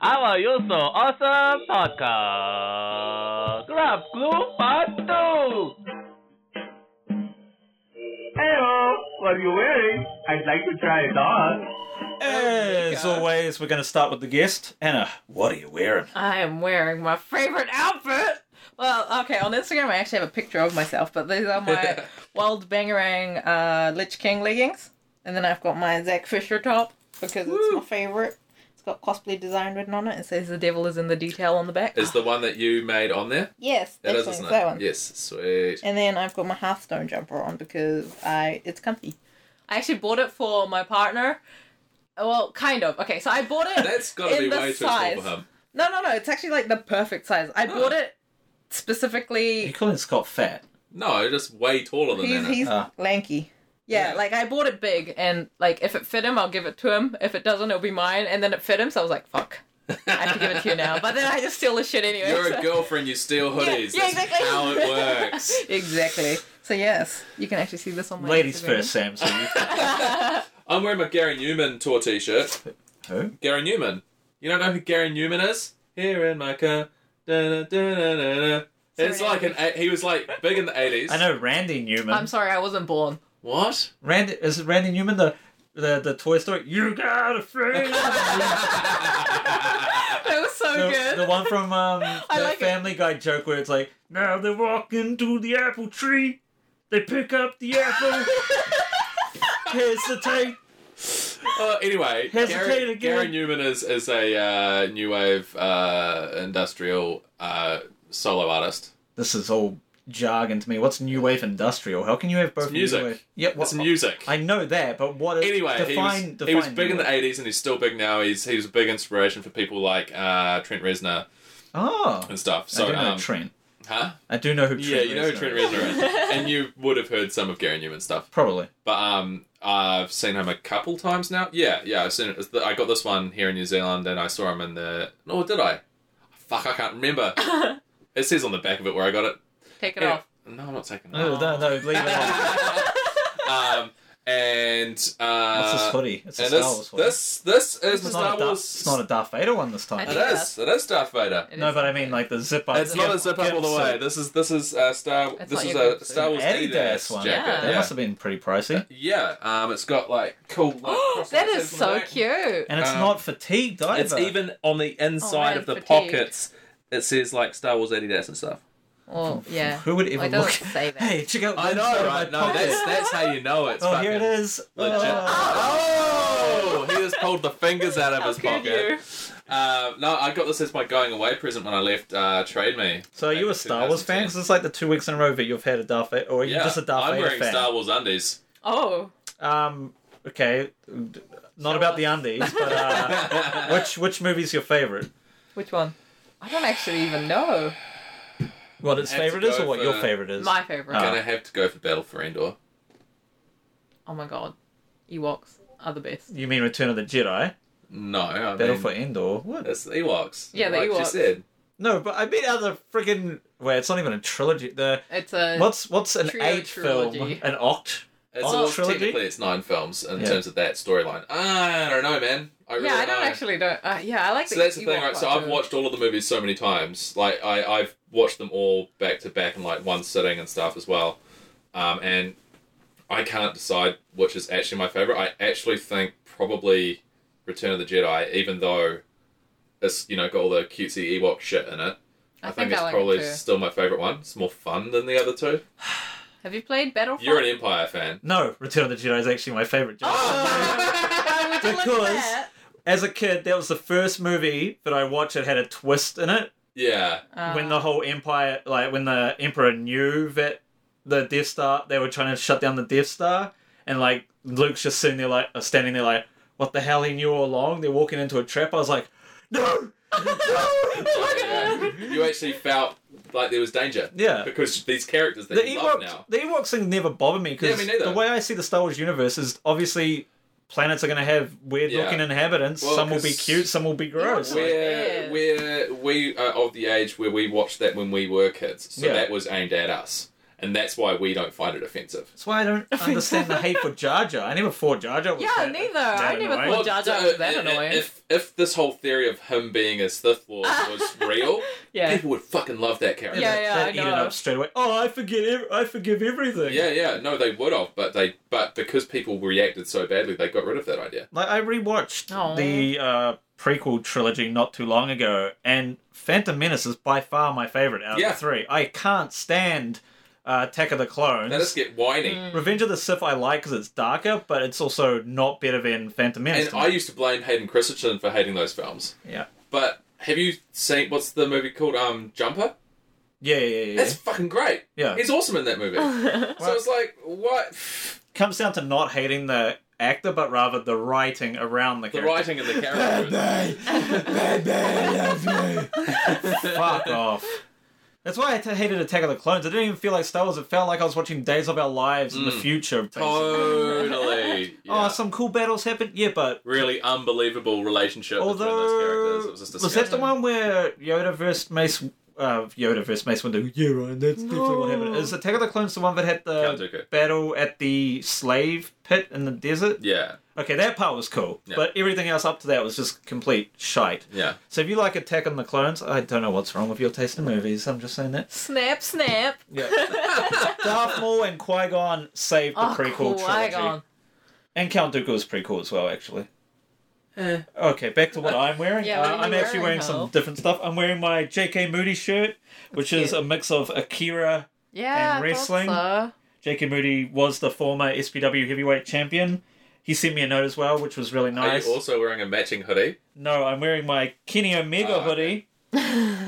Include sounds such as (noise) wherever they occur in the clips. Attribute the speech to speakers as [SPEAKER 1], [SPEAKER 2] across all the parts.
[SPEAKER 1] Our You So Awesome Podcast Grab Clue Part 2
[SPEAKER 2] Heyo, what are you wearing? I'd like to try it on.
[SPEAKER 3] As always, we're going to start with the guest. Anna, what are you wearing?
[SPEAKER 4] I am wearing my favorite outfit. Well, okay, on Instagram I actually have a picture of myself, but these
[SPEAKER 5] (laughs)
[SPEAKER 4] are my wild bangerang uh, Lich King leggings. And then I've got my Zack Fisher top because it's my favorite. It's got cosplay design written on it. It says the devil is in the detail on the back.
[SPEAKER 5] Is the one that you made on there?
[SPEAKER 4] yes,
[SPEAKER 5] That
[SPEAKER 4] that's
[SPEAKER 5] is,
[SPEAKER 4] one,
[SPEAKER 5] isn't it?
[SPEAKER 4] that one.
[SPEAKER 5] Yes, sweet.
[SPEAKER 4] And then I've got my Hearthstone jumper on because I it's comfy. I actually bought it for my partner. Well, kind of. Okay, so I bought it.
[SPEAKER 5] That's got to
[SPEAKER 4] in
[SPEAKER 5] be
[SPEAKER 4] the
[SPEAKER 5] way too small
[SPEAKER 4] size.
[SPEAKER 5] for him.
[SPEAKER 4] No, no, no. It's actually like the perfect size. I bought it specifically.
[SPEAKER 3] You're calling Scott fat.
[SPEAKER 5] No, just way taller than
[SPEAKER 4] He's,
[SPEAKER 5] that.
[SPEAKER 4] he's
[SPEAKER 3] Ah.
[SPEAKER 4] lanky. Yeah,
[SPEAKER 5] Yeah.
[SPEAKER 4] like I bought it big, and like if it fit him, I'll give it to him. If it doesn't, it'll be mine. And then it fit him, so I was like, "Fuck, I have to give it to you now." But then I just steal the shit anyway.
[SPEAKER 5] You're
[SPEAKER 4] so-
[SPEAKER 5] a girlfriend, you steal hoodies.
[SPEAKER 4] yeah,
[SPEAKER 5] That's
[SPEAKER 4] exactly.
[SPEAKER 5] how it works.
[SPEAKER 4] (laughs) exactly. So yes, you can actually see this on my
[SPEAKER 3] Ladies
[SPEAKER 4] Instagram.
[SPEAKER 3] first, Sam.
[SPEAKER 4] (laughs)
[SPEAKER 3] So you...
[SPEAKER 5] I'm wearing my Gary Newman tour t shirt.
[SPEAKER 3] Who?
[SPEAKER 5] Gary Newman. You don't know who Gary Newman is? Here in my car. Da, da, da, da, da, da. It's
[SPEAKER 4] Sorry,
[SPEAKER 5] like an. eight- He was like big in the 80s.
[SPEAKER 3] I know Randy Newman.
[SPEAKER 4] I'm sorry, I wasn't born.
[SPEAKER 5] What?
[SPEAKER 3] Randy is it Randy Newman the the, the Toy Story? You got
[SPEAKER 4] (laughs)
[SPEAKER 3] a friend.
[SPEAKER 4] That was so
[SPEAKER 3] the,
[SPEAKER 4] good.
[SPEAKER 3] the one
[SPEAKER 4] (laughs)
[SPEAKER 3] from um,
[SPEAKER 4] I
[SPEAKER 3] that
[SPEAKER 4] like it.
[SPEAKER 3] Family Guy joke where it's like, now they walk into the apple tree, they pick up
[SPEAKER 4] (laughs)
[SPEAKER 3] the apple. Hesitate.
[SPEAKER 5] Uh, anyway,
[SPEAKER 3] Hesitate
[SPEAKER 5] Gary,
[SPEAKER 3] again.
[SPEAKER 5] Gary Newman is, is a uh, new wave uh, industrial uh, solo artist.
[SPEAKER 3] This is all jargon to me. What's new wave industrial? How can you have both
[SPEAKER 5] It's music.
[SPEAKER 3] new wave? Yeah, what,
[SPEAKER 5] It's music.
[SPEAKER 3] I know that, but what is
[SPEAKER 5] anyway,
[SPEAKER 3] define,
[SPEAKER 5] he was,
[SPEAKER 3] define
[SPEAKER 5] he was big
[SPEAKER 3] new
[SPEAKER 5] in the
[SPEAKER 3] wave.
[SPEAKER 5] 80s and he's still big now. He's he was a big inspiration for people like uh, Trent Reznor
[SPEAKER 3] Oh,
[SPEAKER 5] and stuff.
[SPEAKER 3] I
[SPEAKER 5] So,
[SPEAKER 3] do know
[SPEAKER 5] um,
[SPEAKER 3] Trent.
[SPEAKER 5] huh?
[SPEAKER 3] I do know who. Trent
[SPEAKER 5] yeah, you know who
[SPEAKER 3] Reznor
[SPEAKER 5] Trent
[SPEAKER 3] is.
[SPEAKER 5] Reznor is. and you would have heard some of Gary Newman stuff.
[SPEAKER 3] Probably.
[SPEAKER 5] But um, I've seen him a couple times now. Yeah, yeah. I've seen it. It's the- I got this one here in New Zealand, and I saw him in the. No, did I? Fuck, I can't
[SPEAKER 4] (laughs)
[SPEAKER 5] remember. it says on the back of it where I got it.
[SPEAKER 4] Take it
[SPEAKER 5] Anyway,
[SPEAKER 4] off.
[SPEAKER 5] No, I'm not taking it.
[SPEAKER 3] No,
[SPEAKER 5] off.
[SPEAKER 3] no, no. Oh, Leave
[SPEAKER 5] (laughs)
[SPEAKER 3] it on.
[SPEAKER 5] um, and uh,
[SPEAKER 3] What's this hoodie? It's a
[SPEAKER 5] and
[SPEAKER 3] Star Wars
[SPEAKER 5] this,
[SPEAKER 3] hoodie.
[SPEAKER 5] this this is
[SPEAKER 3] it's,
[SPEAKER 5] the
[SPEAKER 3] not
[SPEAKER 5] Star
[SPEAKER 3] a Darth,
[SPEAKER 5] Wars.
[SPEAKER 3] it's not a Darth Vader one this time.
[SPEAKER 4] I
[SPEAKER 5] It
[SPEAKER 4] think-
[SPEAKER 5] is. It is Darth Vader.
[SPEAKER 4] It
[SPEAKER 3] No,
[SPEAKER 4] is-
[SPEAKER 3] but I mean like the zip up.
[SPEAKER 5] It's not a zip up all the way. This is this is uh, Star.
[SPEAKER 4] That's
[SPEAKER 5] this
[SPEAKER 4] not
[SPEAKER 5] is
[SPEAKER 4] your
[SPEAKER 5] a
[SPEAKER 4] good
[SPEAKER 5] Star Wars
[SPEAKER 3] Adidas one.
[SPEAKER 5] jacket.
[SPEAKER 4] Yeah.
[SPEAKER 3] That must have been pretty pricey.
[SPEAKER 5] Yeah, um, it's got like cool. Like, cross
[SPEAKER 4] (gasps) that
[SPEAKER 5] lines
[SPEAKER 4] is
[SPEAKER 5] on the
[SPEAKER 4] so
[SPEAKER 5] back.
[SPEAKER 4] cute.
[SPEAKER 3] And it's
[SPEAKER 5] Um,
[SPEAKER 3] not fatigued either.
[SPEAKER 5] It's even on the inside
[SPEAKER 4] Oh,
[SPEAKER 5] of the
[SPEAKER 4] fatigued.
[SPEAKER 5] pockets. It says like Star Wars Adidas and stuff.
[SPEAKER 4] Well, yeah.
[SPEAKER 3] Who would
[SPEAKER 4] Well,
[SPEAKER 3] ever
[SPEAKER 4] it
[SPEAKER 3] look?
[SPEAKER 4] doesn't say that.
[SPEAKER 3] (laughs) Hey, check out. the
[SPEAKER 5] I
[SPEAKER 3] inside
[SPEAKER 5] know,
[SPEAKER 3] of
[SPEAKER 5] right?
[SPEAKER 3] my
[SPEAKER 5] No,
[SPEAKER 4] Oh,
[SPEAKER 3] pocket.
[SPEAKER 5] that's that's how you know it's.
[SPEAKER 3] Oh,
[SPEAKER 5] fucking
[SPEAKER 3] here it is.
[SPEAKER 5] Legit.
[SPEAKER 3] Oh.
[SPEAKER 5] Oh, he just pulled the fingers out of his
[SPEAKER 4] How could
[SPEAKER 5] pocket. Uh, no, I got this as my going away present when I left. Uh, Trade me.
[SPEAKER 3] So are
[SPEAKER 5] back
[SPEAKER 3] you a
[SPEAKER 5] in
[SPEAKER 3] Star Wars fan?
[SPEAKER 5] 2010.
[SPEAKER 3] 'Cause it's like the two weeks in a row that you've had a Darth Vader, or are you
[SPEAKER 5] Yeah,
[SPEAKER 3] just a Darth
[SPEAKER 5] I'm
[SPEAKER 3] Vader
[SPEAKER 5] wearing
[SPEAKER 3] fan?
[SPEAKER 5] Star Wars
[SPEAKER 3] (laughs)
[SPEAKER 5] undies. (laughs)
[SPEAKER 4] Oh,
[SPEAKER 3] Um, okay, not about the undies,
[SPEAKER 5] (laughs)
[SPEAKER 3] but uh, which which movie's your favorite?
[SPEAKER 4] which one? I don't actually even know.
[SPEAKER 3] What its
[SPEAKER 5] I had to
[SPEAKER 3] favorite is,
[SPEAKER 5] go
[SPEAKER 3] or what your
[SPEAKER 5] for-
[SPEAKER 3] favorite is?
[SPEAKER 4] My favorite.
[SPEAKER 3] Ah.
[SPEAKER 5] Gonna have to go for Battle for Endor.
[SPEAKER 4] Oh my god, Ewoks are the best.
[SPEAKER 3] You mean Return of the Jedi?
[SPEAKER 5] No, I
[SPEAKER 3] Battle
[SPEAKER 5] mean, uh,
[SPEAKER 3] for Endor? What?
[SPEAKER 5] That's the Ewoks.
[SPEAKER 4] Yeah, the
[SPEAKER 5] like You
[SPEAKER 4] Ewoks.
[SPEAKER 5] said.
[SPEAKER 3] No, but I mean other friggin' wait, it's not even a trilogy. The
[SPEAKER 4] It's a
[SPEAKER 3] what's what's an
[SPEAKER 4] Trio
[SPEAKER 3] eight
[SPEAKER 4] trilogy.
[SPEAKER 3] film? An oct?
[SPEAKER 5] It's
[SPEAKER 3] Oh,
[SPEAKER 5] all
[SPEAKER 3] trilogy?
[SPEAKER 5] technically it's nine films in
[SPEAKER 3] Yeah.
[SPEAKER 5] terms of that storyline. Ah, I don't know, man. I really
[SPEAKER 4] yeah. I don't
[SPEAKER 5] know.
[SPEAKER 4] actually don't. Uh, yeah, I like.
[SPEAKER 5] So
[SPEAKER 4] the
[SPEAKER 5] that's the thing,
[SPEAKER 4] Ewok
[SPEAKER 5] right? So
[SPEAKER 4] part
[SPEAKER 5] I've
[SPEAKER 4] too.
[SPEAKER 5] watched all of the movies so many times. Like I, I've watched them all back to back in like one sitting and stuff as well. Um, and I can't decide which is actually my favorite. I actually think probably Return of the Jedi, even though it's you know got all the cutesy Ewok shit in it.
[SPEAKER 4] I,
[SPEAKER 5] think,
[SPEAKER 4] think,
[SPEAKER 5] it's
[SPEAKER 4] I like
[SPEAKER 5] probably
[SPEAKER 4] it too.
[SPEAKER 5] still my favorite one. It's more fun than the other two.
[SPEAKER 4] Have you played Battlefront?
[SPEAKER 5] You're an Empire fan.
[SPEAKER 3] No, Return of the Jedi is actually my favorite.
[SPEAKER 4] Oh! (laughs) Why
[SPEAKER 3] Jedi.
[SPEAKER 4] would you look at
[SPEAKER 3] Because-
[SPEAKER 4] that?
[SPEAKER 3] As a kid, that was the first movie that I watched that had a twist in it.
[SPEAKER 5] Yeah.
[SPEAKER 3] when
[SPEAKER 4] Uh, (laughs)
[SPEAKER 3] the whole empire, like when the emperor knew that the Death Star, they were trying to shut down the Death Star, and like Luke's just sitting there, like uh, standing there, like what the hell he knew all along. They're walking into a trap. I was like, no,
[SPEAKER 4] Oh
[SPEAKER 5] Yeah. You actually felt like there was danger.
[SPEAKER 3] Yeah.
[SPEAKER 5] Because these characters that
[SPEAKER 3] the
[SPEAKER 5] you love
[SPEAKER 3] Ewoks,
[SPEAKER 5] now.
[SPEAKER 3] the Ewoks thing never bothered me
[SPEAKER 5] Yeah,
[SPEAKER 3] because
[SPEAKER 5] me neither.
[SPEAKER 3] the way I see the Star Wars universe is obviously planets are going to have weird
[SPEAKER 5] Yeah.
[SPEAKER 3] looking inhabitants.
[SPEAKER 5] Well,
[SPEAKER 3] some will be
[SPEAKER 5] 'cause-
[SPEAKER 3] cute, some will be gross.
[SPEAKER 4] Yeah, we-
[SPEAKER 5] We're, we're, we are of the age where we watched that when we were kids. So
[SPEAKER 3] Yeah.
[SPEAKER 5] that was aimed at us. And that's why we don't find it offensive.
[SPEAKER 3] That's why
[SPEAKER 4] (laughs)
[SPEAKER 3] I don't understand the hate for Jar Jar. I never thought Jar Jar was
[SPEAKER 4] Yeah,
[SPEAKER 3] that-
[SPEAKER 4] neither.
[SPEAKER 3] that
[SPEAKER 4] I never
[SPEAKER 3] annoying.
[SPEAKER 4] thought Jar Jar was that
[SPEAKER 5] uh, uh,
[SPEAKER 4] annoying.
[SPEAKER 5] If, if this whole theory of him being a Sith
[SPEAKER 4] (laughs)
[SPEAKER 5] Lord was real,
[SPEAKER 4] Yeah.
[SPEAKER 5] people would fucking love that character.
[SPEAKER 4] Yeah, yeah,
[SPEAKER 3] they'd
[SPEAKER 4] I
[SPEAKER 3] eat it
[SPEAKER 4] know.
[SPEAKER 3] up straight away. Oh, I forget. Ev- I forgive everything.
[SPEAKER 5] Yeah, yeah, no, they would have, but they, but because people reacted so badly, they got rid of that idea.
[SPEAKER 3] Like I rewatched
[SPEAKER 4] Aw.
[SPEAKER 3] the uh, prequel trilogy not too long ago, and Phantom Menace is by far my favorite out of
[SPEAKER 5] Yeah.
[SPEAKER 3] the three. I can't stand uh, Attack of the Clones.
[SPEAKER 5] They just get whiny.
[SPEAKER 4] Mm.
[SPEAKER 3] Revenge of the Sith I like because it's darker, but it's also not better than Phantom Menace.
[SPEAKER 5] And
[SPEAKER 3] to
[SPEAKER 5] I
[SPEAKER 3] me.
[SPEAKER 5] used to blame Hayden Christensen for hating those films.
[SPEAKER 3] yeah,
[SPEAKER 5] But have you seen what's the movie called? Um, Jumper.
[SPEAKER 3] yeah, yeah, yeah. yeah.
[SPEAKER 5] That's fucking great.
[SPEAKER 3] Yeah.
[SPEAKER 5] he's awesome in that movie. so it's like what
[SPEAKER 3] comes down to not hating the actor, but rather the writing around the
[SPEAKER 5] the
[SPEAKER 3] character.
[SPEAKER 5] writing
[SPEAKER 3] (laughs)
[SPEAKER 5] and the character. (laughs)
[SPEAKER 3] Fuck off. That's why I t- hated Attack of the Clones. I didn't even feel like Star Wars. It felt like I was watching Days of Our Lives in the future. basically.
[SPEAKER 5] totally. Mm. Oh, Yeah.
[SPEAKER 3] (laughs) Oh, some cool battles happened. Yeah, but
[SPEAKER 5] Really unbelievable relationship between those characters.
[SPEAKER 3] although
[SPEAKER 5] It was just
[SPEAKER 3] was that the
[SPEAKER 5] disgusting.
[SPEAKER 3] one where Yoda versus Mace? Uh, Yoda versus Mace Windu. Yeah, Ryan, that's definitely what happened.
[SPEAKER 5] Oh.
[SPEAKER 3] Is Attack of the Clones the one that had
[SPEAKER 5] Count
[SPEAKER 3] the
[SPEAKER 5] Dooku.
[SPEAKER 3] battle at the slave pit in the desert?
[SPEAKER 5] Yeah,
[SPEAKER 3] Okay, that part was cool,
[SPEAKER 5] Yeah.
[SPEAKER 3] but everything else up to that was just complete shite.
[SPEAKER 5] yeah.
[SPEAKER 3] So if you like Attack on the Clones, I don't know what's wrong with your taste in movies. I'm just saying that.
[SPEAKER 4] Snap, snap. (laughs)
[SPEAKER 3] Yeah. Darth Maul and Qui Gon saved the
[SPEAKER 4] Oh,
[SPEAKER 3] prequel trilogy,
[SPEAKER 4] Qui-Gon.
[SPEAKER 3] and Count Dooku was prequel as well, actually.
[SPEAKER 5] Eh.
[SPEAKER 3] Okay, back to what I'm wearing.
[SPEAKER 4] Yeah, what
[SPEAKER 3] uh,
[SPEAKER 4] are you
[SPEAKER 3] I'm actually
[SPEAKER 4] wearing,
[SPEAKER 3] wearing
[SPEAKER 4] Hal?
[SPEAKER 3] some different stuff. I'm wearing my J.K. Moody shirt, which is
[SPEAKER 4] cute.
[SPEAKER 3] a mix of Akira.
[SPEAKER 4] Yeah,
[SPEAKER 3] And
[SPEAKER 4] I thought
[SPEAKER 3] wrestling.
[SPEAKER 4] so.
[SPEAKER 3] J.K. Moody was the former SPW heavyweight champion. He sent me a note as well, which was really
[SPEAKER 5] Are
[SPEAKER 3] nice.
[SPEAKER 5] you also wearing a matching hoodie?
[SPEAKER 3] No, I'm wearing my Kenny Omega
[SPEAKER 5] Ah,
[SPEAKER 4] (laughs)
[SPEAKER 3] hoodie.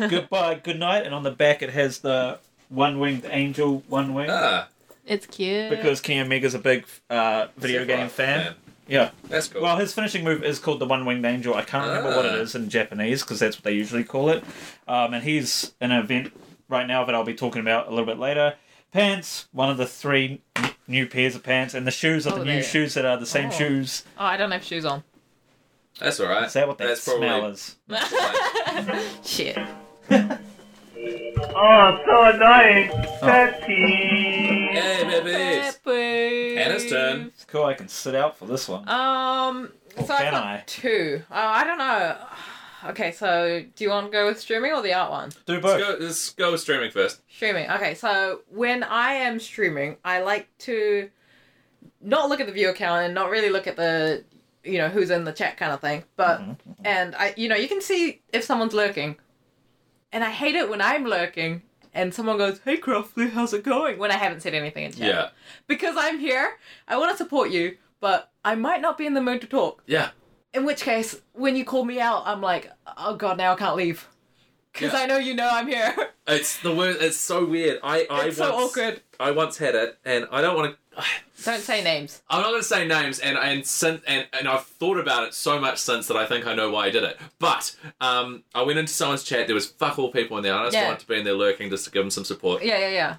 [SPEAKER 3] Goodbye, good night, and on the back it has the one winged angel, one wing.
[SPEAKER 5] Ah,
[SPEAKER 4] It's cute.
[SPEAKER 3] Because Kenny Omega's a big uh, video
[SPEAKER 5] Sith
[SPEAKER 3] game
[SPEAKER 5] Lord
[SPEAKER 3] fan. Yeah.
[SPEAKER 5] That's cool.
[SPEAKER 3] Well, his finishing move is called the one winged angel. I can't remember what it
[SPEAKER 5] Ah.
[SPEAKER 3] is in Japanese because that's what they usually call it. Um, and he's in an event right now that I'll be talking about a little bit later. Pants, one of the three n- new pairs of pants, and the shoes are
[SPEAKER 4] Oh,
[SPEAKER 3] the
[SPEAKER 4] there.
[SPEAKER 3] new shoes that are the same
[SPEAKER 4] Oh.
[SPEAKER 3] shoes.
[SPEAKER 4] oh, I don't have shoes on. (laughs)
[SPEAKER 5] That's all right.
[SPEAKER 3] Is that what that
[SPEAKER 5] That's
[SPEAKER 3] smell
[SPEAKER 5] probably-
[SPEAKER 3] is?
[SPEAKER 4] Shit.
[SPEAKER 2] Oh, so annoying. Petty.
[SPEAKER 5] Hey, babies. Anna's turn.
[SPEAKER 3] Cool, I can sit out for this one.
[SPEAKER 4] Um,
[SPEAKER 3] Or
[SPEAKER 4] so I've
[SPEAKER 3] can
[SPEAKER 4] got
[SPEAKER 3] I?
[SPEAKER 4] two. Oh, I don't know. (sighs) Okay, so do you want to go with streaming or the art one?
[SPEAKER 3] Do both.
[SPEAKER 5] Let's go, let's go with streaming first.
[SPEAKER 4] Streaming. Okay, so when I am streaming, I like to not look at the viewer count and not really look at the you know who's in the chat kind of thing. But
[SPEAKER 5] Mm-hmm,
[SPEAKER 4] and I you know you can see if someone's lurking, and I hate it when I'm lurking and someone goes, "Hey Croftley, how's it going?" when I haven't said anything in chat.
[SPEAKER 5] Yeah.
[SPEAKER 4] Because I'm here, I want to support you, but I might not be in the mood to talk.
[SPEAKER 5] Yeah.
[SPEAKER 4] In which case, when you call me out, I'm like, "Oh God, now I can't leave." Because
[SPEAKER 5] Yeah.
[SPEAKER 4] I know you know I'm here.
[SPEAKER 5] It's the word. It's so weird. I, I
[SPEAKER 4] (laughs)
[SPEAKER 5] once,
[SPEAKER 4] It's so awkward.
[SPEAKER 5] I once had it, and I don't want to.
[SPEAKER 4] Don't say names.
[SPEAKER 5] I'm not going to say names, and and since and, and I've thought about it so much since that I think I know why I did it. But um, I went into someone's chat. There was fuck all people in there. I just
[SPEAKER 4] Yeah.
[SPEAKER 5] wanted to be in there lurking just to give them some support.
[SPEAKER 4] Yeah, yeah, yeah.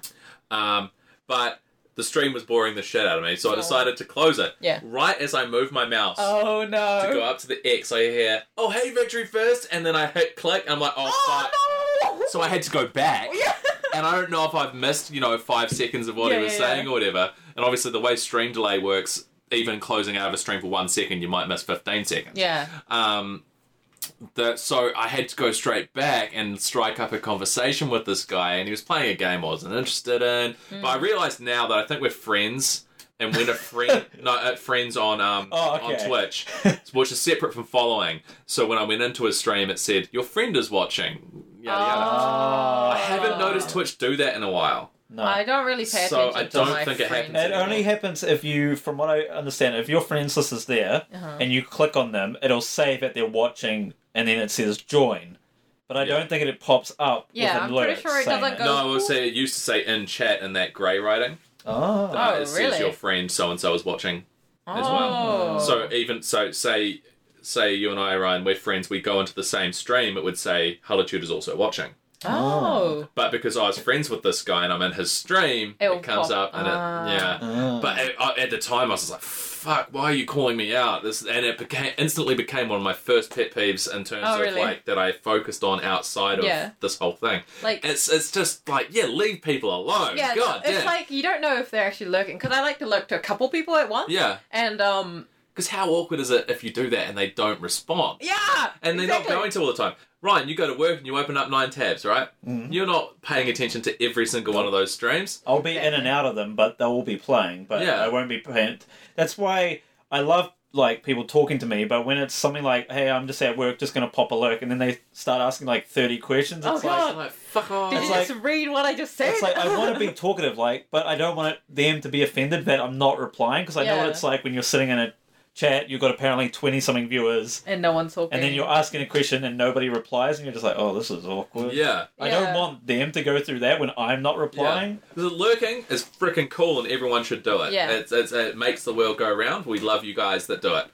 [SPEAKER 5] Um, but the stream was boring the shit out of me, so I
[SPEAKER 4] Oh.
[SPEAKER 5] decided to close it.
[SPEAKER 4] Yeah.
[SPEAKER 5] Right as I moved my mouse.
[SPEAKER 4] Oh no.
[SPEAKER 5] To go up to the X, I hear, "Oh, hey, victory first, and then I hit click. And I'm like, "Oh, fuck!"
[SPEAKER 4] no!
[SPEAKER 3] (laughs)
[SPEAKER 5] So I had to go back.
[SPEAKER 4] Yeah.
[SPEAKER 5] and I don't know if I've missed, you know, five seconds of what
[SPEAKER 4] Yeah,
[SPEAKER 5] he was
[SPEAKER 4] yeah, yeah.
[SPEAKER 5] saying or whatever. And obviously, the way stream delay works, even closing out of a stream for one second, you might miss 15 seconds.
[SPEAKER 4] Yeah.
[SPEAKER 5] Um, that, so I had to go straight back and strike up a conversation with this guy, and he was playing a game I wasn't interested in. But
[SPEAKER 4] Mm.
[SPEAKER 5] I realized now that I think we're friends. And when a
[SPEAKER 4] (laughs)
[SPEAKER 5] friend, no, uh, friends on um
[SPEAKER 3] Oh, okay.
[SPEAKER 5] on Twitch, which is separate from following. So when I went into his stream, it said your friend is watching.
[SPEAKER 3] Oh.
[SPEAKER 5] Yeah, yeah.
[SPEAKER 4] Oh.
[SPEAKER 3] Ah.
[SPEAKER 5] I haven't noticed Twitch do that in a while.
[SPEAKER 3] No.
[SPEAKER 4] I don't really pay
[SPEAKER 5] So
[SPEAKER 4] attention
[SPEAKER 5] I don't
[SPEAKER 4] to my
[SPEAKER 5] think it
[SPEAKER 4] friends.
[SPEAKER 5] happens.
[SPEAKER 3] It only happens if you, from what I understand, if your friends list is there
[SPEAKER 4] Uh-huh.
[SPEAKER 3] and you click on them, it'll say that they're watching and then it says join. But I
[SPEAKER 5] Yeah.
[SPEAKER 3] don't think it pops up.
[SPEAKER 4] Yeah,
[SPEAKER 3] with
[SPEAKER 4] I'm
[SPEAKER 3] a
[SPEAKER 4] pretty
[SPEAKER 3] alert
[SPEAKER 4] sure it
[SPEAKER 3] saying
[SPEAKER 4] doesn't go-
[SPEAKER 5] No, I would say it used to say in chat in that grey writing.
[SPEAKER 3] Oh.
[SPEAKER 5] Uh,
[SPEAKER 4] Oh,
[SPEAKER 5] it
[SPEAKER 4] really?
[SPEAKER 5] says your friend so and so is watching.
[SPEAKER 4] oh.
[SPEAKER 5] as well. So even so, say say you and I, Ryan, we're friends. We go into the same stream. It would say Holitude is also watching.
[SPEAKER 4] Oh.
[SPEAKER 5] But because I was friends with this guy and I'm in his stream, it,
[SPEAKER 4] It'll
[SPEAKER 5] comes
[SPEAKER 4] pop
[SPEAKER 5] up and
[SPEAKER 4] up.
[SPEAKER 5] it yeah.
[SPEAKER 3] Ah.
[SPEAKER 5] But at, I- at the time, I was just like, "Fuck! Why are you calling me out?" This and it became instantly became one of my first pet peeves in terms
[SPEAKER 4] Oh,
[SPEAKER 5] of
[SPEAKER 4] really?
[SPEAKER 5] like that I focused on outside of
[SPEAKER 4] Yeah.
[SPEAKER 5] this whole thing.
[SPEAKER 4] Like
[SPEAKER 5] It's it's just like yeah, leave people alone.
[SPEAKER 4] yeah,
[SPEAKER 5] God
[SPEAKER 4] it's
[SPEAKER 5] damn.
[SPEAKER 4] like you don't know if they're actually lurking because I like to lurk to a couple people at once.
[SPEAKER 5] yeah,
[SPEAKER 4] And um,
[SPEAKER 5] because how awkward is it if you do that and they don't respond
[SPEAKER 4] yeah.
[SPEAKER 5] and they're
[SPEAKER 4] exactly.
[SPEAKER 5] not going to all the time? Ryan, you go to work and you open up nine tabs, right? You're not paying attention to every single one of those streams.
[SPEAKER 3] I'll be in and out of them, but they'll all be playing, but
[SPEAKER 5] Yeah.
[SPEAKER 3] I won't be paying. That's why I love like people talking to me, but when it's something like, "Hey, I'm just at work, just gonna pop a look," and then they start asking like thirty questions,
[SPEAKER 4] Oh,
[SPEAKER 3] it's
[SPEAKER 4] God.
[SPEAKER 3] like
[SPEAKER 5] I'm like, fuck off.
[SPEAKER 4] Did
[SPEAKER 3] It's
[SPEAKER 4] you
[SPEAKER 3] like-
[SPEAKER 4] just read what I just said?
[SPEAKER 3] it's like I
[SPEAKER 4] (laughs)
[SPEAKER 3] want to be talkative, like, but I don't want it, them to be offended that I'm not replying because I know what
[SPEAKER 4] Yeah.
[SPEAKER 3] it's like when you're sitting in a chat, you've got apparently twenty something viewers,
[SPEAKER 4] and no one's talking.
[SPEAKER 3] and then you're asking a question and nobody replies, and you're just like, "Oh, this is awkward."
[SPEAKER 5] yeah.
[SPEAKER 3] I
[SPEAKER 4] Yeah.
[SPEAKER 3] don't want them to go through that when I'm not replying.
[SPEAKER 5] Because lurking is freaking cool and everyone should do it.
[SPEAKER 4] Yeah.
[SPEAKER 5] It's, it's, it makes the world go round. We love you guys that do it.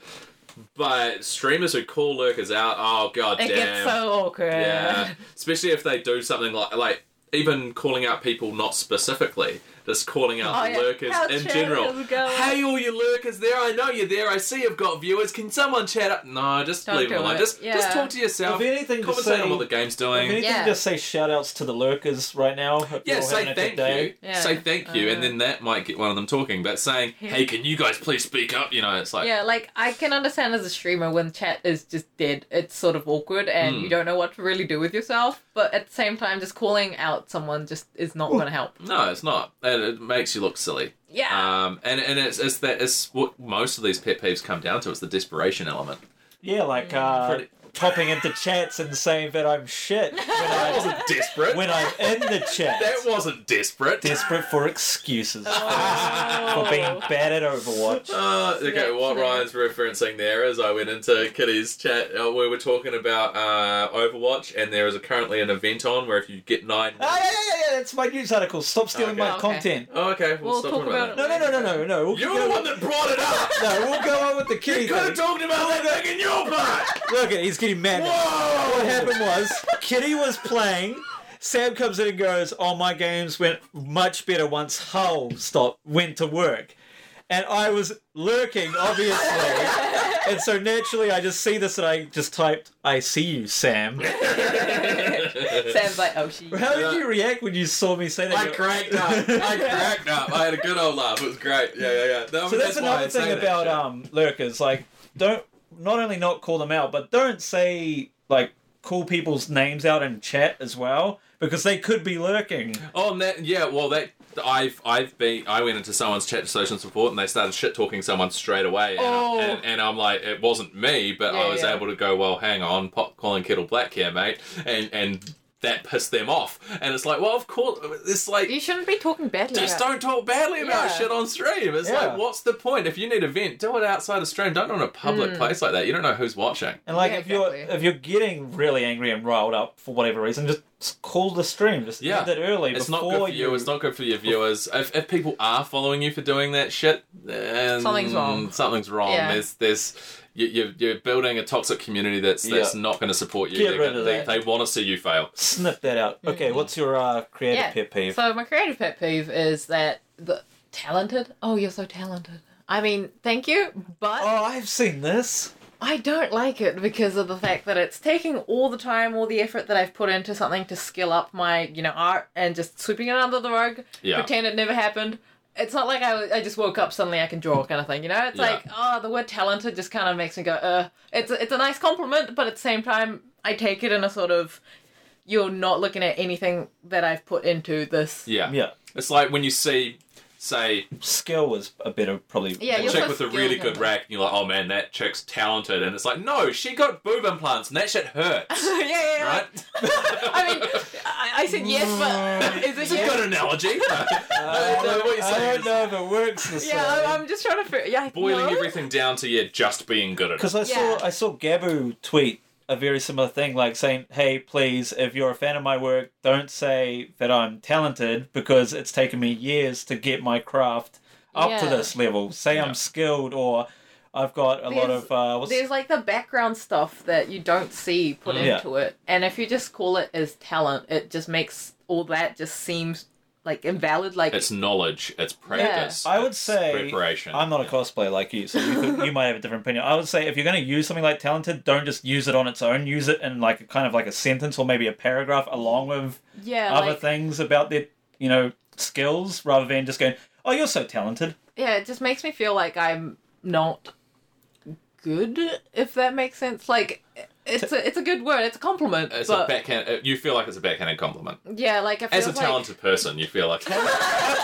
[SPEAKER 5] But streamers who call lurkers out, oh god
[SPEAKER 4] It
[SPEAKER 5] damn.
[SPEAKER 4] gets so awkward.
[SPEAKER 5] yeah. (laughs) Especially if they do something like like even calling out people not specifically, just calling out
[SPEAKER 4] (laughs) Oh,
[SPEAKER 5] the
[SPEAKER 4] yeah.
[SPEAKER 5] lurkers
[SPEAKER 4] How
[SPEAKER 5] in
[SPEAKER 4] chat
[SPEAKER 5] general.
[SPEAKER 4] is going.
[SPEAKER 5] Hey all you lurkers there, I know you're there, I see you've got viewers. Can someone chat up? No, just
[SPEAKER 4] Don't
[SPEAKER 5] leave them
[SPEAKER 4] do
[SPEAKER 5] alone.
[SPEAKER 4] it.
[SPEAKER 5] Just just
[SPEAKER 4] Yeah.
[SPEAKER 5] talk to yourself.
[SPEAKER 3] If anything, just
[SPEAKER 5] Compensate
[SPEAKER 3] say-
[SPEAKER 5] on what the game's
[SPEAKER 3] If
[SPEAKER 5] doing.
[SPEAKER 3] anything,
[SPEAKER 4] Yeah.
[SPEAKER 3] just say shout outs to the lurkers right now. Hope
[SPEAKER 5] Yeah,
[SPEAKER 3] you're all having
[SPEAKER 5] say
[SPEAKER 3] a good
[SPEAKER 5] thank
[SPEAKER 3] day.
[SPEAKER 5] you.
[SPEAKER 4] Yeah.
[SPEAKER 5] Say thank you, and
[SPEAKER 4] Uh,
[SPEAKER 5] then that might get one of them talking. But saying,
[SPEAKER 4] Yeah.
[SPEAKER 5] "Hey, can you guys please speak up?" You know, it's like,
[SPEAKER 4] Yeah, like I can understand as a streamer when chat is just dead, it's sort of awkward and
[SPEAKER 5] Hmm.
[SPEAKER 4] you don't know what to really do with yourself. But at the same time, just calling out someone just is not going
[SPEAKER 5] (laughs)
[SPEAKER 4] to help.
[SPEAKER 5] no, it's not, and it makes you look silly.
[SPEAKER 4] Yeah,
[SPEAKER 5] Um, and and it's, it's that it's what most of these pet peeves come down to. It's the desperation element.
[SPEAKER 3] Yeah, like
[SPEAKER 4] Mm.
[SPEAKER 3] uh,
[SPEAKER 5] Pretty-
[SPEAKER 3] popping into chats and saying that I'm shit when,
[SPEAKER 5] That (laughs)
[SPEAKER 3] I,
[SPEAKER 5] wasn't desperate.
[SPEAKER 3] when I'm in the chat.
[SPEAKER 5] that wasn't desperate.
[SPEAKER 3] Desperate
[SPEAKER 5] (laughs)
[SPEAKER 3] for excuses
[SPEAKER 4] Oh.
[SPEAKER 3] for being bad at Overwatch. Ah,
[SPEAKER 5] Uh, okay, what
[SPEAKER 4] Yeah.
[SPEAKER 5] Ryan's referencing there is I went into Kitty's chat. Uh, we were talking about uh, Overwatch, and there is a, currently an event on where if you get nine.
[SPEAKER 3] Ah, yeah, yeah, yeah, that's my news article. Stop stealing
[SPEAKER 5] Okay.
[SPEAKER 3] my
[SPEAKER 4] Okay.
[SPEAKER 3] content.
[SPEAKER 5] Oh, okay, we'll,
[SPEAKER 4] We'll
[SPEAKER 5] stop
[SPEAKER 4] talk
[SPEAKER 5] talking about
[SPEAKER 4] about
[SPEAKER 5] that.
[SPEAKER 3] No, no, no, no, no, no. We'll
[SPEAKER 5] You're
[SPEAKER 3] go
[SPEAKER 5] the one
[SPEAKER 3] on-
[SPEAKER 5] that brought it up.
[SPEAKER 3] No, we'll go on with the kitty
[SPEAKER 5] You could have
[SPEAKER 3] thing.
[SPEAKER 5] talked about that thing in your butt!
[SPEAKER 3] Look at he's getting mad. now. What
[SPEAKER 5] Whoa!
[SPEAKER 3] happened was
[SPEAKER 5] (laughs)
[SPEAKER 3] Kitty was playing. Sam comes in and goes, "Oh, my games went much better once Hull stopped went to work," and I was lurking,
[SPEAKER 5] (laughs)
[SPEAKER 3] obviously,
[SPEAKER 4] Ah.
[SPEAKER 3] (laughs) and so naturally I just see this and I just typed, "I see you, Sam."
[SPEAKER 4] Sam's like, oh, she.
[SPEAKER 3] How did you react when you saw me say that?
[SPEAKER 5] I cracked up. I cracked up. I had a good old laugh. It was great. Yeah, yeah, yeah. No, I mean,
[SPEAKER 3] so that's,
[SPEAKER 5] why
[SPEAKER 3] another
[SPEAKER 5] I'd say
[SPEAKER 3] thing
[SPEAKER 5] that
[SPEAKER 3] about
[SPEAKER 5] shit.
[SPEAKER 3] um lurkers. Like, don't not only not call them out, but don't say like call people's names out in chat as well because they could be lurking.
[SPEAKER 5] Oh, and that, yeah. Well, that I've I've been I went into someone's chat to social support and they started shit talking someone straight away. And,
[SPEAKER 4] Oh.
[SPEAKER 5] and, and I'm like, it wasn't me, but I
[SPEAKER 4] Yeah,
[SPEAKER 5] was
[SPEAKER 4] yeah.
[SPEAKER 5] able to go, well, hang on, pop calling kettle black here, mate, and and that pissed them off. And it's like, well, of course, it's like
[SPEAKER 4] You shouldn't be talking badly.
[SPEAKER 5] Just
[SPEAKER 4] about-
[SPEAKER 5] don't talk badly about
[SPEAKER 4] Yeah.
[SPEAKER 5] shit on stream. It's
[SPEAKER 3] Yeah.
[SPEAKER 5] like, what's the point? If you need a vent, do it outside of stream. Don't do it in a public
[SPEAKER 4] Hmm.
[SPEAKER 5] place like that. You don't know who's watching.
[SPEAKER 3] And like
[SPEAKER 4] Yeah,
[SPEAKER 3] if you're
[SPEAKER 4] exactly.
[SPEAKER 3] if you're getting really angry and riled up for whatever reason, just s- call the stream. Just
[SPEAKER 5] Yeah.
[SPEAKER 3] end it early
[SPEAKER 5] It's not
[SPEAKER 3] before
[SPEAKER 5] good for you.
[SPEAKER 3] you.
[SPEAKER 5] It's not good for your viewers. If, if people are following you for doing that shit, then
[SPEAKER 4] Something's wrong.
[SPEAKER 5] Something's wrong.
[SPEAKER 4] Yeah.
[SPEAKER 5] There's there's you, you're, you're building a toxic community that's that's
[SPEAKER 3] Yeah.
[SPEAKER 5] not going to support you.
[SPEAKER 3] Get
[SPEAKER 5] They're
[SPEAKER 3] rid
[SPEAKER 5] gonna-
[SPEAKER 3] of
[SPEAKER 5] they,
[SPEAKER 3] that.
[SPEAKER 5] They want to see you fail.
[SPEAKER 3] Snip that out. Okay, what's your uh, creative
[SPEAKER 4] Mm-hmm. Yeah.
[SPEAKER 3] pet peeve?
[SPEAKER 4] So my creative pet peeve is that the talented. Oh, you're so talented. I mean, thank you, but
[SPEAKER 3] oh, I've seen this.
[SPEAKER 4] I don't like it because of the fact that it's taking all the time, all the effort that I've put into something to skill up my, you know, art and just sweeping it under the rug,
[SPEAKER 5] Yeah.
[SPEAKER 4] pretend it never happened. It's not like I, I just woke up suddenly I can draw kind of thing, you know. It's
[SPEAKER 5] Yeah.
[SPEAKER 4] like oh, the word talented just kind of makes me go, uh. It's a, it's a nice compliment, but at the same time, I take it in a sort of you're not looking at anything that I've put into this.
[SPEAKER 5] Yeah.
[SPEAKER 3] Yeah,
[SPEAKER 5] It's like when you see, say,
[SPEAKER 3] skill was a better probably.
[SPEAKER 4] Yeah,
[SPEAKER 5] a
[SPEAKER 4] you're
[SPEAKER 5] chick
[SPEAKER 4] so
[SPEAKER 5] with a
[SPEAKER 4] skilled
[SPEAKER 5] really
[SPEAKER 4] in
[SPEAKER 5] good
[SPEAKER 4] it.
[SPEAKER 5] rack, and you're like, oh man, that chick's talented, and it's like, no, she got boob implants, and that shit hurts,
[SPEAKER 4] (laughs) yeah, yeah. yeah.
[SPEAKER 5] right?
[SPEAKER 4] I mean, I, I said yes, but
[SPEAKER 5] (laughs)
[SPEAKER 4] is it
[SPEAKER 5] It's a
[SPEAKER 4] yes?
[SPEAKER 5] good analogy.
[SPEAKER 3] (laughs) I,
[SPEAKER 5] I
[SPEAKER 3] don't,
[SPEAKER 5] know what you're
[SPEAKER 3] I
[SPEAKER 5] saying.
[SPEAKER 3] don't know if it works the
[SPEAKER 4] Yeah, I-
[SPEAKER 3] same.
[SPEAKER 4] I'm just trying to figure. Yeah,
[SPEAKER 5] Boiling
[SPEAKER 4] no?
[SPEAKER 5] everything down to yeah, just being good at it.
[SPEAKER 3] Because I
[SPEAKER 4] Yeah.
[SPEAKER 3] saw I saw Gabu tweet a very similar thing, like saying, "Hey, please, if you're a fan of my work, don't say that I'm talented because it's taken me years to get my craft up to
[SPEAKER 4] Yeah.
[SPEAKER 3] this level. Say
[SPEAKER 5] Yeah.
[SPEAKER 3] I'm skilled or." I've got a lot
[SPEAKER 4] There's-
[SPEAKER 3] of uh, what's
[SPEAKER 4] There's like the background stuff that you don't see put
[SPEAKER 3] Mm. Yeah.
[SPEAKER 4] into it, and if you just call it as talent, it just makes all that just seems like invalid. Like
[SPEAKER 5] It's knowledge. It's practice.
[SPEAKER 3] I would
[SPEAKER 5] it's
[SPEAKER 3] say
[SPEAKER 5] preparation.
[SPEAKER 3] I'm not a cosplayer like you, so you, could, you might have a different opinion. I would say if you're going to use something like talented, don't just use it on its own. Use it in like a kind of like a sentence or maybe a paragraph along with
[SPEAKER 4] (laughs) yeah,
[SPEAKER 3] other
[SPEAKER 4] like,
[SPEAKER 3] things about their you know skills, rather than just going, "Oh, you're so talented."
[SPEAKER 4] yeah, it just makes me feel like I'm not good. If that makes sense, like it's a it's a good word. It's a compliment.
[SPEAKER 5] it's
[SPEAKER 4] but
[SPEAKER 5] a backhand. uh, You feel like it's a backhanded compliment.
[SPEAKER 4] yeah, like it
[SPEAKER 5] As a
[SPEAKER 4] feels
[SPEAKER 5] talented person, you feel like (laughs)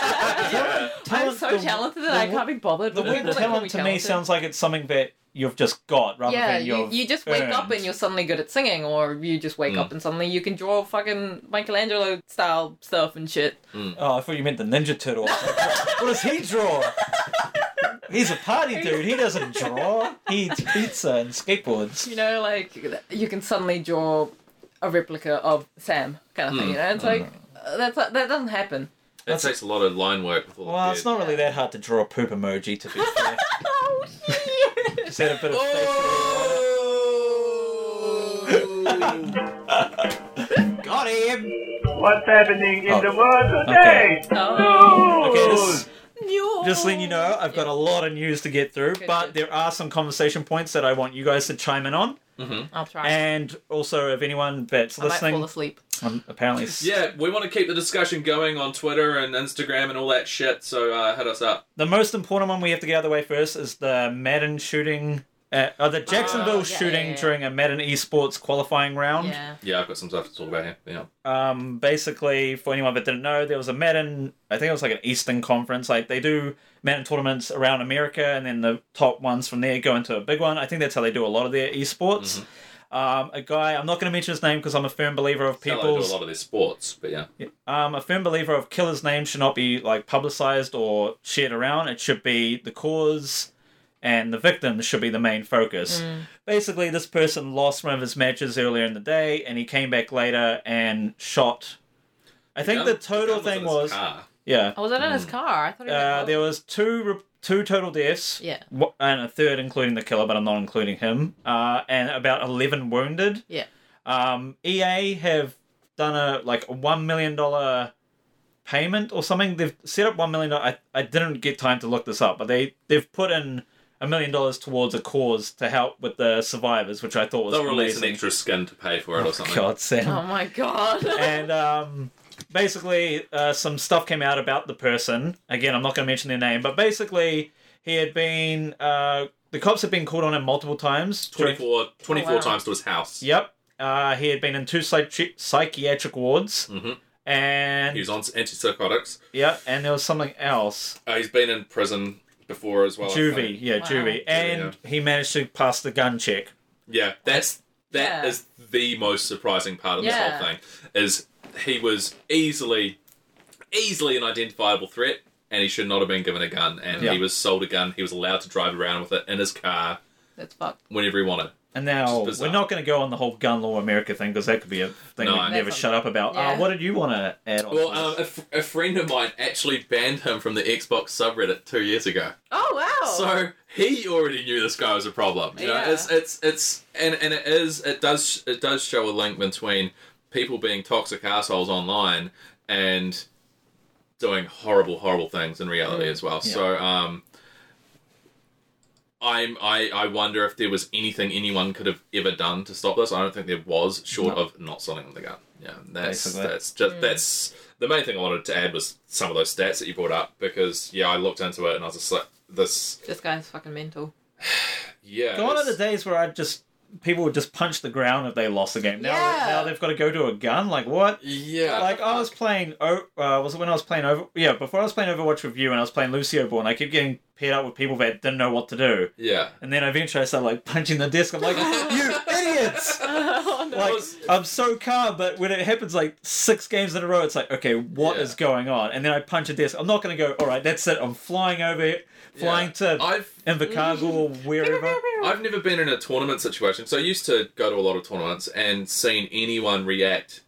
[SPEAKER 5] Yeah.
[SPEAKER 4] Like, I'm
[SPEAKER 3] Talent-
[SPEAKER 4] so
[SPEAKER 3] the-
[SPEAKER 4] talented that
[SPEAKER 3] the
[SPEAKER 4] I
[SPEAKER 3] wo-
[SPEAKER 4] can't be bothered.
[SPEAKER 3] The
[SPEAKER 4] with
[SPEAKER 3] word
[SPEAKER 4] people that call
[SPEAKER 3] talent to me
[SPEAKER 4] talented.
[SPEAKER 3] sounds like it's something that you've just got, rather
[SPEAKER 4] yeah,
[SPEAKER 3] than
[SPEAKER 4] you,
[SPEAKER 3] you've
[SPEAKER 4] you just wake up
[SPEAKER 3] earned.
[SPEAKER 4] and you're suddenly good at singing, or you just wake
[SPEAKER 5] Mm.
[SPEAKER 4] up and suddenly you can draw fucking Michelangelo style stuff and shit.
[SPEAKER 3] Oh, I thought you meant the Ninja
[SPEAKER 4] (laughs)
[SPEAKER 3] Turtle. what does he draw? He's a
[SPEAKER 4] (laughs)
[SPEAKER 3] party dude. He doesn't draw. He eats pizza and skateboards.
[SPEAKER 4] You know, like you can suddenly draw a replica of Sam kind
[SPEAKER 3] Mm.
[SPEAKER 4] of thing. You know, it's like uh, that's that doesn't happen.
[SPEAKER 5] it takes a lot of line work with all
[SPEAKER 3] Well,
[SPEAKER 5] the
[SPEAKER 3] it's not really that hard to draw a poop emoji,
[SPEAKER 4] (laughs)
[SPEAKER 3] to be fair.
[SPEAKER 4] Oh shit!
[SPEAKER 3] (laughs) Just had a bit of
[SPEAKER 4] Oh! (laughs)
[SPEAKER 3] facial- Got him!
[SPEAKER 2] What's happening in
[SPEAKER 3] Oh,
[SPEAKER 2] the world
[SPEAKER 3] okay.
[SPEAKER 2] today?
[SPEAKER 4] oh,
[SPEAKER 3] Okay, this,
[SPEAKER 4] no.
[SPEAKER 3] just letting you know, I've got a lot of news to get through,
[SPEAKER 4] Good,
[SPEAKER 3] but
[SPEAKER 4] good.
[SPEAKER 3] there are some conversation points that I want you guys to chime in on.
[SPEAKER 4] I'll try.
[SPEAKER 3] And also, if anyone that's
[SPEAKER 4] I might fall
[SPEAKER 3] listening,
[SPEAKER 4] asleep.
[SPEAKER 3] um, apparently, s-
[SPEAKER 5] Yeah, we want to keep the discussion going on Twitter and Instagram and all that shit. So uh, hit us up.
[SPEAKER 3] the most important one we have to get out of the way first is the Madden shooting, uh, or the Jacksonville
[SPEAKER 4] Oh, yeah,
[SPEAKER 3] shooting
[SPEAKER 4] yeah, yeah.
[SPEAKER 3] during a Madden esports qualifying round.
[SPEAKER 4] Yeah.
[SPEAKER 5] Yeah, I've got some stuff to talk about here. Yeah.
[SPEAKER 3] um, basically, for anyone that didn't know, there was a Madden, I think it was like an Eastern conference. Like they do Madden tournaments around America, and then the top ones from there go into a big one. I think that's how they do a lot of their esports.
[SPEAKER 5] Mm-hmm.
[SPEAKER 3] Um, a guy, I'm not going to mention his name because I'm a firm believer of
[SPEAKER 5] People do a
[SPEAKER 3] people's.
[SPEAKER 5] lot of their sports, but yeah.
[SPEAKER 3] Um, a firm believer of killer's name should not be like publicized or shared around. It should be the cause and the victims should be the main focus.
[SPEAKER 4] Hmm.
[SPEAKER 3] Basically, this person lost one of his matches earlier in the day, and he came back later and shot. I think the total thing was yeah.
[SPEAKER 4] I was Oh, in his car. I thought he
[SPEAKER 3] Uh,
[SPEAKER 4] was.
[SPEAKER 3] there was two re- two total deaths.
[SPEAKER 4] Yeah.
[SPEAKER 3] wha- and a third including the killer, but I'm not including him. Uh, and about eleven wounded.
[SPEAKER 4] Yeah.
[SPEAKER 3] Um, EA have done a like a one million dollar payment or something. They've set up one million. I I didn't get time to look this up, but they they've put in a million dollars towards a cause to help with the survivors, which I thought was
[SPEAKER 5] They'll release an
[SPEAKER 3] amazing.
[SPEAKER 5] extra skin to pay for it or something.
[SPEAKER 3] God, Sam
[SPEAKER 4] oh my god.
[SPEAKER 3] (laughs) and um, basically, uh, some stuff came out about the person. Again, I'm not going to mention their name, but basically, he had been. Uh, the cops had been called on him multiple times. during-
[SPEAKER 5] 24, 24
[SPEAKER 4] Oh, wow.
[SPEAKER 5] times to his house.
[SPEAKER 3] Yep. Uh, he had been in two psychi- psychiatric wards,
[SPEAKER 5] Mhm.
[SPEAKER 3] and
[SPEAKER 5] He was on antipsychotics.
[SPEAKER 3] yeah, and there was something else.
[SPEAKER 5] Uh, he's been in prison before as well. I
[SPEAKER 3] juvie,
[SPEAKER 5] think.
[SPEAKER 3] yeah,
[SPEAKER 4] Wow.
[SPEAKER 3] juvie, and he managed to pass the gun check.
[SPEAKER 5] Yeah, that's that
[SPEAKER 4] Yeah.
[SPEAKER 5] is the most surprising part of
[SPEAKER 4] Yeah.
[SPEAKER 5] this whole thing is he was easily easily an identifiable threat and he should not have been given a gun and
[SPEAKER 3] Yeah.
[SPEAKER 5] he was sold a gun he was allowed to drive around with it in his car
[SPEAKER 4] That's fucked.
[SPEAKER 5] whenever he wanted
[SPEAKER 3] And
[SPEAKER 5] Which
[SPEAKER 3] now
[SPEAKER 5] is bizarre.
[SPEAKER 3] we're not going to go on the whole gun law America thing because that could be a thing
[SPEAKER 5] No.
[SPEAKER 3] we never
[SPEAKER 4] That's-
[SPEAKER 3] shut up about.
[SPEAKER 4] yeah.
[SPEAKER 3] Uh, what did you want to add on?
[SPEAKER 5] well
[SPEAKER 3] to this?
[SPEAKER 5] um, a, f- a friend of mine actually banned him from the xbox subreddit two years ago
[SPEAKER 4] Oh wow.
[SPEAKER 5] So he already knew this guy was a problem. You know,
[SPEAKER 4] Yeah.
[SPEAKER 5] it's it's it's and and it is it does it does show a link between people being toxic assholes online and doing horrible horrible things in reality as well.
[SPEAKER 3] Mm. Yeah.
[SPEAKER 5] So um I'm I I wonder if there was anything anyone could have ever done to stop this. I don't think there was short
[SPEAKER 3] No.
[SPEAKER 5] of not selling them the gun. Yeah, that's
[SPEAKER 3] Basically.
[SPEAKER 5] that's just that's the main thing I wanted to add was some of those stats that you brought up because yeah, I looked into it and I was just like this
[SPEAKER 4] this guy's fucking mental.
[SPEAKER 5] yeah.
[SPEAKER 3] Gone are the
[SPEAKER 5] it's-
[SPEAKER 3] days where I just people would just punch the ground if they lost the game. Now,
[SPEAKER 4] Yeah.
[SPEAKER 3] now they've got to go to a gun. Like what?
[SPEAKER 5] Yeah.
[SPEAKER 3] Like I was playing. Oh, uh, was it when I was playing over? Yeah, before I was playing Overwatch with you, and I was playing Lucio Born. I kept getting paired up with people that didn't know what to do,
[SPEAKER 5] yeah.
[SPEAKER 3] and then eventually I started like punching the desk. I'm like, you idiots!
[SPEAKER 4] (laughs) oh, no.
[SPEAKER 3] Like
[SPEAKER 5] was-
[SPEAKER 3] I'm so calm, but when it happens like six games in a row, it's like, okay, what is
[SPEAKER 5] Yeah.
[SPEAKER 3] going on? And then I punch a desk. I'm not gonna go. All right, that's it. I'm flying over, here, flying to
[SPEAKER 5] I've
[SPEAKER 4] (laughs)
[SPEAKER 3] Invercargill or wherever.
[SPEAKER 5] I've never been in a tournament situation. So I used to go to a lot of tournaments and seen anyone react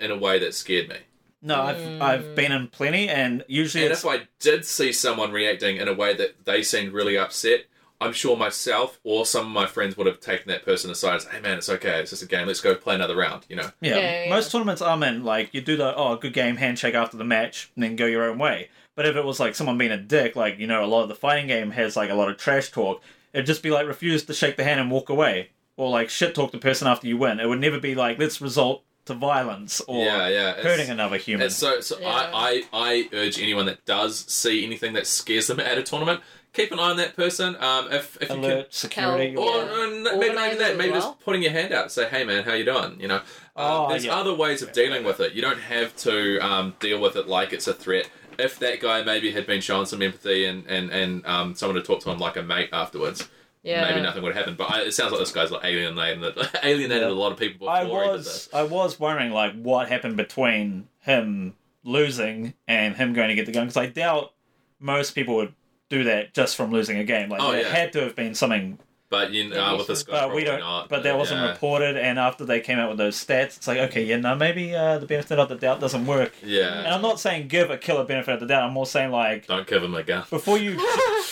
[SPEAKER 5] in a way that scared me.
[SPEAKER 3] No, I've I've been in plenty, and usually
[SPEAKER 5] And
[SPEAKER 3] it's
[SPEAKER 5] if I did see someone reacting in a way that they seemed really upset, I'm sure myself or some of my friends would have taken that person aside and said, "Hey man, it's okay. It's just a game. Let's go play another round." You know.
[SPEAKER 3] Yeah,
[SPEAKER 4] Yeah, yeah,
[SPEAKER 3] most tournaments are meant like you do the oh good game handshake after the match and then go your own way. But if it was like someone being a dick, like you know a lot of the fighting game has like a lot of trash talk, it'd just be like refuse to shake the hand and walk away, or like shit talk the person after you win. It would never be like let's result to violence or
[SPEAKER 5] yeah, yeah. it's-
[SPEAKER 3] hurting another human.
[SPEAKER 5] And so, so
[SPEAKER 4] Yeah.
[SPEAKER 5] I, I, I urge anyone that does see anything that scares them at a tournament, keep an eye on that person. Um, if if you
[SPEAKER 3] Alert security.
[SPEAKER 5] can,
[SPEAKER 4] Tell-
[SPEAKER 3] or-
[SPEAKER 5] or,
[SPEAKER 4] Yeah.
[SPEAKER 5] or n- maybe not
[SPEAKER 4] Organise
[SPEAKER 5] even that,
[SPEAKER 4] it
[SPEAKER 5] maybe
[SPEAKER 4] well.
[SPEAKER 5] just putting your hand out, and say, "Hey man, how you doing?" You know,
[SPEAKER 3] Oh,
[SPEAKER 5] um, there's
[SPEAKER 3] yeah.
[SPEAKER 5] other ways of dealing with it. You don't have to um, deal with it like it's a threat. If that guy maybe had been shown some empathy and and and um, someone had talked to him like a mate afterwards,
[SPEAKER 4] Yeah.
[SPEAKER 5] maybe nothing would have happened. But I, it sounds like this guy's like alienated (laughs) alienated
[SPEAKER 3] Yeah.
[SPEAKER 5] a lot of people
[SPEAKER 3] I
[SPEAKER 5] before he did
[SPEAKER 3] was
[SPEAKER 5] this.
[SPEAKER 3] I was wondering like what happened between him losing and him going to get the gun because I doubt most people would do that just from losing a game. Like
[SPEAKER 5] Oh,
[SPEAKER 3] there
[SPEAKER 5] yeah.
[SPEAKER 3] had to have been something
[SPEAKER 5] But you know, with this guy,
[SPEAKER 3] but
[SPEAKER 5] probably
[SPEAKER 3] we don't.
[SPEAKER 5] not.
[SPEAKER 3] but that wasn't
[SPEAKER 5] yeah.
[SPEAKER 3] reported, and after they came out with those stats, it's like okay, yeah, no, maybe uh, the benefit of the doubt doesn't work.
[SPEAKER 5] Yeah.
[SPEAKER 3] And I'm not saying give a killer benefit of the doubt. I'm more saying like
[SPEAKER 5] Don't give him a gun. (laughs)
[SPEAKER 3] before you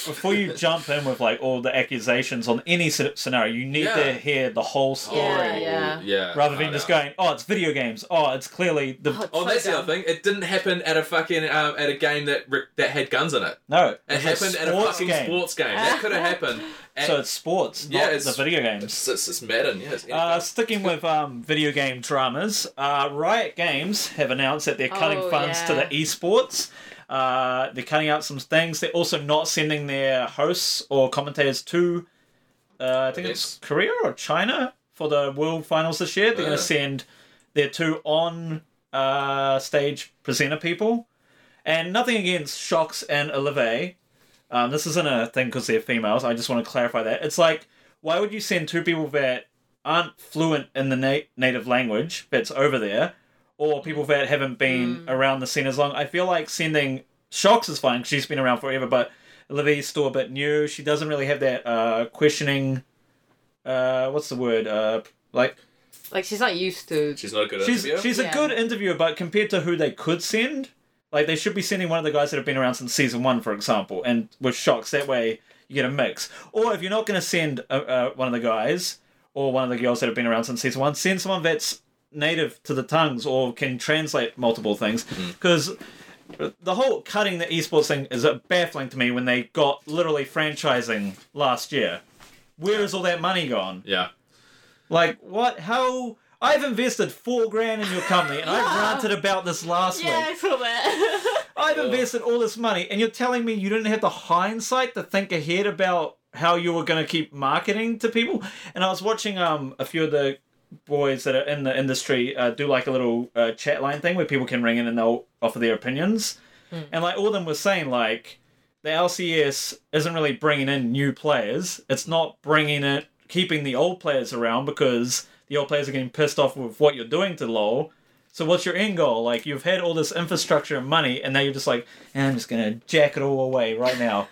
[SPEAKER 3] before you jump in with like all the accusations on any sce- scenario, you need
[SPEAKER 5] Yeah.
[SPEAKER 3] to hear the whole story
[SPEAKER 4] Yeah, yeah.
[SPEAKER 5] yeah.
[SPEAKER 3] rather
[SPEAKER 5] I
[SPEAKER 3] than just
[SPEAKER 5] know.
[SPEAKER 3] going, oh, it's video games. Oh, it's clearly the
[SPEAKER 4] Oh,
[SPEAKER 5] Oh,
[SPEAKER 4] so
[SPEAKER 5] that's the
[SPEAKER 4] dumb.
[SPEAKER 5] other thing. It didn't happen at a fucking um, at a game that re- that had guns in it.
[SPEAKER 3] no.
[SPEAKER 5] It
[SPEAKER 3] it's
[SPEAKER 5] happened at a fucking
[SPEAKER 3] game.
[SPEAKER 5] sports game. That
[SPEAKER 4] (laughs)
[SPEAKER 5] could have happened. At,
[SPEAKER 3] So it's sports,
[SPEAKER 5] Yeah,
[SPEAKER 3] not
[SPEAKER 5] it's-
[SPEAKER 3] the video games.
[SPEAKER 5] it's, it's, it's Madden. Yeah. It's
[SPEAKER 3] Uh, sticking with um, video game dramas, uh, Riot Games have announced that they're cutting
[SPEAKER 4] Oh,
[SPEAKER 3] funds to
[SPEAKER 4] yeah.
[SPEAKER 3] the esports. Uh, they're cutting out some things. They're also not sending their hosts or commentators to, uh, I think it's Korea or China for the World Finals this year. They're going
[SPEAKER 5] Uh.
[SPEAKER 3] to send their two on uh, stage presenter people. And nothing against Shocks and Olivier. Um, this isn't a thing because they're females. I just want to clarify that. It's like, why would you send two people that aren't fluent in the na- native language that's over there, or people that haven't been around the scene as long? I feel like sending Shocks is fine 'cause she's been around forever, but Olivia's still a bit new. She doesn't really have that uh, questioning. Uh, what's the word? Uh, like
[SPEAKER 4] Like she's not used to.
[SPEAKER 5] she's not a good
[SPEAKER 3] she's
[SPEAKER 5] interviewer.
[SPEAKER 3] she's
[SPEAKER 4] Yeah.
[SPEAKER 3] a good interviewer, but compared to who they could send, like they should be sending one of the guys that have been around since season one, for example, and with shocks. That way you get a mix. Or if you're not going to send uh, uh, one of the guys or one of the girls that have been around since season one, send someone that's native to the tongues or can translate multiple things because. The whole cutting the esports thing is uh, baffling to me when they got literally franchising last year. Where is all that money gone?
[SPEAKER 5] yeah.
[SPEAKER 3] Like what? How? I've invested four grand in your company, and I ranted about this last
[SPEAKER 4] Yeah, I
[SPEAKER 3] week.
[SPEAKER 4] saw
[SPEAKER 3] (laughs)
[SPEAKER 4] that.
[SPEAKER 3] I've invested all this money, and you're telling me you didn't have the hindsight to think ahead about how you were going to keep marketing to people. And I was watching um a few of the boys that are in the industry uh, do like a little uh, chat line thing where people can ring in and they'll offer their opinions, and like all of them were saying like the LCS isn't really bringing in new players. It's not bringing it, keeping the old players around because the old players are getting pissed off with what you're doing to LoL. So what's your end goal? Like you've had all this infrastructure and money, and now you're just like, "Eh, I'm just gonna jack it all away right now.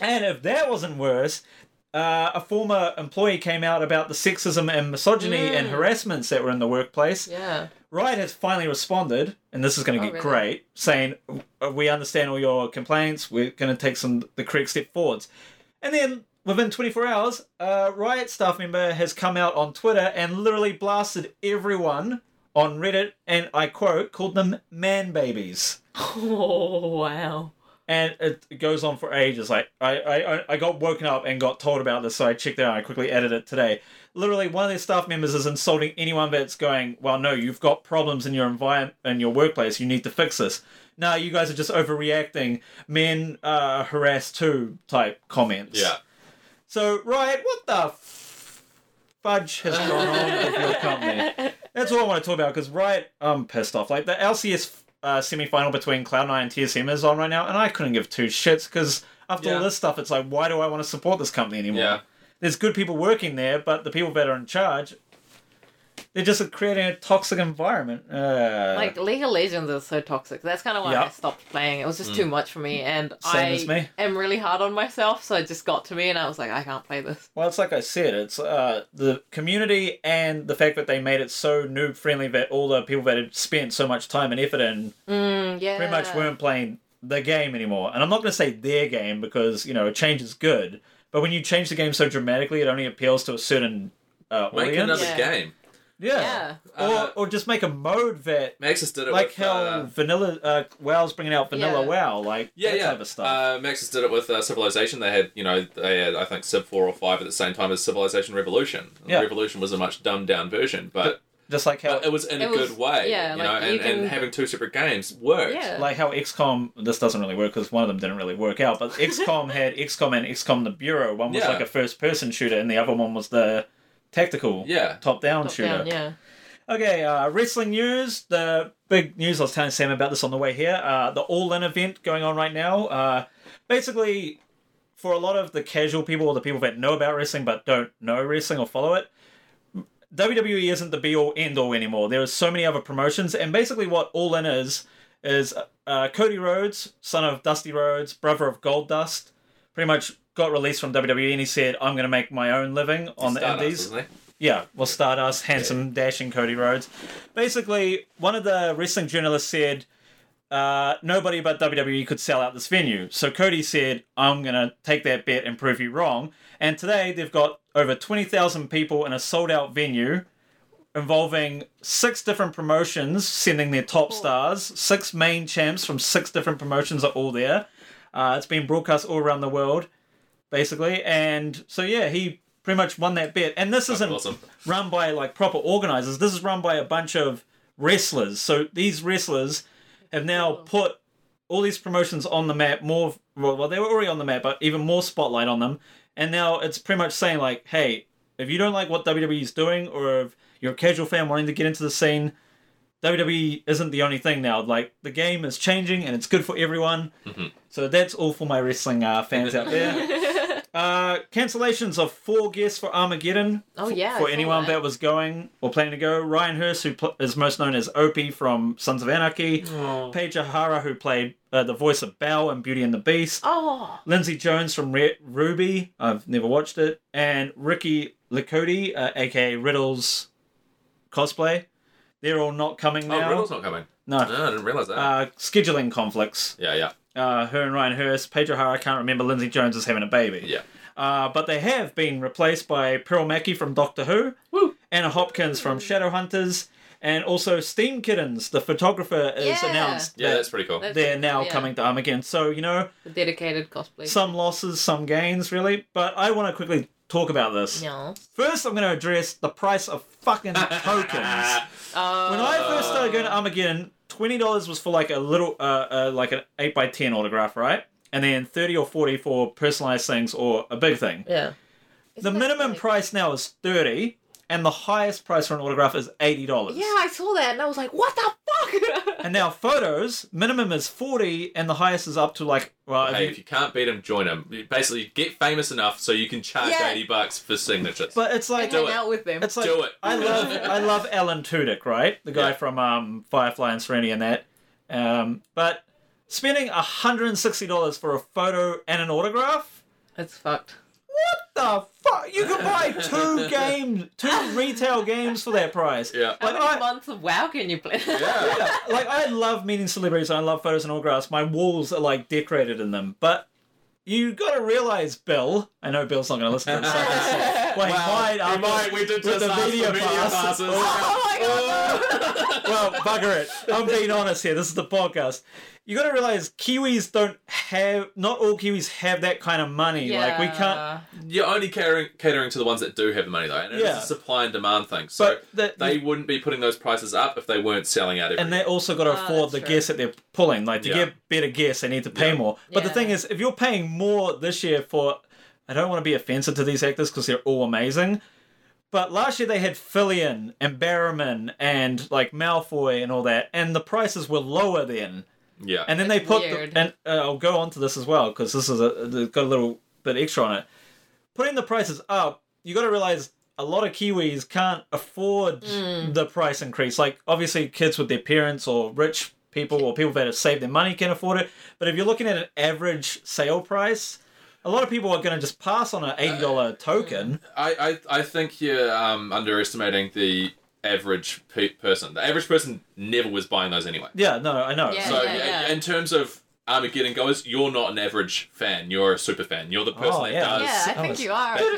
[SPEAKER 3] and if that wasn't worse, uh, a former employee came out about the sexism and misogyny and harassments that were in the workplace.
[SPEAKER 4] yeah.
[SPEAKER 3] Riot has finally responded, and this is going to get
[SPEAKER 4] really?
[SPEAKER 3] great, saying "Uh, we understand all your complaints. We're going to take some the correct step forwards. And then within 24 hours, a Riot staff member has come out on Twitter and literally blasted everyone on Reddit, and I quote, called them man babies.
[SPEAKER 4] Oh wow.
[SPEAKER 3] And it goes on for ages. Like I, I, I- I got woken up and got told about this, so I checked it out. I quickly edited it today. Literally, one of their staff members is insulting anyone that's going. Well, no, you've got problems in your environment, in your workplace. You need to fix this. No, you guys are just overreacting. Men uh, harass too type comments.
[SPEAKER 5] Yeah.
[SPEAKER 3] So, Riot, what the f- fudge has gone on with your company? That's all I want to talk about because Riot, I'm pissed off. Like, the LCS uh, semi final between Cloud9 and TSM is on right now, and I couldn't give two shits because after
[SPEAKER 5] Yeah.
[SPEAKER 3] all this stuff, it's like, why do I want to support this company anymore?
[SPEAKER 5] Yeah.
[SPEAKER 3] There's good people working there, but the people that are in charge, they're just creating a toxic environment. Uh,
[SPEAKER 4] Like League of Legends is so toxic. That's kind of why
[SPEAKER 3] Yeah.
[SPEAKER 4] I stopped playing. It was just too much for me, and
[SPEAKER 3] Mm. Same
[SPEAKER 4] I
[SPEAKER 3] as me.
[SPEAKER 4] am really hard on myself. So it just got to me, and I was like, I can't play this.
[SPEAKER 3] Well, it's like I said, it's uh, the community and the fact that they made it so noob friendly that all the people that had spent so much time and effort in
[SPEAKER 4] Mm, yeah.
[SPEAKER 3] pretty much weren't playing the game anymore. And I'm not going to say their game because, you know, a change is good. But when you change the game so dramatically, it only appeals to a certain uh,
[SPEAKER 5] Make
[SPEAKER 3] audience.
[SPEAKER 5] another
[SPEAKER 4] Yeah.
[SPEAKER 5] game.
[SPEAKER 3] Yeah.
[SPEAKER 5] Yeah. Uh,
[SPEAKER 3] or, or just make a mode that
[SPEAKER 5] Maxis did it
[SPEAKER 3] like
[SPEAKER 5] with,
[SPEAKER 3] how
[SPEAKER 5] uh,
[SPEAKER 3] vanilla uh, WoW's bringing out vanilla
[SPEAKER 4] Yeah.
[SPEAKER 3] WoW, like
[SPEAKER 5] yeah,
[SPEAKER 3] that
[SPEAKER 5] yeah.
[SPEAKER 3] type of stuff.
[SPEAKER 5] Uh, Maxis did it with uh, Civilization. They had, you know, they had I think Civ four or five at the same time as Civilization Revolution. And
[SPEAKER 3] Yeah.
[SPEAKER 5] Revolution was a much dumbed down version, but,
[SPEAKER 3] just like how
[SPEAKER 5] but it was in a
[SPEAKER 4] It was-
[SPEAKER 5] good way.
[SPEAKER 4] yeah,
[SPEAKER 5] you know,
[SPEAKER 4] like, you
[SPEAKER 5] and,
[SPEAKER 4] can-
[SPEAKER 5] and having two separate games worked.
[SPEAKER 4] Yeah.
[SPEAKER 3] like how XCOM. This doesn't really work because one of them didn't really work
[SPEAKER 4] (laughs)
[SPEAKER 3] out. But XCOM had XCOM and XCOM the Bureau. One was
[SPEAKER 5] Yeah.
[SPEAKER 3] like a first-person shooter, and the other one was the tactical
[SPEAKER 5] Yeah.
[SPEAKER 3] top-down
[SPEAKER 4] Top
[SPEAKER 3] shooter.
[SPEAKER 4] down, yeah.
[SPEAKER 3] Okay, uh, wrestling news. The big news, I was telling Sam about this on the way here. Uh, the All In event going on right now. Uh, basically, for a lot of the casual people or the people that know about wrestling but don't know wrestling or follow it, WWE isn't the be all end all anymore. There are so many other promotions, and basically, what All In is is uh, Cody Rhodes, son of Dusty Rhodes, brother of Gold Dust, pretty much got released from WWE, and he said, "I'm going to make my own living on the
[SPEAKER 5] Stardust,
[SPEAKER 3] Indies."
[SPEAKER 5] wasn't it?
[SPEAKER 3] Yeah, well, Stardust, handsome, dashing Cody Rhodes. Basically, one of the wrestling journalists said uh, nobody but WWE could sell out this venue. So Cody said, I'm going to take that bet and prove you wrong. And today they've got over 20,000 people in a sold out venue involving six different promotions sending their top stars. Six main champs from six different promotions are all there. Uh, it's been broadcast all around the world, basically. And so, yeah, he pretty much won that bet. And this isn't
[SPEAKER 5] awesome.
[SPEAKER 3] run by like proper organizers. This is run by a bunch of wrestlers. So these wrestlers have now put all these promotions on the map. More well, well, they were already on the map, but even more spotlight on them. And now it's pretty much saying like, hey, if you don't like what WWE is doing, or if you're a casual fan wanting to get into the scene, WWE E isn't the only thing now. Like the game is changing, and it's good for everyone. So that's all for my wrestling uh, fans out there.
[SPEAKER 4] (laughs)
[SPEAKER 3] Uh, cancellations of four guests for Armageddon
[SPEAKER 4] Oh yeah.
[SPEAKER 3] for
[SPEAKER 4] I saw
[SPEAKER 3] anyone that.
[SPEAKER 4] that
[SPEAKER 3] was going or planning to go. Ryan Hurst, who pl- is most known as Opie from Sons of Anarchy. Paige O'Hara, who played uh, the voice of Belle in Beauty and the Beast.
[SPEAKER 4] Oh.
[SPEAKER 3] Lindsay Jones from Re- Ruby. I've never watched it. And Ricky Licote, uh, aka Riddle's cosplay. They're all not coming
[SPEAKER 5] Oh,
[SPEAKER 3] now.
[SPEAKER 5] Riddle's not coming.
[SPEAKER 3] no.
[SPEAKER 5] No, I didn't realize that.
[SPEAKER 3] Uh, scheduling conflicts.
[SPEAKER 5] yeah, yeah,
[SPEAKER 3] Uh, her and Ryan Hurst. Paige O'Hara, I can't remember. Lindsay Jones is having a baby.
[SPEAKER 5] yeah.
[SPEAKER 3] Uh, but they have been replaced by Pearl Mackey from Doctor Who, Anna Hopkins from Shadowhunters, and also Steam Kittens, the photographer, is
[SPEAKER 4] Yeah.
[SPEAKER 3] announced
[SPEAKER 5] Yeah,
[SPEAKER 3] that
[SPEAKER 5] that's pretty cool.
[SPEAKER 4] That's
[SPEAKER 3] they're
[SPEAKER 4] it,
[SPEAKER 3] now
[SPEAKER 4] yeah.
[SPEAKER 3] coming to Armageddon. So, you know,
[SPEAKER 4] The dedicated cosplay.
[SPEAKER 3] some losses, some gains, really. But I want to quickly talk about this.
[SPEAKER 4] No.
[SPEAKER 3] First, I'm going to address the price of fucking tokens.
[SPEAKER 4] Oh.
[SPEAKER 3] When I first started going to Armageddon, twenty dollars was for like a little, uh, uh like an eight by ten autograph, right? And then thirty or forty for personalized things or a big thing.
[SPEAKER 4] Yeah.
[SPEAKER 3] The
[SPEAKER 4] Isn't that
[SPEAKER 3] minimum
[SPEAKER 4] like-
[SPEAKER 3] price now is thirty, and the highest price for an autograph is eighty dollars.
[SPEAKER 4] Yeah, I saw that and I was like, what the fuck? (laughs)
[SPEAKER 3] And now photos minimum is forty, and the highest is up to like well,
[SPEAKER 5] hey,
[SPEAKER 3] if
[SPEAKER 5] if
[SPEAKER 3] you,
[SPEAKER 5] you can't beat him, join him. You basically, get famous enough so you can charge
[SPEAKER 4] Yeah.
[SPEAKER 5] eighty bucks for signatures.
[SPEAKER 3] but it's like
[SPEAKER 5] Do
[SPEAKER 4] hang
[SPEAKER 5] it.
[SPEAKER 4] out with them.
[SPEAKER 3] it's like
[SPEAKER 5] Do it.
[SPEAKER 3] I love I love Alan Tudyk, right? The guy
[SPEAKER 5] Yeah.
[SPEAKER 3] from um, Firefly and Serenity and that. Um, but spending hundred and sixty dollars for a photo and an autograph.
[SPEAKER 4] It's fucked.
[SPEAKER 3] The fuck! You could buy
[SPEAKER 5] (laughs)
[SPEAKER 3] two games, two retail games for that price.
[SPEAKER 5] yeah.
[SPEAKER 4] How
[SPEAKER 3] Like,
[SPEAKER 4] many
[SPEAKER 3] I-
[SPEAKER 4] months of WoW can you play? (laughs)
[SPEAKER 5] Yeah.
[SPEAKER 3] Yeah, like I love meeting celebrities and I love photos and autographs. My walls are like decorated in them, but you gotta realize, Bill. I know Bill's not gonna listen to this.
[SPEAKER 5] (laughs)
[SPEAKER 3] Well, he might. I might.
[SPEAKER 5] we did
[SPEAKER 3] with the video pass.
[SPEAKER 4] (laughs) oh my god.
[SPEAKER 3] Uh,
[SPEAKER 4] no.
[SPEAKER 3] Well, bugger it. I'm being honest here. This is the podcast. You gotta realize Kiwis don't have. Not all Kiwis have that kind of money. Like we can't.
[SPEAKER 5] You're only catering, catering to the ones that do have the money, though, and it's
[SPEAKER 3] Yeah.
[SPEAKER 5] a supply and demand thing. So
[SPEAKER 3] But the-
[SPEAKER 5] they wouldn't be putting those prices up if they weren't selling out. Every
[SPEAKER 3] And they also got to
[SPEAKER 4] Ah,
[SPEAKER 3] afford
[SPEAKER 4] that's
[SPEAKER 3] the
[SPEAKER 4] true.
[SPEAKER 3] guests that they're pulling. Like to
[SPEAKER 5] Yeah.
[SPEAKER 3] get better guests, they need to pay
[SPEAKER 5] Yeah.
[SPEAKER 3] more. But the
[SPEAKER 4] Yeah.
[SPEAKER 3] thing is, if you're paying more this year for, I don't want to be offensive to these actors because they're all amazing. But last year they had Fillion and Barrowman and like Malfoy and all that, and the prices were lower then.
[SPEAKER 5] yeah,
[SPEAKER 3] And then they
[SPEAKER 4] That's
[SPEAKER 3] put,
[SPEAKER 4] weird.
[SPEAKER 3] the, and uh, I'll go on to this as well because this is a they've got a little bit extra on it. Putting the prices up, you got to realize a lot of Kiwis can't afford
[SPEAKER 4] Hmm.
[SPEAKER 3] the price increase. Like obviously, kids with their parents or rich people or people that have saved their money can afford it. But if you're looking at an average sale price, a lot of people are going to just pass on an eighty dollar
[SPEAKER 4] Uh,
[SPEAKER 3] token.
[SPEAKER 4] hmm.
[SPEAKER 5] I, I, I think you're um, underestimating the average pe- person. The average person never was buying those anyway.
[SPEAKER 3] Yeah, no, I know.
[SPEAKER 4] Yeah,
[SPEAKER 5] So
[SPEAKER 4] yeah, yeah.
[SPEAKER 5] in terms of Armageddon goes, you're not an average fan. You're a super fan. You're the person
[SPEAKER 3] Oh,
[SPEAKER 5] that
[SPEAKER 3] yeah.
[SPEAKER 5] does.
[SPEAKER 4] Yeah, I
[SPEAKER 3] that
[SPEAKER 4] think
[SPEAKER 3] was-
[SPEAKER 4] you are.
[SPEAKER 5] That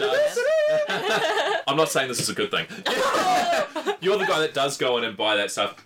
[SPEAKER 5] does. (laughs) I'm not saying this is a good
[SPEAKER 4] (laughs)
[SPEAKER 5] thing. You're the guy that does go in and buy that stuff.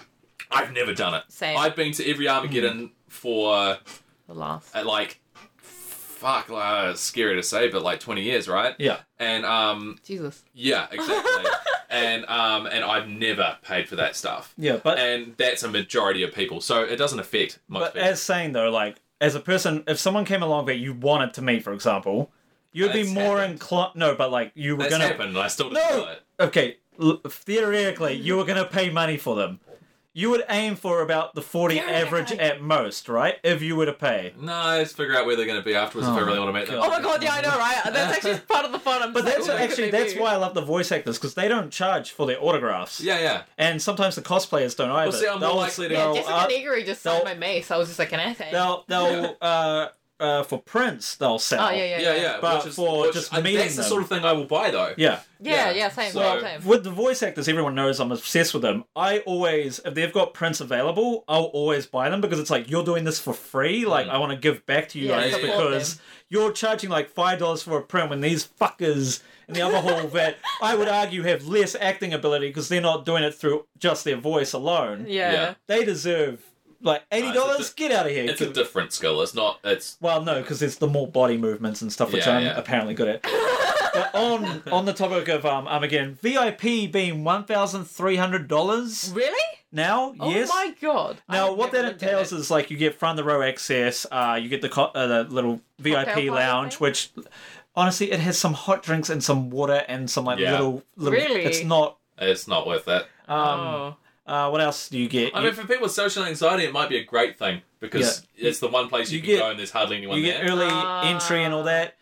[SPEAKER 5] I've never done it.
[SPEAKER 4] Same.
[SPEAKER 5] I've been to every
[SPEAKER 3] Hmm.
[SPEAKER 5] Armageddon for
[SPEAKER 4] the last.
[SPEAKER 5] uh, like, fuck, like, it's scary to say, but like 20 years, right?
[SPEAKER 3] Yeah.
[SPEAKER 5] And um,
[SPEAKER 4] Jesus.
[SPEAKER 5] yeah,
[SPEAKER 4] (laughs)
[SPEAKER 5] exactly. and um, and I've never paid for that stuff.
[SPEAKER 3] Yeah, but
[SPEAKER 5] And that's a majority of people, so it doesn't affect most
[SPEAKER 3] but
[SPEAKER 5] people.
[SPEAKER 3] as saying though, like as a person, if someone came along that you wanted to meet, for example, you'd be
[SPEAKER 5] That's
[SPEAKER 3] more
[SPEAKER 5] happened.
[SPEAKER 3] inclined. No, but like you were
[SPEAKER 5] That's
[SPEAKER 3] gonna.
[SPEAKER 5] happened, and I still didn't do
[SPEAKER 3] No.
[SPEAKER 5] it.
[SPEAKER 3] Okay, l- theoretically, you were gonna pay money for them. You would aim for about the forty average at most, right? If you were to pay.
[SPEAKER 5] No, let's figure out where they're going to be afterwards if I
[SPEAKER 3] Oh,
[SPEAKER 5] really want to make them.
[SPEAKER 4] Oh my god, yeah, I know, right?
[SPEAKER 3] (laughs)
[SPEAKER 4] That's actually part of the fun. I'm
[SPEAKER 3] But
[SPEAKER 4] just
[SPEAKER 3] that's
[SPEAKER 4] like, what (laughs)
[SPEAKER 3] actually
[SPEAKER 4] could they
[SPEAKER 3] that's
[SPEAKER 4] do?
[SPEAKER 3] why I love the voice actors because they don't charge for their autographs.
[SPEAKER 5] Yeah, yeah.
[SPEAKER 3] And sometimes the cosplayers don't either.
[SPEAKER 5] see, I'm more
[SPEAKER 3] They'll-
[SPEAKER 5] likely to-
[SPEAKER 4] Yeah,
[SPEAKER 3] they'll,
[SPEAKER 4] Jessica
[SPEAKER 3] uh,
[SPEAKER 4] Negri just signed my
[SPEAKER 3] they'll-
[SPEAKER 4] mace. I was just like, can I say?
[SPEAKER 3] they'll they'll uh, uh, for prints they'll sell.
[SPEAKER 4] oh yeah, yeah,
[SPEAKER 5] Yeah, yeah.
[SPEAKER 3] But
[SPEAKER 5] which is,
[SPEAKER 3] for
[SPEAKER 5] which,
[SPEAKER 3] just
[SPEAKER 5] I-
[SPEAKER 3] meeting
[SPEAKER 5] That's the
[SPEAKER 3] them.
[SPEAKER 5] sort of thing I will buy, though.
[SPEAKER 3] Yeah.
[SPEAKER 4] Yeah,
[SPEAKER 5] Yeah.
[SPEAKER 4] yeah, same,
[SPEAKER 5] So-
[SPEAKER 4] well, same.
[SPEAKER 3] With the voice actors, everyone knows I'm obsessed with them. I always, if they've got prints available, I'll always buy them because it's like you're doing this for free. Like I want to give back to you
[SPEAKER 4] Yeah,
[SPEAKER 3] guys
[SPEAKER 5] support
[SPEAKER 3] because you're charging like five dollars for a print when these fuckers in the other hall that I would argue have less acting ability because they're not doing it through just their voice alone.
[SPEAKER 4] Yeah.
[SPEAKER 5] Yeah.
[SPEAKER 3] They deserve like eighty dollars.
[SPEAKER 5] it's a
[SPEAKER 3] Get out of here.
[SPEAKER 5] It's a different skill. It's not. It's
[SPEAKER 3] Well, no, because there's the more body movements and stuff, which
[SPEAKER 5] Yeah,
[SPEAKER 3] I'm
[SPEAKER 5] yeah.
[SPEAKER 3] apparently
[SPEAKER 5] (laughs)
[SPEAKER 3] good at. but on on the topic of um, Armageddon, VIP being one thousand three hundred dollars
[SPEAKER 4] Really?
[SPEAKER 3] now.
[SPEAKER 4] Oh
[SPEAKER 3] yes.
[SPEAKER 4] my god.
[SPEAKER 3] now what that entails is like you get front of the row access. Uh, you get the co- uh, the little
[SPEAKER 4] party
[SPEAKER 3] VIP lounge,
[SPEAKER 4] thing?
[SPEAKER 3] which honestly it has some hot drinks and some water and some like
[SPEAKER 5] Yeah.
[SPEAKER 3] little little.
[SPEAKER 4] Really?
[SPEAKER 3] It's not.
[SPEAKER 5] it's not worth it.
[SPEAKER 3] Um,
[SPEAKER 4] Oh.
[SPEAKER 3] uh, what else do you get?
[SPEAKER 5] I
[SPEAKER 3] You-
[SPEAKER 5] mean, for people with social anxiety, it might be a great thing because it's the one place you,
[SPEAKER 3] You
[SPEAKER 5] can
[SPEAKER 3] get-
[SPEAKER 5] go and there's hardly anyone
[SPEAKER 3] You
[SPEAKER 5] there.
[SPEAKER 3] get early
[SPEAKER 4] Ah.
[SPEAKER 3] entry and all that.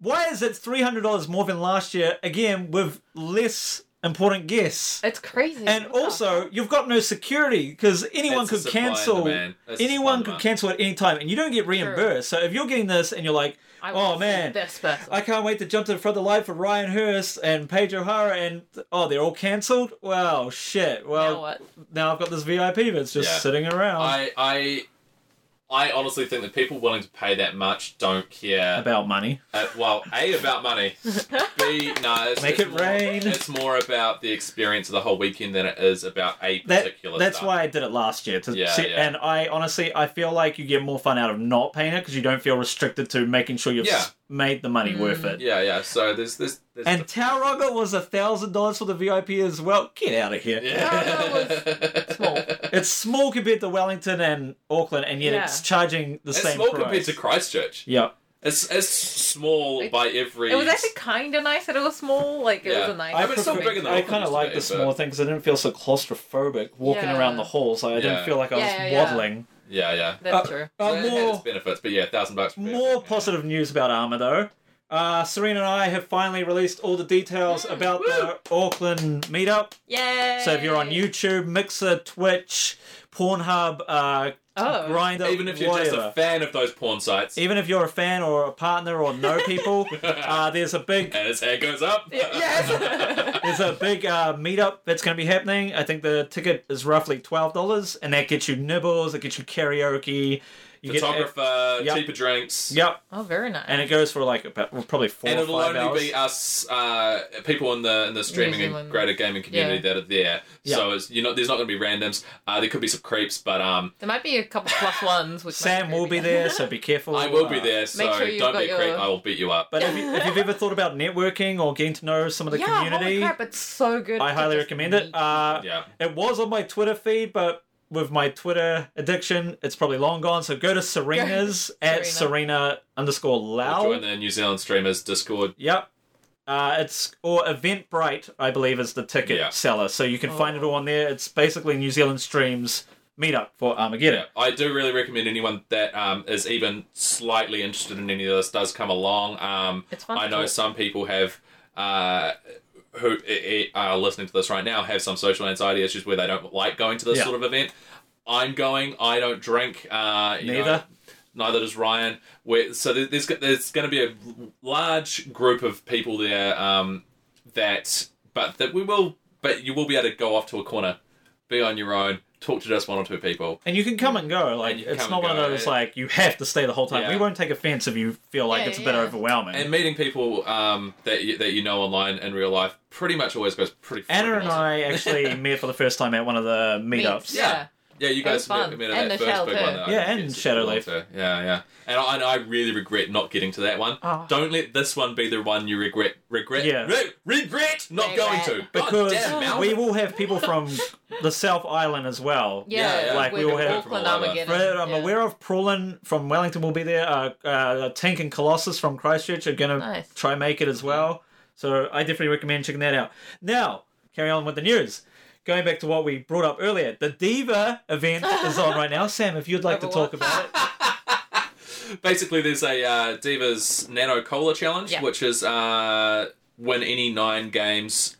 [SPEAKER 3] Why is it three hundred dollars more than last year? Again, with less important guests,
[SPEAKER 4] It's crazy.
[SPEAKER 3] and
[SPEAKER 4] What the-
[SPEAKER 3] also you've got no security because anyone
[SPEAKER 5] It's a
[SPEAKER 3] could
[SPEAKER 5] supply and
[SPEAKER 3] cancel.
[SPEAKER 5] demand. It's a supply
[SPEAKER 3] Anyone
[SPEAKER 5] and
[SPEAKER 3] could
[SPEAKER 5] demand.
[SPEAKER 3] cancel at any time, and you don't get reimbursed. So if you're getting this and you're like,
[SPEAKER 4] I
[SPEAKER 3] "Oh
[SPEAKER 4] want to see
[SPEAKER 3] man,
[SPEAKER 4] this person.
[SPEAKER 3] I can't wait to jump to the front of the line for Ryan Hurst and Paige O'Hara," and oh, they're all cancelled. Well, shit. Well,
[SPEAKER 4] now what?
[SPEAKER 3] now I've got this VIP that's just
[SPEAKER 5] Yeah.
[SPEAKER 3] sitting around.
[SPEAKER 5] I, I, I honestly think that people willing to pay that much don't care.
[SPEAKER 3] about money.
[SPEAKER 5] uh, well, a about
[SPEAKER 4] (laughs)
[SPEAKER 5] money. B no, it's,
[SPEAKER 3] Make
[SPEAKER 5] it's
[SPEAKER 3] it
[SPEAKER 5] more,
[SPEAKER 3] rain.
[SPEAKER 5] It's more about the experience of the whole weekend than it is about a
[SPEAKER 3] that,
[SPEAKER 5] particular.
[SPEAKER 3] that's
[SPEAKER 5] stuff.
[SPEAKER 3] why I did it last year. To
[SPEAKER 5] Yeah,
[SPEAKER 3] see,
[SPEAKER 5] yeah.
[SPEAKER 3] And I honestly, I feel like you get more fun out of not paying it because you don't feel restricted to making sure you've
[SPEAKER 5] Yeah.
[SPEAKER 3] s- made the money worth
[SPEAKER 4] Mm.
[SPEAKER 3] it.
[SPEAKER 5] Yeah, yeah. So there's this. There's
[SPEAKER 3] And Tower Rocket was a thousand dollars for the VIP as well. Get out of here!
[SPEAKER 5] (laughs)
[SPEAKER 3] (laughs)
[SPEAKER 4] Paramount was small.
[SPEAKER 3] It's small compared to Wellington and Auckland, and yet
[SPEAKER 4] Yeah.
[SPEAKER 3] it's charging the
[SPEAKER 5] It's
[SPEAKER 3] same
[SPEAKER 5] small
[SPEAKER 3] price.
[SPEAKER 5] compared to Christchurch.
[SPEAKER 3] yeah,
[SPEAKER 5] It's it's small
[SPEAKER 4] It-
[SPEAKER 5] by every.
[SPEAKER 4] It was
[SPEAKER 3] (laughs)
[SPEAKER 4] actually kind of nice that it was small. Like, it
[SPEAKER 5] Yeah.
[SPEAKER 4] was a nice.
[SPEAKER 5] I mean, it's still
[SPEAKER 3] prefer-
[SPEAKER 5] bigger than
[SPEAKER 3] I
[SPEAKER 5] Auckland
[SPEAKER 3] kind
[SPEAKER 5] used
[SPEAKER 3] of
[SPEAKER 5] to
[SPEAKER 3] like
[SPEAKER 5] be,
[SPEAKER 3] the
[SPEAKER 5] but-
[SPEAKER 3] small thing because I didn't feel so claustrophobic walking
[SPEAKER 4] Yeah.
[SPEAKER 3] around the halls. I
[SPEAKER 5] Yeah.
[SPEAKER 3] didn't feel like I was
[SPEAKER 4] Yeah, yeah, yeah.
[SPEAKER 3] waddling.
[SPEAKER 5] yeah, yeah.
[SPEAKER 4] That's
[SPEAKER 3] Uh,
[SPEAKER 4] true.
[SPEAKER 3] uh,
[SPEAKER 5] So it had its
[SPEAKER 3] more
[SPEAKER 5] benefits, but yeah, thousand bucks. for me.
[SPEAKER 3] More positive news about Armour, though. Uh, Serena and I have finally released all the details about the Auckland meetup.
[SPEAKER 4] Yay!
[SPEAKER 3] So if you're on YouTube, Mixer, Twitch, Pornhub, uh,
[SPEAKER 4] Oh.
[SPEAKER 3] Grinder,
[SPEAKER 5] Even if you're just a fan of those porn sites,
[SPEAKER 3] even if you're a fan or a partner or know
[SPEAKER 5] (laughs)
[SPEAKER 3] people, uh, there's a big
[SPEAKER 5] and his hair goes up.
[SPEAKER 4] Y- yes.
[SPEAKER 5] (laughs)
[SPEAKER 3] there's a big uh, meetup that's going to be happening. I think the ticket is roughly twelve dollars, and that gets you nibbles, it gets you karaoke, (laughs) you
[SPEAKER 5] Photographer,
[SPEAKER 3] Yep.
[SPEAKER 5] cheaper drinks.
[SPEAKER 3] get yep,
[SPEAKER 4] oh, very nice.
[SPEAKER 3] and it goes for like about well, probably four
[SPEAKER 5] And
[SPEAKER 3] or
[SPEAKER 5] it'll
[SPEAKER 3] five
[SPEAKER 5] only
[SPEAKER 3] hours.
[SPEAKER 5] be us uh, people in the in the streaming and
[SPEAKER 4] Zealand.
[SPEAKER 5] greater gaming community
[SPEAKER 4] Yeah.
[SPEAKER 5] that are there.
[SPEAKER 3] Yeah.
[SPEAKER 5] So it's, you know, there's not going to be randoms. Uh, there could be some creeps, but um,
[SPEAKER 4] there might be a couple plus ones. Which might
[SPEAKER 3] Sam will be
[SPEAKER 4] creepy.
[SPEAKER 3] there,
[SPEAKER 4] (laughs)
[SPEAKER 3] so be careful.
[SPEAKER 5] I will be
[SPEAKER 3] Uh,
[SPEAKER 5] there. So
[SPEAKER 4] sure you've
[SPEAKER 5] don't
[SPEAKER 4] got
[SPEAKER 5] be a
[SPEAKER 4] your-
[SPEAKER 5] creep. I will beat you up.
[SPEAKER 3] But if, you, if you've ever thought about networking or getting to know some of the
[SPEAKER 4] yeah, holy
[SPEAKER 3] community,
[SPEAKER 4] crap, it's so good.
[SPEAKER 3] I
[SPEAKER 4] to
[SPEAKER 3] highly
[SPEAKER 4] just
[SPEAKER 3] recommend it.
[SPEAKER 4] meet-
[SPEAKER 3] Uh,
[SPEAKER 5] yeah.
[SPEAKER 3] It was on my Twitter feed, but with my Twitter addiction, it's probably long gone. So go
[SPEAKER 4] (laughs)
[SPEAKER 3] to Serena's at Serena underscore
[SPEAKER 5] Or Join
[SPEAKER 3] Lau.
[SPEAKER 5] the New Zealand streamers Discord.
[SPEAKER 3] Yep. Uh, it's or Eventbrite, I believe, is the ticket
[SPEAKER 5] Yeah.
[SPEAKER 3] seller. So you can
[SPEAKER 4] Oh.
[SPEAKER 3] find it all on there. It's basically New Zealand Streams meetup for Armageddon.
[SPEAKER 5] Yeah, I do really recommend anyone that um, is even slightly interested in any of this does come along. Um,
[SPEAKER 4] It's fun
[SPEAKER 5] I
[SPEAKER 4] to
[SPEAKER 5] know
[SPEAKER 4] talk.
[SPEAKER 5] some people have uh, who i- i- are listening to this right now have some social anxiety issues where they don't like going to this
[SPEAKER 3] Yeah.
[SPEAKER 5] sort of event. I'm going. I don't drink. Uh, you know,
[SPEAKER 3] Neither.
[SPEAKER 5] neither does Ryan. We're, so there- there's go- there's going to be a large group of people there um, that, but that we will, but you will be able to go off to a corner, be on your own, talk to just one or two people.
[SPEAKER 3] And you can come and go. Like
[SPEAKER 5] And you can
[SPEAKER 3] it's
[SPEAKER 5] come
[SPEAKER 3] not
[SPEAKER 5] and
[SPEAKER 3] one
[SPEAKER 5] go.
[SPEAKER 3] of those like you have to stay the whole time.
[SPEAKER 5] Yeah.
[SPEAKER 3] We won't take offense if you feel like
[SPEAKER 4] Yeah,
[SPEAKER 3] it's a bit
[SPEAKER 4] yeah.
[SPEAKER 3] overwhelming.
[SPEAKER 5] And meeting people um, that you, that you know online in real life pretty much always goes pretty.
[SPEAKER 3] Anna
[SPEAKER 5] freaking
[SPEAKER 3] and
[SPEAKER 5] awesome. (laughs)
[SPEAKER 3] I actually met for the first time at one of the meetups.
[SPEAKER 5] Yeah. Yeah, you
[SPEAKER 4] That
[SPEAKER 5] guys
[SPEAKER 4] was fun.
[SPEAKER 5] met, met
[SPEAKER 4] And
[SPEAKER 5] at that
[SPEAKER 4] the
[SPEAKER 5] first
[SPEAKER 4] Shadow
[SPEAKER 5] big
[SPEAKER 4] too.
[SPEAKER 5] one. That
[SPEAKER 3] Yeah,
[SPEAKER 5] I didn't
[SPEAKER 3] and
[SPEAKER 5] get to
[SPEAKER 3] Shadow
[SPEAKER 5] go
[SPEAKER 3] Leaf.
[SPEAKER 5] to. Yeah, yeah. And I, and I really regret not getting to that one.
[SPEAKER 4] Oh.
[SPEAKER 5] Don't let this one be the one you regret. Regret.
[SPEAKER 3] Yeah.
[SPEAKER 5] re- regret not going
[SPEAKER 4] Regret.
[SPEAKER 5] to. God
[SPEAKER 3] Because
[SPEAKER 5] damn, Mal.
[SPEAKER 3] we will have people from the South Island as well.
[SPEAKER 4] Yeah,
[SPEAKER 5] yeah.
[SPEAKER 3] Like, we all
[SPEAKER 4] with
[SPEAKER 3] had-
[SPEAKER 5] From all
[SPEAKER 4] Auckland
[SPEAKER 5] over.
[SPEAKER 4] Armageddon.
[SPEAKER 3] Fred, I'm
[SPEAKER 4] yeah.
[SPEAKER 3] aware of Prulin from Wellington will be there. Uh, uh, Tank and Colossus from Christchurch are gonna
[SPEAKER 4] Nice.
[SPEAKER 3] try make it as well. So I definitely recommend checking that out. Now, carry on with the news. Going back to what we brought up earlier, the Diva event is on right now. Sam, if you'd like to talk
[SPEAKER 4] Overwatch.
[SPEAKER 3] about it,
[SPEAKER 5] Basically, there's a uh, Divas Nano Cola Challenge,
[SPEAKER 4] Yeah.
[SPEAKER 5] which is uh, win any nine games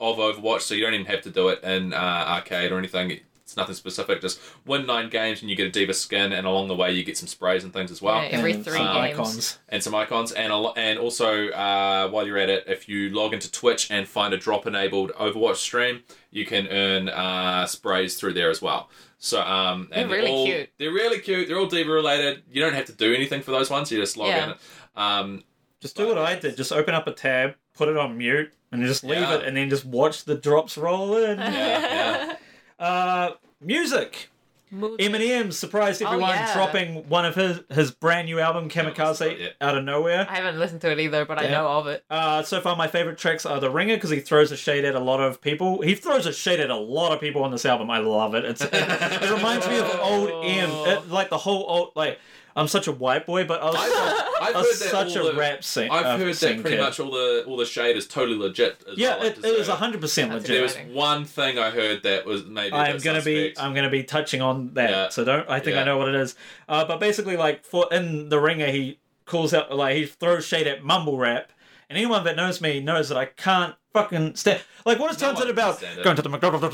[SPEAKER 5] of Overwatch. So you don't even have to do it in uh, arcade or anything. It's nothing specific. Just win nine games, and you get a Diva skin, and along the way you get some sprays and things as well.
[SPEAKER 4] Yeah, every
[SPEAKER 3] And
[SPEAKER 4] three
[SPEAKER 3] some
[SPEAKER 4] games.
[SPEAKER 3] icons.
[SPEAKER 5] and some icons, and a lo- and also uh, while you're at it, if you log into Twitch and find a drop enabled Overwatch stream, you can earn uh, sprays through there as well. So um, and
[SPEAKER 4] They're really
[SPEAKER 5] all-
[SPEAKER 4] cute.
[SPEAKER 5] They're really cute. They're all diva related. You don't have to do anything for those ones. You just log
[SPEAKER 4] Yeah.
[SPEAKER 5] in. Um,
[SPEAKER 3] Just do what I did. Just open up a tab, put it on mute, and just leave
[SPEAKER 5] Yeah.
[SPEAKER 3] it, and then just watch the drops roll
[SPEAKER 4] (laughs)
[SPEAKER 3] in.
[SPEAKER 5] yeah,
[SPEAKER 3] uh, music.
[SPEAKER 4] Mood-
[SPEAKER 3] Eminem surprised
[SPEAKER 4] Oh,
[SPEAKER 3] everyone
[SPEAKER 4] yeah.
[SPEAKER 3] dropping one of his his brand new album Kamikaze
[SPEAKER 5] that's right,
[SPEAKER 3] out of nowhere.
[SPEAKER 4] I haven't listened to it either, but I
[SPEAKER 3] Yeah.
[SPEAKER 4] know of it.
[SPEAKER 3] Uh, so far, my favorite tracks are The Ringer because he throws a shade at a lot of people. He throws a shade at a lot of people on this album. I love it. It's, (laughs) it, it reminds me of old M, it, like the whole old like. I'm such a white boy, but I was, I
[SPEAKER 5] I've, I've heard
[SPEAKER 3] was
[SPEAKER 5] that
[SPEAKER 3] such
[SPEAKER 5] all
[SPEAKER 3] a
[SPEAKER 5] the,
[SPEAKER 3] rap sing. uh,
[SPEAKER 5] I've heard that
[SPEAKER 3] sing
[SPEAKER 5] pretty
[SPEAKER 3] kid.
[SPEAKER 5] much all the all the shade is totally legit. As
[SPEAKER 3] Yeah,
[SPEAKER 5] well.
[SPEAKER 3] it, it is
[SPEAKER 5] uh,
[SPEAKER 3] 100 percent
[SPEAKER 4] That's
[SPEAKER 3] legit.
[SPEAKER 5] There was
[SPEAKER 4] Exciting.
[SPEAKER 5] one thing I heard that was maybe. a
[SPEAKER 3] I'm
[SPEAKER 5] bit
[SPEAKER 3] gonna
[SPEAKER 5] suspect.
[SPEAKER 3] be I'm gonna be touching on that.
[SPEAKER 5] Yeah.
[SPEAKER 3] So don't I think I
[SPEAKER 5] Yeah.
[SPEAKER 3] know what it is. Uh, but basically, like for in the ringer, he calls out like he throws shade at mumble rap, and anyone that knows me knows that I can't fucking stand. Like what is
[SPEAKER 5] No
[SPEAKER 3] no
[SPEAKER 5] one
[SPEAKER 3] it about?
[SPEAKER 5] can stand it.
[SPEAKER 3] Going to the McDonald's.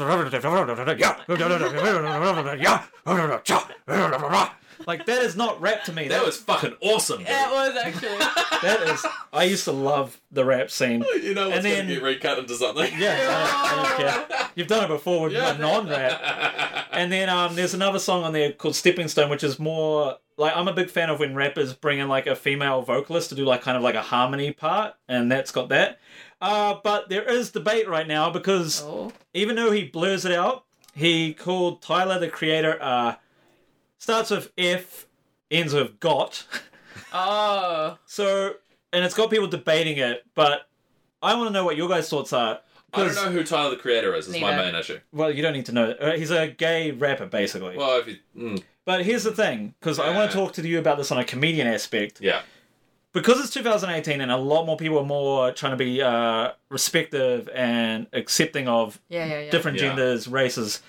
[SPEAKER 3] like that is not rap to me.
[SPEAKER 5] that was fucking awesome. dude.
[SPEAKER 4] That was actually.
[SPEAKER 3] that is. I used to love the
[SPEAKER 5] (laughs)
[SPEAKER 3] rap scene.
[SPEAKER 5] You know, it's
[SPEAKER 3] then-
[SPEAKER 5] gonna get recut into something. (laughs)
[SPEAKER 3] Yeah, I don't, I don't care. You've done it before with
[SPEAKER 5] Yeah.
[SPEAKER 3] my non-rap. And then um, there's another song on there called Stepping Stone, which is more like I'm a big fan of when rappers bring in like a female vocalist to do like kind of like a harmony part, and that's got that. Uh, but there is debate right now because
[SPEAKER 4] (laughs) oh.
[SPEAKER 3] even though he blurs it out, he called Tyler the creator uh, starts with F, ends with got. (laughs)
[SPEAKER 4] Oh.
[SPEAKER 3] So and it's got people debating it, but I want to know what your guys' thoughts are.
[SPEAKER 5] I don't
[SPEAKER 3] 'Cause-
[SPEAKER 5] know who Tyler the Creator is. Is my
[SPEAKER 4] Neither.
[SPEAKER 5] main issue.
[SPEAKER 3] Well, you don't need to know. Uh, He's a gay rapper, basically.
[SPEAKER 5] Well, if you, mm,
[SPEAKER 3] But here's the thing, because I want
[SPEAKER 5] Yeah.
[SPEAKER 3] to talk to you about this on a comedian aspect.
[SPEAKER 5] yeah,
[SPEAKER 3] Because it's 2018 and a lot more people are more trying to be uh, respective and accepting of
[SPEAKER 4] Yeah, yeah, yeah.
[SPEAKER 3] different
[SPEAKER 5] Yeah.
[SPEAKER 3] genders, races,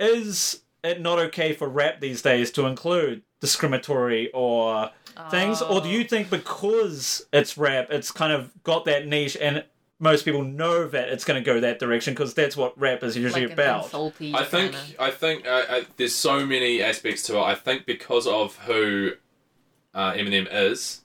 [SPEAKER 3] is it not okay for rap these days to include discriminatory or things? Or do
[SPEAKER 4] Oh.
[SPEAKER 3] you think because it's rap, it's kind of got that niche and most people know that it's going to go that direction because that's what rap is usually
[SPEAKER 4] like
[SPEAKER 3] about?
[SPEAKER 4] An insulty
[SPEAKER 5] I think
[SPEAKER 4] kinda-
[SPEAKER 5] I think uh, uh, there's so many aspects to it. I think because of who uh, Eminem is,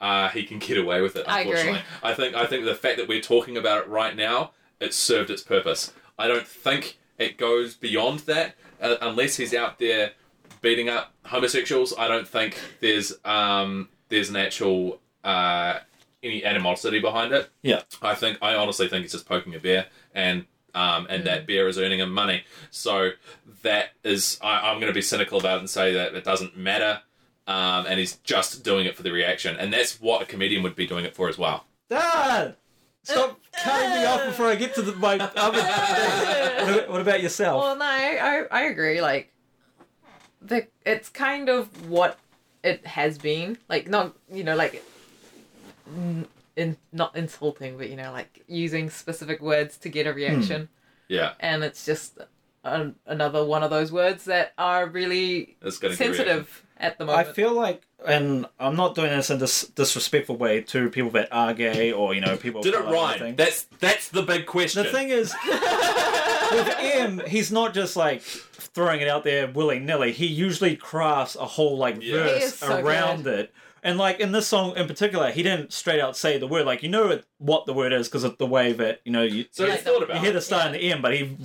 [SPEAKER 5] uh, he can get away with it.
[SPEAKER 4] I agree.
[SPEAKER 5] Unfortunately, I, think I think the fact that we're talking about it right now, it served its purpose. I don't think it goes beyond that uh, unless he's out there beating up homosexuals. I don't think there's um, there's an actual uh, any animosity behind it.
[SPEAKER 3] Yeah.
[SPEAKER 5] I think I honestly think it's just poking a bear, and um, and
[SPEAKER 4] Mm.
[SPEAKER 5] that bear is earning him money. So that is I, I'm going to be cynical about it and say that it doesn't matter. Um, and he's just doing it for the reaction, and that's what a comedian would be doing it for as well.
[SPEAKER 3] Dad! Stop cutting me off before I get to the, my other thing.
[SPEAKER 4] (laughs)
[SPEAKER 3] What about- What about yourself?
[SPEAKER 4] Well, no, I, I, I agree. Like, the it's kind of what it has been. Like, not you know, like, n- in not insulting, but you know, like using specific words to get a reaction,
[SPEAKER 5] Yeah,
[SPEAKER 4] and um, it's just an another one of those words that are really
[SPEAKER 5] it's going to
[SPEAKER 4] sensitive at the
[SPEAKER 3] I
[SPEAKER 4] moment.
[SPEAKER 3] feel like, and I'm not doing this in this disrespectful way to people that are gay or you know people.
[SPEAKER 6] Did
[SPEAKER 3] who
[SPEAKER 6] it
[SPEAKER 3] like
[SPEAKER 6] rhyme?
[SPEAKER 3] things.
[SPEAKER 6] That's that's the big
[SPEAKER 3] The
[SPEAKER 6] question.
[SPEAKER 3] thing is, (laughs) with him, he's not just like throwing it out there willy nilly. He usually crafts a whole like
[SPEAKER 6] Yeah.
[SPEAKER 4] He
[SPEAKER 3] verse
[SPEAKER 4] is so
[SPEAKER 3] around it. And like in this song in particular, he didn't straight out say the word. Like you know it, what the word is because of the way that you know you.
[SPEAKER 5] So you
[SPEAKER 4] Like
[SPEAKER 5] thought
[SPEAKER 4] the-
[SPEAKER 5] about
[SPEAKER 3] You hear the
[SPEAKER 5] it.
[SPEAKER 3] start and the end, but he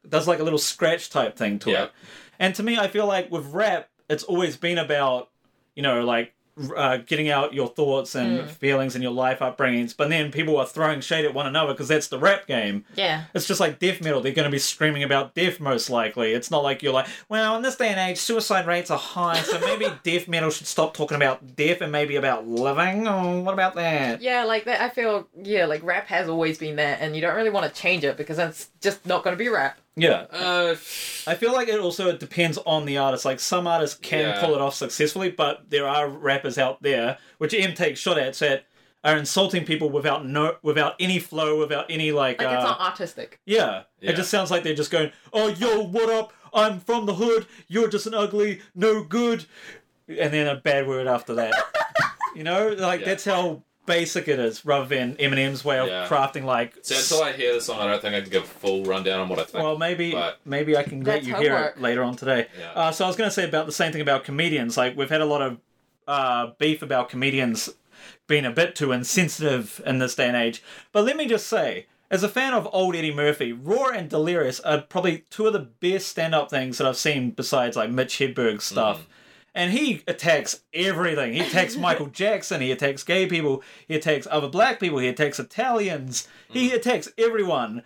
[SPEAKER 3] (laughs) does like a little scratch type thing to
[SPEAKER 5] Yeah.
[SPEAKER 3] it. And to me, I feel like with rap, it's always been about, you know, like uh, getting out your thoughts and feelings and your life upbringings. But then people are throwing shade at one another because that's the rap game.
[SPEAKER 4] yeah.
[SPEAKER 3] It's just like death metal. They're going to be screaming about death most likely. It's not like you're like, well, in this day and age, suicide rates are high, so maybe death metal should stop talking about death and maybe about living. Oh, what about that?
[SPEAKER 4] Yeah, like that. I feel yeah, like rap has always been that, and you don't really want to change it because that's just not going to be rap.
[SPEAKER 3] Yeah.
[SPEAKER 5] Uh,
[SPEAKER 3] I feel like it also depends on the artist. Like some artists can
[SPEAKER 5] Yeah.
[SPEAKER 3] pull it off successfully, but there are rappers out there which M takes shot at that are insulting people without no without any flow, without any like,
[SPEAKER 4] Like
[SPEAKER 3] uh,
[SPEAKER 4] it's not artistic.
[SPEAKER 3] yeah.
[SPEAKER 5] Yeah.
[SPEAKER 3] It just sounds like they're just going, "Oh, yo, what up? I'm from the hood. You're just an ugly, no good," and then a bad word after
[SPEAKER 4] (laughs)
[SPEAKER 3] that. you know, like
[SPEAKER 5] Yeah.
[SPEAKER 3] that's how basic it is, rather than Eminem's way of
[SPEAKER 5] Yeah.
[SPEAKER 3] crafting like.
[SPEAKER 5] so until I hear the song, I don't think I can give a full rundown on what I think.
[SPEAKER 3] Well, maybe
[SPEAKER 5] But-
[SPEAKER 3] maybe I can let
[SPEAKER 4] That's
[SPEAKER 3] you hear
[SPEAKER 4] homework.
[SPEAKER 3] it later on today.
[SPEAKER 5] Yeah.
[SPEAKER 3] Uh, so I was going to say about the same thing about comedians. Like we've had a lot of uh, beef about comedians being a bit too insensitive in this day and age. But let me just say, as a fan of old Eddie Murphy, Raw and Delirious are probably two of the best stand-up things that I've seen besides like Mitch Hedberg
[SPEAKER 5] Mm.
[SPEAKER 3] stuff. And he attacks everything. He
[SPEAKER 5] (laughs)
[SPEAKER 3] attacks Michael Jackson. He attacks gay people. He attacks other black people. He attacks Italians. He
[SPEAKER 5] Mm-hmm.
[SPEAKER 3] attacks everyone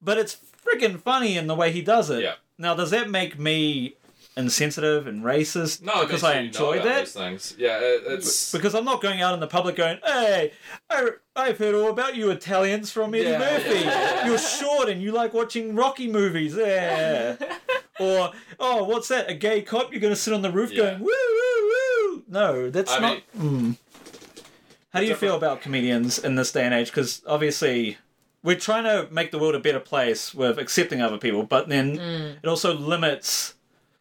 [SPEAKER 3] but it's freaking funny in the way he does it.
[SPEAKER 5] Yeah.
[SPEAKER 3] Now, does that make me insensitive and racist?
[SPEAKER 5] no, it
[SPEAKER 3] because
[SPEAKER 5] means
[SPEAKER 3] I
[SPEAKER 5] you know
[SPEAKER 3] enjoy
[SPEAKER 5] about
[SPEAKER 3] that.
[SPEAKER 5] Those things. Yeah, it, it's
[SPEAKER 3] Because I'm not going out in the public going, "Hey, I, I've heard all about you Italians from Eddie
[SPEAKER 5] Yeah,
[SPEAKER 3] Murphy.
[SPEAKER 5] yeah.
[SPEAKER 3] (laughs) You're short and you like watching Rocky movies." Yeah. or, "Oh, what's that? A gay cop? You're going to sit on the roof
[SPEAKER 5] Yeah.
[SPEAKER 3] going woo woo woo?" No, that's
[SPEAKER 5] I
[SPEAKER 3] not.
[SPEAKER 5] mean-
[SPEAKER 3] Hmm. How do you feel about comedians in this day and age? Because obviously, we're trying to make the world a better place with accepting other people, but then it also limits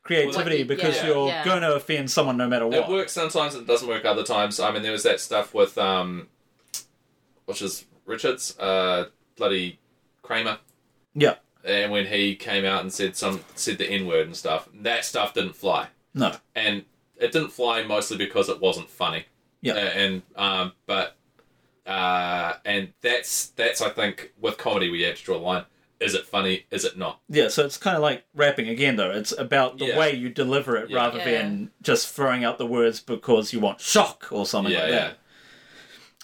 [SPEAKER 3] creativity
[SPEAKER 4] yeah,
[SPEAKER 3] because
[SPEAKER 5] yeah.
[SPEAKER 3] you're
[SPEAKER 4] yeah.
[SPEAKER 3] going to offend someone no matter
[SPEAKER 5] it
[SPEAKER 3] what.
[SPEAKER 5] works sometimes. It doesn't work other times. I mean, there was that stuff with um, which is Richards, uh, bloody Kramer.
[SPEAKER 3] Yeah.
[SPEAKER 5] And when he came out and said some said the N word and stuff, that stuff didn't fly.
[SPEAKER 3] No.
[SPEAKER 5] and it didn't fly mostly because it wasn't funny.
[SPEAKER 3] Yeah.
[SPEAKER 5] A- and um, but uh, and that's that's I think with comedy we have to draw a line. Is it funny? Is it not?
[SPEAKER 3] Yeah, so it's kind of like rapping again, though. It's about the
[SPEAKER 5] Yeah.
[SPEAKER 3] way you deliver it
[SPEAKER 5] Yeah.
[SPEAKER 3] rather
[SPEAKER 4] Yeah.
[SPEAKER 3] than just throwing out the words because you want shock or something
[SPEAKER 5] yeah,
[SPEAKER 3] like (laughs)
[SPEAKER 5] yeah. (laughs)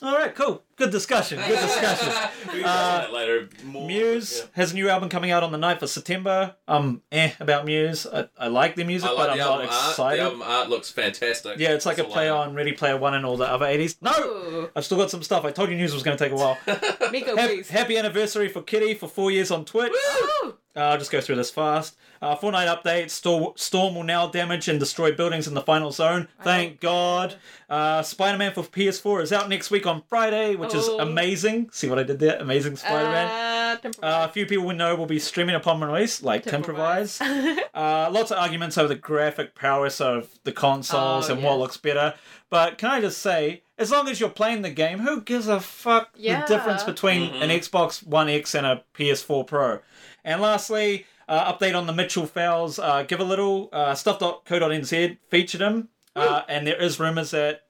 [SPEAKER 3] that. All right, cool. Good discussion. Good discussion.
[SPEAKER 4] (laughs)
[SPEAKER 5] we can touch on that later. More,
[SPEAKER 3] Uh, Muse has a new album coming out on the 9th of September. Um, eh, about Muse. I, I like their
[SPEAKER 5] yeah.
[SPEAKER 3] music,
[SPEAKER 5] I
[SPEAKER 3] but
[SPEAKER 5] like
[SPEAKER 3] I'm
[SPEAKER 5] the
[SPEAKER 3] not
[SPEAKER 5] album art.
[SPEAKER 3] excited.
[SPEAKER 5] The album art looks fantastic.
[SPEAKER 3] Yeah, it's like a
[SPEAKER 5] all
[SPEAKER 3] play
[SPEAKER 5] I know.
[SPEAKER 3] on Ready Player One and all the other 80s. No!
[SPEAKER 4] Ooh.
[SPEAKER 3] I've still got some stuff. I told you news was going to take
[SPEAKER 4] (laughs)
[SPEAKER 3] a while. (laughs)
[SPEAKER 4] Miko,
[SPEAKER 3] Hap-
[SPEAKER 4] please. Oh!
[SPEAKER 3] happy anniversary for Kitty for four years on Twitch.
[SPEAKER 4] Woo!
[SPEAKER 3] Uh, I'll just go through this fast. Uh, Fortnite update. Stor- Storm will now damage and destroy buildings in the final zone. Thank God. Uh, Spider Man for PS4 is out next week on Friday, which is
[SPEAKER 4] Oh.
[SPEAKER 3] amazing. See what I did there? Amazing Spider Man.
[SPEAKER 4] Uh,
[SPEAKER 3] Uh, a few people we know will be streaming upon release, like Tim provides.
[SPEAKER 4] Improvise. (laughs)
[SPEAKER 3] Uh, lots of arguments over the graphic prowess of the consoles
[SPEAKER 4] Oh,
[SPEAKER 3] and
[SPEAKER 4] yeah.
[SPEAKER 3] what looks better. But can I just say, as long as you're playing the game, who gives a fuck
[SPEAKER 4] Yeah.
[SPEAKER 3] the difference between an Xbox One X and a PS4 Pro? And lastly, uh, update on the Mitchell Fowles. Uh, give a little uh, stuff.co.nz featured him, uh, and there is rumors that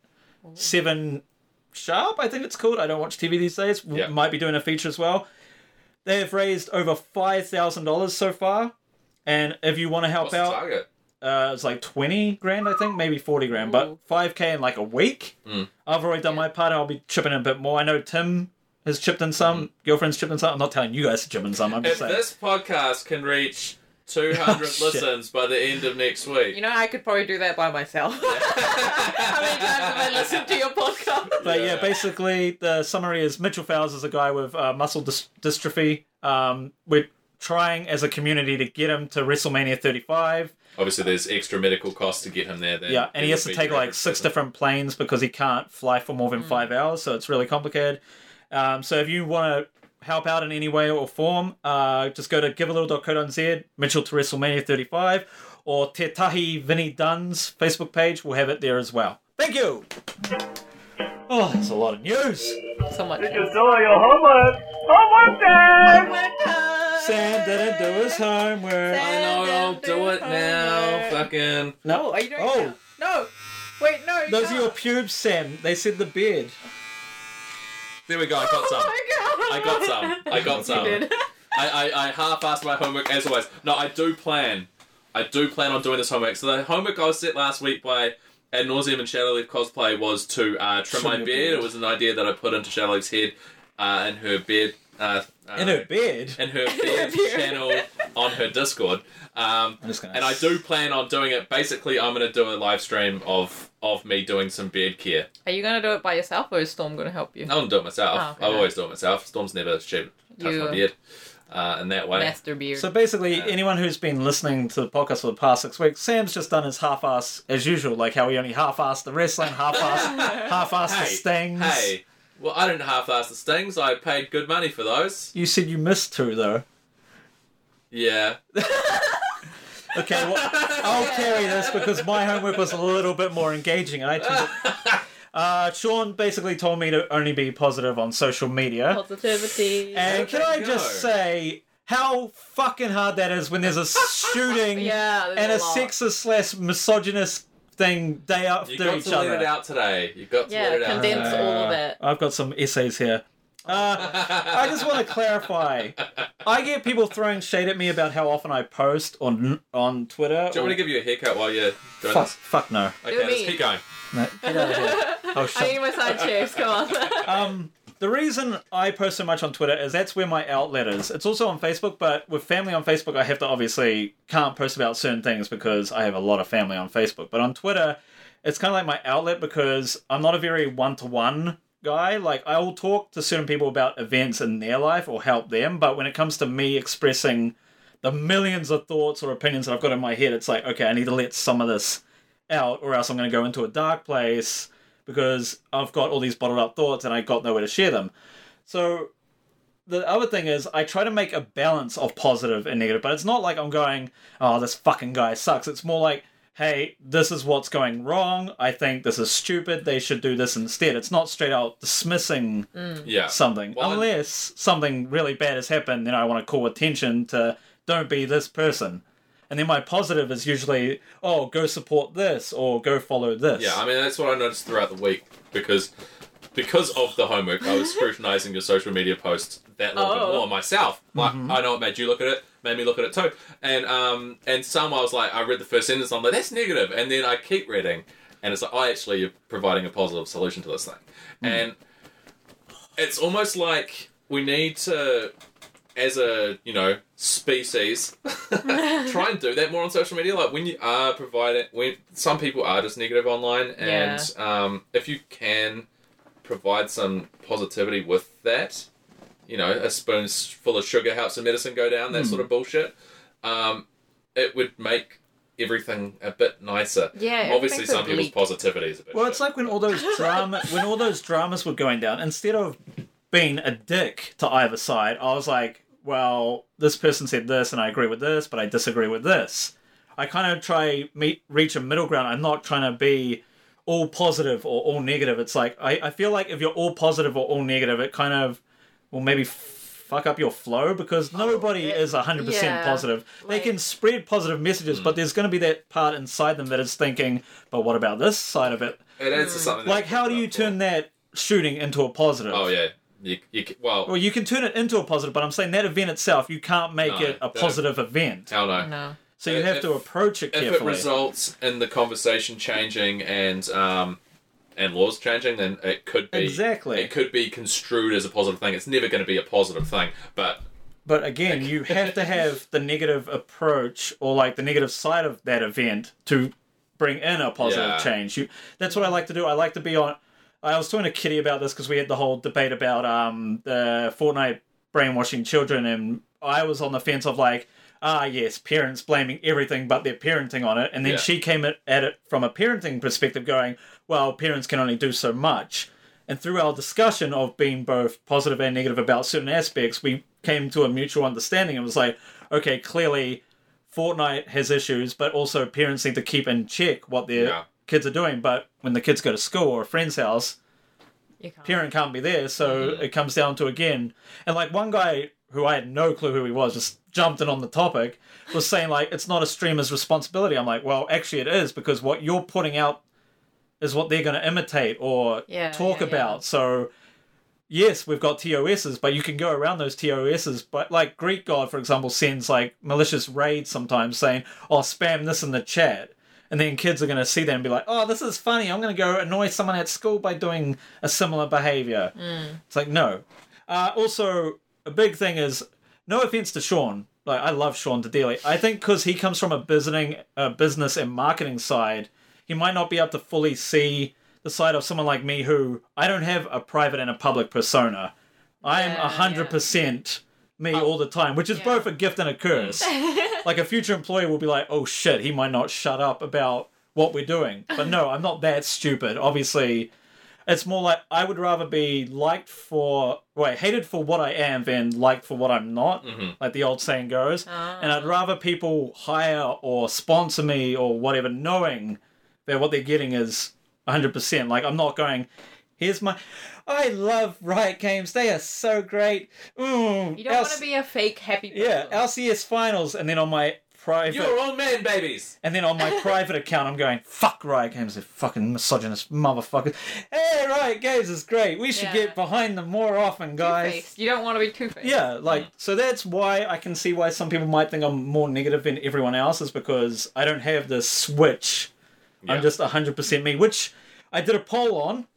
[SPEAKER 3] Seven Sharp, I think it's called. I don't watch TV these days. w-
[SPEAKER 5] Yeah.
[SPEAKER 3] Might be doing a feature as well. They have raised over five thousand dollars so far, and if you want to help
[SPEAKER 5] What's the
[SPEAKER 3] out,
[SPEAKER 5] target?
[SPEAKER 3] uh, it's like 20 grand, I think, maybe 40 grand,
[SPEAKER 4] Ooh.
[SPEAKER 3] but 5k in like a week.
[SPEAKER 5] Mm.
[SPEAKER 3] I've already done my part, I'll be chipping in a bit more. I know Tim has chipped in some, girlfriend's chipped in some. I'm not telling you guys to chip in some, I'm
[SPEAKER 5] Hmm. If
[SPEAKER 3] just saying.
[SPEAKER 5] this podcast can reach 200
[SPEAKER 3] Oh, (laughs) shit.
[SPEAKER 5] listens by the end of next week,
[SPEAKER 4] You know, I could probably do that by myself. (laughs) How many times have I listened to your podcast?
[SPEAKER 3] But yeah.
[SPEAKER 5] Yeah.
[SPEAKER 3] basically, the summary is Mitchell Fowles is a guy with uh, muscle dys- dystrophy. Um, we're trying as a community to get him to WrestleMania 35.
[SPEAKER 5] obviously there's extra medical costs to get him there. Then
[SPEAKER 3] Yeah, and he
[SPEAKER 5] It
[SPEAKER 3] has
[SPEAKER 5] would
[SPEAKER 3] to
[SPEAKER 5] be
[SPEAKER 3] take
[SPEAKER 5] your
[SPEAKER 3] like
[SPEAKER 5] average
[SPEAKER 3] six
[SPEAKER 5] person.
[SPEAKER 3] different planes because he can't fly for more
[SPEAKER 4] Hmm.
[SPEAKER 3] than five hours, so it's really complicated. Um, so if you want to help out in any way or form, uh, just go to givealittle.co.nz, Mitchell to WrestleMania 35, or Tetahi Vinny Dunn's Facebook page. We'll have it there as well. Thank you. Oh, that's a lot of news.
[SPEAKER 4] So much.
[SPEAKER 2] Did you do all your homework? Homework time!
[SPEAKER 3] Sam didn't do his homework.
[SPEAKER 4] Sam-
[SPEAKER 5] I know, I'll do it now. Fucking.
[SPEAKER 4] Oh, are you doing
[SPEAKER 3] Oh.
[SPEAKER 4] it now? No. Wait, no. you
[SPEAKER 3] Those are your (laughs)
[SPEAKER 4] can't.
[SPEAKER 3] pubes, Sam. They said the beard.
[SPEAKER 5] There we go, I got some.
[SPEAKER 4] Oh my
[SPEAKER 5] I
[SPEAKER 4] god.
[SPEAKER 5] got some. I got some.
[SPEAKER 4] You did.
[SPEAKER 5] I, I, I half-assed my homework as always. No, I do plan. I do plan on doing this homework. So the homework I was set last week by Ad nauseum and Shadowleaf cosplay was to uh, trim,
[SPEAKER 3] Trim
[SPEAKER 5] my
[SPEAKER 3] your
[SPEAKER 5] beard.
[SPEAKER 3] beard.
[SPEAKER 5] It was an idea that I put into Shadowleaf's head uh, in her beard. Uh, uh,
[SPEAKER 3] (laughs) In her beard.
[SPEAKER 5] in her
[SPEAKER 4] her
[SPEAKER 5] beard
[SPEAKER 4] beard.
[SPEAKER 5] channel on her Discord. Um,
[SPEAKER 3] I'm just gonna.
[SPEAKER 5] and I do plan on doing it. Basically, I'm going to do a live stream of of me doing some beard care.
[SPEAKER 4] (laughs) Are you gonna do it by yourself, or is Storm gonna help you?
[SPEAKER 5] I don't do it myself.
[SPEAKER 4] Oh, okay.
[SPEAKER 5] I've always done it myself. Storm's never she touched
[SPEAKER 4] You-
[SPEAKER 5] my beard uh, in that way.
[SPEAKER 4] Master beard.
[SPEAKER 3] So basically,
[SPEAKER 5] Yeah.
[SPEAKER 3] anyone who's been listening to the podcast for the past six weeks, Sam's just done his half-ass as usual, like how he only half-assed the wrestling,
[SPEAKER 5] (laughs)
[SPEAKER 3] half-ass, half-ass the
[SPEAKER 5] Hey,
[SPEAKER 3] stings.
[SPEAKER 5] Hey, well, I didn't half-ass the stings. I paid good money for those.
[SPEAKER 3] You said you missed two though.
[SPEAKER 5] Yeah.
[SPEAKER 3] Okay, well,
[SPEAKER 5] (laughs)
[SPEAKER 3] I'll carry this because my homework was a little bit more engaging, and I. Took it.
[SPEAKER 5] (laughs)
[SPEAKER 3] Uh, Sean basically told me to only be positive on social media.
[SPEAKER 4] Positivity.
[SPEAKER 3] uh, And can I
[SPEAKER 5] Go.
[SPEAKER 3] just say how fucking hard that is when
[SPEAKER 5] (laughs)
[SPEAKER 3] there's a shooting
[SPEAKER 4] yeah. there's
[SPEAKER 3] and a,
[SPEAKER 4] lot.
[SPEAKER 3] sexist slash misogynist thing day after
[SPEAKER 5] You got
[SPEAKER 3] each
[SPEAKER 5] to let
[SPEAKER 3] other. Uh,
[SPEAKER 5] it out today. You got to
[SPEAKER 4] Yeah,
[SPEAKER 5] let it out.
[SPEAKER 4] condense
[SPEAKER 5] today.
[SPEAKER 4] all of it.
[SPEAKER 3] I've got some essays here. Uh, I just want to clarify. I get people throwing shade at me about how often I post on on Twitter.
[SPEAKER 5] (laughs) Do you want me to give you a haircut while you're doing
[SPEAKER 3] fuck,
[SPEAKER 5] this?
[SPEAKER 3] fuck no.
[SPEAKER 5] Okay,
[SPEAKER 4] Do
[SPEAKER 5] let's
[SPEAKER 4] me.
[SPEAKER 5] keep going.
[SPEAKER 3] No, get out of here. Oh,
[SPEAKER 4] (laughs) (laughs)
[SPEAKER 3] shut-
[SPEAKER 4] I need my side chairs. Come on.
[SPEAKER 3] (laughs) Um, the reason I post so much on Twitter is that's where my outlet is. It's also on Facebook, but with family on Facebook, I have to obviously can't post about certain things because I have a lot of family on Facebook. But on Twitter, it's kind of like my outlet because I'm not a very one to one guy. Like, I will talk to certain people about events in their life or help them, but when it comes to me expressing the millions of thoughts or opinions that I've got in my head, it's like, okay, I need to let some of this out, or else I'm going to go into a dark place because I've got all these bottled up thoughts and I got nowhere to share them. So the other thing is I try to make a balance of positive and negative, but it's not like I'm going, oh, this fucking guy sucks. It's more like, hey, this is what's going wrong. I think this is stupid. They should do this instead. It's not straight out dismissing
[SPEAKER 5] Yeah.
[SPEAKER 3] something.
[SPEAKER 5] Well, and-
[SPEAKER 3] Unless something really bad has happened, then I want to call attention to don't be this person. And then my positive is usually, oh, go support this or go follow this.
[SPEAKER 5] Yeah, I mean that's what I noticed throughout the week because because of the homework, I was scrutinizing your social media posts that little
[SPEAKER 4] Oh.
[SPEAKER 5] bit more myself. Like I know it made you look at it, made me look at it too. And um and some I was like, I read the first sentence, I'm like, that's negative, and then I keep reading, and it's like, oh, actually, you're providing a positive solution to this thing, and it's almost like we need to. As a you know
[SPEAKER 4] (laughs)
[SPEAKER 5] species, try and do that more on social media. Like when you are providing, when some people are just negative online, and um, if you can provide some positivity with that, you know, a spoonful of sugar helps the medicine go down,
[SPEAKER 3] Hmm.
[SPEAKER 5] that sort of bullshit. Um, it would make everything a bit nicer.
[SPEAKER 4] Yeah,
[SPEAKER 5] Obviously,
[SPEAKER 4] everything
[SPEAKER 5] some
[SPEAKER 4] could
[SPEAKER 5] people's
[SPEAKER 4] leak.
[SPEAKER 5] positivity is a bit.
[SPEAKER 3] Well, it's
[SPEAKER 5] shit.
[SPEAKER 3] like when all
[SPEAKER 5] (laughs)
[SPEAKER 3] those drama, when all those dramas were going down. Instead of being a dick to either side, I was like, "Well, this person said this, and I agree with this, but I disagree with this." I kind of try meet reach a middle ground. I'm not trying to be all positive or all negative. It's like I, I feel like if you're all positive or all negative, it kind of well maybe f- fuck up your flow because nobody
[SPEAKER 4] it-
[SPEAKER 3] is 100%
[SPEAKER 4] yeah,
[SPEAKER 3] positive. They
[SPEAKER 4] like-
[SPEAKER 3] can spread positive messages,
[SPEAKER 5] Mm.
[SPEAKER 3] but there's going to be that part inside them that is thinking, but what about this side of it?
[SPEAKER 5] it is something. that-
[SPEAKER 3] Like, how do you turn that shooting into a positive?
[SPEAKER 5] Oh yeah, you, you c- well,
[SPEAKER 3] Well, you can turn it into a positive, but I'm saying that event itself, you can't make
[SPEAKER 5] No,
[SPEAKER 3] it a
[SPEAKER 5] that-
[SPEAKER 3] positive event.
[SPEAKER 5] hell no.
[SPEAKER 4] no.
[SPEAKER 3] So you have
[SPEAKER 5] If-
[SPEAKER 3] to approach it
[SPEAKER 5] if it
[SPEAKER 3] carefully.
[SPEAKER 5] results in the conversation changing and um, and laws changing, then it could be
[SPEAKER 3] Exactly.
[SPEAKER 5] It could be construed as a positive thing. It's never going to be a positive thing, but
[SPEAKER 3] But again, you have to have the negative approach or like the negative side of that event to bring in a positive
[SPEAKER 5] Yeah.
[SPEAKER 3] change. You, that's what I like to do. I like to be on. I was talking to Kitty about this because we had the whole debate about um the Fortnite brainwashing children, and I was on the fence of like, ah yes, parents blaming everything but their parenting on it, and then
[SPEAKER 5] Yeah.
[SPEAKER 3] she came at, at it from a parenting perspective, going, well, parents can only do so much. And through our discussion of being both positive and negative about certain aspects, we came to a mutual understanding. It was like, okay, clearly Fortnite has issues, but also parents need to keep in check what their
[SPEAKER 5] Yeah.
[SPEAKER 3] kids are doing. But when the kids go to school or a friend's house,
[SPEAKER 4] You can't.
[SPEAKER 3] parent can't be there, so it comes down to again. And like one guy who I had no clue who he was, just jumped in on the topic, was saying like it's not a streamer's responsibility. I'm like, well, actually it is because what you're putting out is what they're going to imitate or
[SPEAKER 4] Yeah,
[SPEAKER 3] talk
[SPEAKER 4] yeah, yeah.
[SPEAKER 3] about. So yes, we've got TOSs, but you can go around those TOSs. But like Greek God, for example, sends like malicious raids sometimes saying, "Oh, spam this in the chat." And then kids are going to see that and be like, oh, this is funny. I'm going to go annoy someone at school by doing a similar behavior.
[SPEAKER 4] Mm.
[SPEAKER 3] It's like, no. Uh, also, a big thing is no offense to Sean. Like, I love Sean to dearly. I think because he comes from a business, uh, business and marketing side, he might not be able to fully see the side of someone like me who I don't have a private and a public persona. I am
[SPEAKER 4] Yeah, yeah.
[SPEAKER 3] 100% me all the time, which is
[SPEAKER 4] Yeah.
[SPEAKER 3] both a gift and
[SPEAKER 4] (laughs)
[SPEAKER 3] a curse like a future employee will be like, oh shit, he might not shut up about what we're doing. But no, I'm not that stupid. Obviously, it's more like I would rather be liked for, wait, hated for what I am than liked for what I'm not, like the old saying goes. And
[SPEAKER 4] Ah.
[SPEAKER 3] I'd rather people hire or sponsor me or whatever, knowing that what they're getting is 100%. Like, I'm not going, here's my. I love Riot Games. They are so great. Mm,
[SPEAKER 4] You don't want to be a fake happy person.
[SPEAKER 3] yeah, LCS finals, and then on my private,
[SPEAKER 5] Uh, You're all men, babies.
[SPEAKER 3] and then
[SPEAKER 5] (laughs)
[SPEAKER 3] on my private account, I'm going fuck Riot Games, they're fucking misogynist motherfuckers. Hey, Riot Games is great. We should
[SPEAKER 4] Yeah.
[SPEAKER 3] get behind them more often, guys.
[SPEAKER 4] Two-faced. You don't want to be two faced.
[SPEAKER 3] Yeah, like so that's why I can see why some people might think I'm more negative than everyone else is because I don't have the switch.
[SPEAKER 5] Yeah.
[SPEAKER 3] I'm just 100% me, which I did a poll on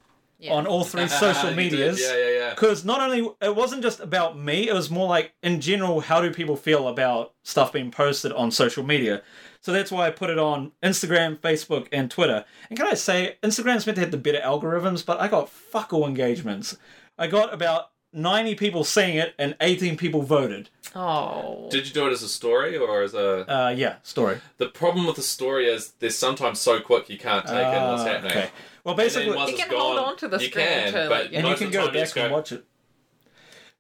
[SPEAKER 3] on all three
[SPEAKER 5] (laughs)
[SPEAKER 3] social
[SPEAKER 5] Uh, You did,
[SPEAKER 3] medias.
[SPEAKER 5] Yeah, yeah, yeah.
[SPEAKER 3] Because not only it wasn't just about me, it was more like in general, how do people feel about stuff being posted on social media? So that's why I put it on Instagram, Facebook, and Twitter. And can I say, Instagram's meant to have the better algorithms, but I got fuck all engagements. I got about 90 people seeing it and 18 people voted.
[SPEAKER 4] Oh.
[SPEAKER 5] Did you do it as a story or as a?
[SPEAKER 3] Uh, yeah, story.
[SPEAKER 5] The problem with the story is they're sometimes so quick you can't take in what's
[SPEAKER 3] Uh,
[SPEAKER 5] happening.
[SPEAKER 3] Okay. Well,
[SPEAKER 5] And then
[SPEAKER 3] basically,
[SPEAKER 5] once
[SPEAKER 4] You
[SPEAKER 5] it's
[SPEAKER 4] can hold
[SPEAKER 5] gone,
[SPEAKER 4] on to the
[SPEAKER 5] you
[SPEAKER 4] screen
[SPEAKER 5] can,
[SPEAKER 4] too,
[SPEAKER 5] but
[SPEAKER 4] like-
[SPEAKER 3] and you
[SPEAKER 5] most
[SPEAKER 3] can
[SPEAKER 5] of the
[SPEAKER 3] go
[SPEAKER 5] time you
[SPEAKER 3] back
[SPEAKER 5] just
[SPEAKER 3] and watch it.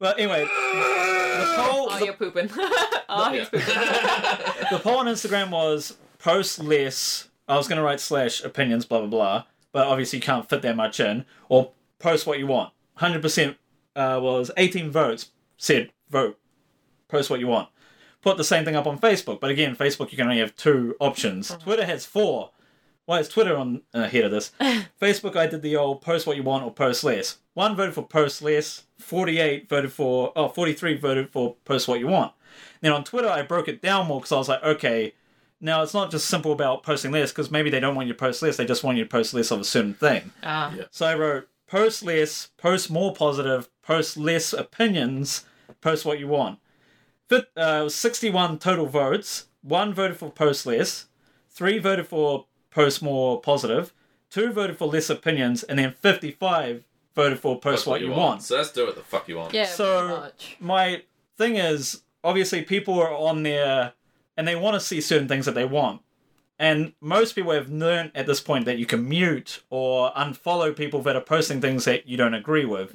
[SPEAKER 3] Well, anyway, the poll,
[SPEAKER 4] Oh,
[SPEAKER 3] the
[SPEAKER 4] you're pooping. (laughs) oh, he's pooping.
[SPEAKER 5] Yeah.
[SPEAKER 3] the poll on Instagram was post less. I was going to write slash opinions, blah, blah, blah. But obviously, you can't fit that much in. Or post what you want. 100% uh, was 18 votes said vote. Post what you want. Put the same thing up on Facebook. But again, Facebook, you can only have two options. Twitter has four. Why is Twitter on uh, ahead of this? Facebook, I did the old post what you want or post less. One voted for post less. 48 voted for, oh, 43 voted for post what you want. Then on Twitter, I broke it down more because I was like, okay, now it's not just simple about posting less because maybe they don't want you to post less, they just want you to post less of a certain thing.
[SPEAKER 4] Ah.
[SPEAKER 3] So I wrote post less, post more positive, post less opinions, post what you want. Fit, uh, it was 61 total votes. One voted for post less, three voted for post more positive, two voted for less opinions, and then 55 voted for post,
[SPEAKER 5] That's
[SPEAKER 3] what, you want.
[SPEAKER 5] So let's do what the fuck you want.
[SPEAKER 4] Yeah,
[SPEAKER 3] So-
[SPEAKER 4] pretty much.
[SPEAKER 3] my thing is obviously people are on there and they want to see certain things that they want and most people have learned at this point that you can mute or unfollow people that are posting things that you don't agree with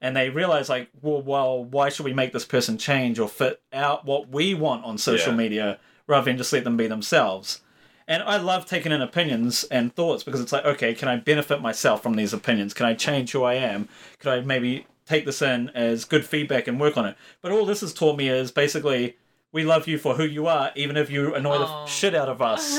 [SPEAKER 3] and they realize like well, well why should we make this person change or fit out what we want on social
[SPEAKER 5] Yeah.
[SPEAKER 3] media rather than just let them be themselves and i love taking in opinions and thoughts because it's like okay can i benefit myself from these opinions can i change who i am could i maybe take this in as good feedback and work on it but all this has taught me is basically we love you for who you are even if you annoy
[SPEAKER 4] Aw.
[SPEAKER 3] the shit out of us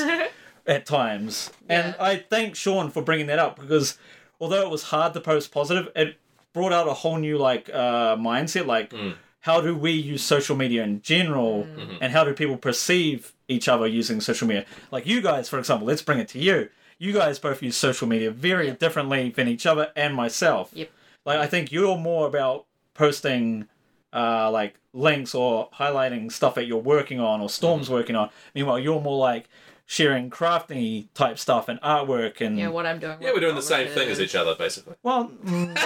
[SPEAKER 3] at times. And
[SPEAKER 4] Yeah.
[SPEAKER 3] I thank Sean for bringing that up because although it was hard to post positive, it brought out a whole new like uh, mindset. Like, how do we use social media in general,
[SPEAKER 4] Mm.
[SPEAKER 3] and how do people perceive each other using social media? Like you guys, for example, let's bring it to you. You guys both use social media very
[SPEAKER 4] Yep.
[SPEAKER 3] differently than each other and myself.
[SPEAKER 4] Yep.
[SPEAKER 3] Like I think you're more about posting uh, like links or highlighting stuff that you're working on or Storm's working on. Meanwhile, you're more like sharing crafty type stuff and artwork and
[SPEAKER 4] Yeah, what I'm doing.
[SPEAKER 5] Yeah, we're doing the same thing as each other, basically.
[SPEAKER 4] (laughs)
[SPEAKER 3] well, mm,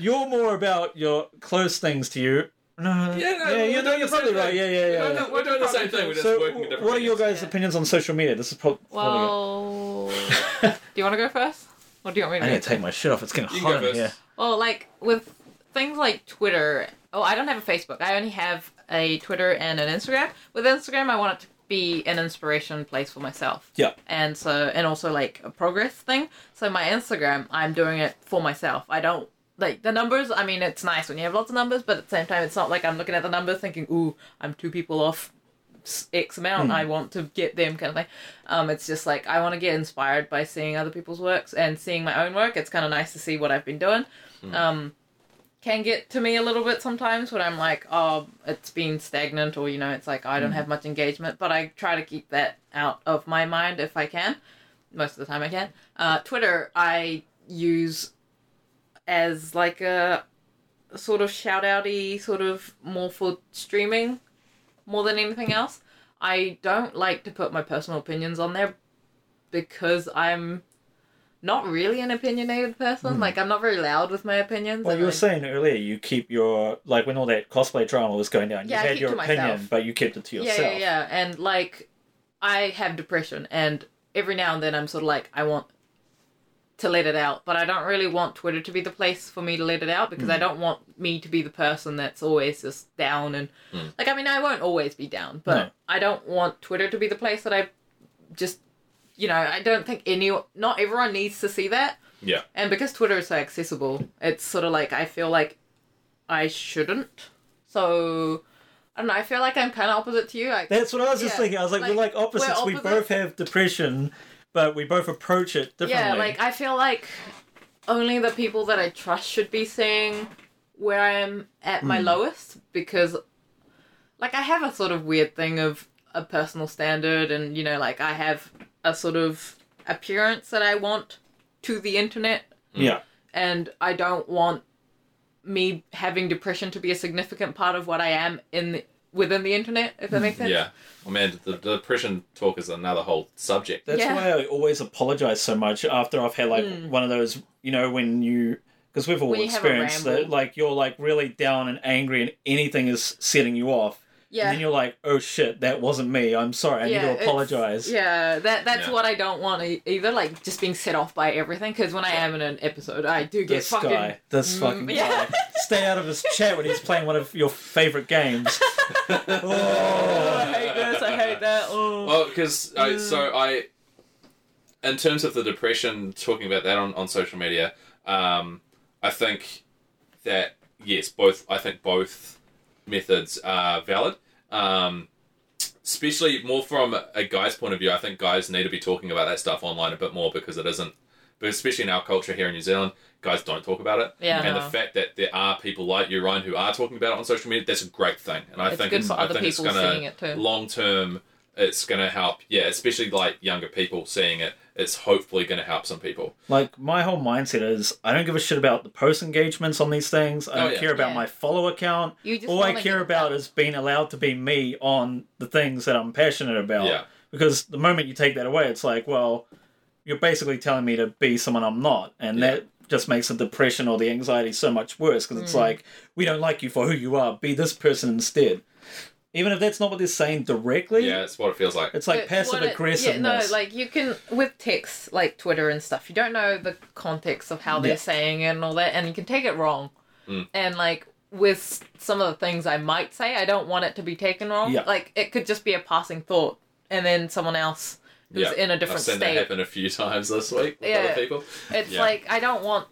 [SPEAKER 3] you're more about your close things to you. No,
[SPEAKER 5] (laughs) Yeah, no,
[SPEAKER 3] yeah,
[SPEAKER 5] we're
[SPEAKER 3] you're,
[SPEAKER 5] doing the
[SPEAKER 3] you're
[SPEAKER 5] same
[SPEAKER 3] probably right.
[SPEAKER 5] thing.
[SPEAKER 3] Yeah, yeah, yeah. yeah.
[SPEAKER 5] We're, we're doing the same thing. We're just
[SPEAKER 3] So,
[SPEAKER 5] working in
[SPEAKER 3] w-
[SPEAKER 5] different.
[SPEAKER 3] what are your
[SPEAKER 5] ways.
[SPEAKER 3] guys'
[SPEAKER 4] Yeah.
[SPEAKER 3] opinions on social media? This is prob- probably.
[SPEAKER 4] Well, (laughs) do you want to go first, or do you want me to?
[SPEAKER 3] I
[SPEAKER 4] go
[SPEAKER 3] need to take my shit off. It's getting
[SPEAKER 5] You can
[SPEAKER 3] hot
[SPEAKER 5] go
[SPEAKER 3] in here.
[SPEAKER 5] first.
[SPEAKER 4] Well, like with things like Twitter. Oh, I don't have a Facebook. I only have a Twitter and an Instagram. With Instagram, I want it to be an inspiration place for myself.
[SPEAKER 3] Yeah.
[SPEAKER 4] And so, and also like a progress thing. So my Instagram, I'm doing it for myself. I don't like the numbers. I mean, it's nice when you have lots of numbers, but at the same time, it's not like I'm looking at the numbers thinking, "Ooh, I'm two people off s- X amount. I want to get them kind of thing. Um, it's just like I want to get inspired by seeing other people's works and seeing my own work. It's kind of nice to see what I've been doing. Um, can get to me a little bit sometimes when I'm like, oh, it's been stagnant or you know, it's like I don't have much engagement. But I try to keep that out of my mind if I can. Most of the time I can. Uh, Twitter I use as like a sort of shout outy sort of more for streaming more than anything else. I don't like to put my personal opinions on there because I'm not really an opinionated person. Like I'm not very loud with my opinions.
[SPEAKER 3] Well,
[SPEAKER 4] and
[SPEAKER 3] you were
[SPEAKER 4] I-
[SPEAKER 3] saying earlier you keep your like when all that cosplay drama was going down,
[SPEAKER 4] Yeah, I
[SPEAKER 3] you had
[SPEAKER 4] keep
[SPEAKER 3] your
[SPEAKER 4] to
[SPEAKER 3] opinion,
[SPEAKER 4] myself.
[SPEAKER 3] but you kept it to yourself.
[SPEAKER 4] Yeah, yeah, yeah. And like, I have depression, and every now and then I'm sort of like, I want to let it out, but I don't really want Twitter to be the place for me to let it out because
[SPEAKER 3] Hmm.
[SPEAKER 4] I don't want me to be the person that's always just down and like. I mean, I won't always be down, but
[SPEAKER 3] Hmm. No.
[SPEAKER 4] I don't want Twitter to be the place that I just, you know, I don't think any, not everyone needs to see that.
[SPEAKER 5] Yeah.
[SPEAKER 4] And because Twitter is so accessible, it's sort of like I feel like I shouldn't. So I don't know. I feel like I'm kind of opposite to you. I,
[SPEAKER 3] That's what I was just
[SPEAKER 4] Yeah,
[SPEAKER 3] thinking. I was like, we're
[SPEAKER 4] like,
[SPEAKER 3] like opposites.
[SPEAKER 4] we're
[SPEAKER 3] We both
[SPEAKER 4] opposites.
[SPEAKER 3] have depression, but we both approach it differently.
[SPEAKER 4] yeah, like I feel like only the people that I trust should be seeing where I am at my lowest because, like, I have a sort of weird thing of a personal standard, and you know, like I have a sort of appearance that I want to the internet
[SPEAKER 3] yeah.
[SPEAKER 4] and I don't want me having depression to be a significant part of what I am in the, within the internet. If that
[SPEAKER 3] (laughs)
[SPEAKER 4] makes sense.
[SPEAKER 5] Yeah. Oh man, the, the depression talk is another whole subject.
[SPEAKER 3] That's
[SPEAKER 4] Yeah. Hmm.
[SPEAKER 3] why I always apologize so much after I've had like one of those, you know, when you because we've all
[SPEAKER 4] When you have a
[SPEAKER 3] experienced that,
[SPEAKER 4] ramble.
[SPEAKER 3] like you're like really down and angry, and anything is setting you off.
[SPEAKER 4] Yeah.
[SPEAKER 3] And then you're like, oh shit, that wasn't me. I'm sorry. I
[SPEAKER 4] yeah,
[SPEAKER 3] need to
[SPEAKER 4] it's-
[SPEAKER 3] apologize.
[SPEAKER 4] Yeah, that that's
[SPEAKER 5] Yeah.
[SPEAKER 4] what I don't want e- either. Like just being set off by everything. Because when I am in an episode, I do get
[SPEAKER 3] This
[SPEAKER 4] fucking. (laughs) mm,
[SPEAKER 3] guy, this fucking
[SPEAKER 4] yeah.
[SPEAKER 3] (laughs) guy, stay out of his chat when he's playing one of your
[SPEAKER 4] (laughs)
[SPEAKER 3] favorite games. (laughs) Oh.
[SPEAKER 4] I hate this. I hate that. Oh.
[SPEAKER 5] Well, because I so I, in terms of the depression, talking about that on, on social media, um, I think that yes, both I think both methods are valid. Um, especially more from a guy's point of view, I think guys need to be talking about that stuff online a bit more because it isn't, but especially in our culture here in New Zealand, guys don't talk about it.
[SPEAKER 4] Yeah, Uh-huh.
[SPEAKER 5] and
[SPEAKER 4] no.
[SPEAKER 5] the fact that there are people like you, Ryan, who are talking about it on social media, that's a great thing, and I
[SPEAKER 4] It's
[SPEAKER 5] think
[SPEAKER 4] good
[SPEAKER 5] it's,
[SPEAKER 4] for
[SPEAKER 5] I
[SPEAKER 4] other
[SPEAKER 5] think it's
[SPEAKER 4] people
[SPEAKER 5] gonna
[SPEAKER 4] seeing it too.
[SPEAKER 5] long term it's going to help yeah especially like younger people seeing it it's hopefully going to help some people
[SPEAKER 3] Like my whole mindset is, I don't give a shit about the post engagements on these things. I
[SPEAKER 5] Oh,
[SPEAKER 3] don't
[SPEAKER 5] yeah.
[SPEAKER 3] care about
[SPEAKER 4] Yeah.
[SPEAKER 3] my follow account.
[SPEAKER 4] You just
[SPEAKER 3] All I
[SPEAKER 4] wanna
[SPEAKER 3] care
[SPEAKER 4] get
[SPEAKER 3] about
[SPEAKER 4] that.
[SPEAKER 3] is being allowed to be me on the things that I'm passionate about.
[SPEAKER 5] Yeah.
[SPEAKER 3] Because the moment you take that away, it's like, well, you're basically telling me to be someone I'm not, and
[SPEAKER 5] Yeah.
[SPEAKER 3] that just makes the depression or the anxiety so much worse. Because it's
[SPEAKER 4] Mm.
[SPEAKER 3] like, we don't like you for who you are. Be this person instead. Even if that's not what they're saying directly,
[SPEAKER 5] yeah it's what it feels like
[SPEAKER 3] it's like
[SPEAKER 4] But
[SPEAKER 3] passive
[SPEAKER 4] what it-
[SPEAKER 3] aggressiveness.
[SPEAKER 4] Yeah, no, like you can with text, like Twitter and stuff. You don't know the context of how they're
[SPEAKER 3] Yeah. Mm.
[SPEAKER 4] saying it and all that, and you can take it wrong. And like with some of the things I might say, I don't want it to be taken wrong.
[SPEAKER 3] Yeah.
[SPEAKER 4] Like it could just be a passing thought, and then someone else who's
[SPEAKER 5] yeah
[SPEAKER 4] in a different
[SPEAKER 5] I've seen
[SPEAKER 4] state.
[SPEAKER 5] that happen a few (laughs) times this week with
[SPEAKER 4] Yeah.
[SPEAKER 5] other people
[SPEAKER 4] It's
[SPEAKER 5] Yeah.
[SPEAKER 4] like I don't want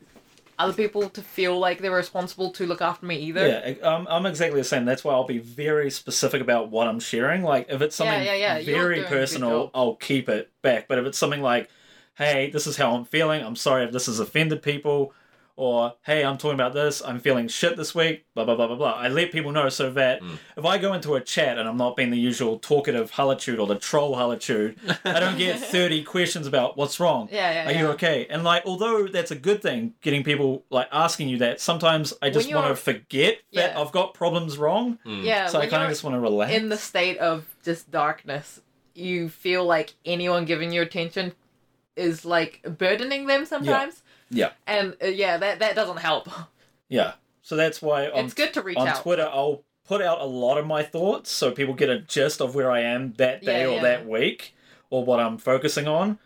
[SPEAKER 4] other people to feel like they're responsible to look after me either.
[SPEAKER 3] Yeah, I- I'm, I'm exactly the same. That's why I'll be very specific about what I'm sharing. Like, if it's
[SPEAKER 4] Yeah,
[SPEAKER 3] something
[SPEAKER 4] yeah, yeah, you're
[SPEAKER 3] very
[SPEAKER 4] doing a good
[SPEAKER 3] personal,
[SPEAKER 4] job.
[SPEAKER 3] I'll keep it back. But if it's something like, hey, this is how I'm feeling, I'm sorry if this has offended people, or hey, I'm talking about this, I'm feeling shit this week, blah, blah, blah, blah, blah. I let people know so that if I go into a chat and I'm not being the usual talkative hullitude or the troll hullitude, I
[SPEAKER 4] (laughs)
[SPEAKER 3] don't get 30 questions about what's wrong.
[SPEAKER 4] Yeah, yeah,
[SPEAKER 3] Are you
[SPEAKER 4] yeah.
[SPEAKER 3] okay? And like, although that's a good thing, getting people like asking you that, sometimes I just
[SPEAKER 4] you're-
[SPEAKER 3] want to forget that
[SPEAKER 4] Yeah.
[SPEAKER 3] I've got problems wrong.
[SPEAKER 4] Yeah,
[SPEAKER 3] So I
[SPEAKER 4] when
[SPEAKER 3] kind of
[SPEAKER 4] you're
[SPEAKER 3] just want to relax.
[SPEAKER 4] in the state of just darkness, you feel like anyone giving you attention is like burdening them sometimes.
[SPEAKER 3] Yeah.
[SPEAKER 4] And uh, yeah, that that doesn't help. (laughs)
[SPEAKER 3] yeah. So that's why on,
[SPEAKER 4] it's good to reach
[SPEAKER 3] on
[SPEAKER 4] out.
[SPEAKER 3] Twitter, I'll put out a lot of my thoughts so people get a gist of where I am that day
[SPEAKER 4] Yeah,
[SPEAKER 3] or
[SPEAKER 4] yeah.
[SPEAKER 3] that week or what I'm focusing on.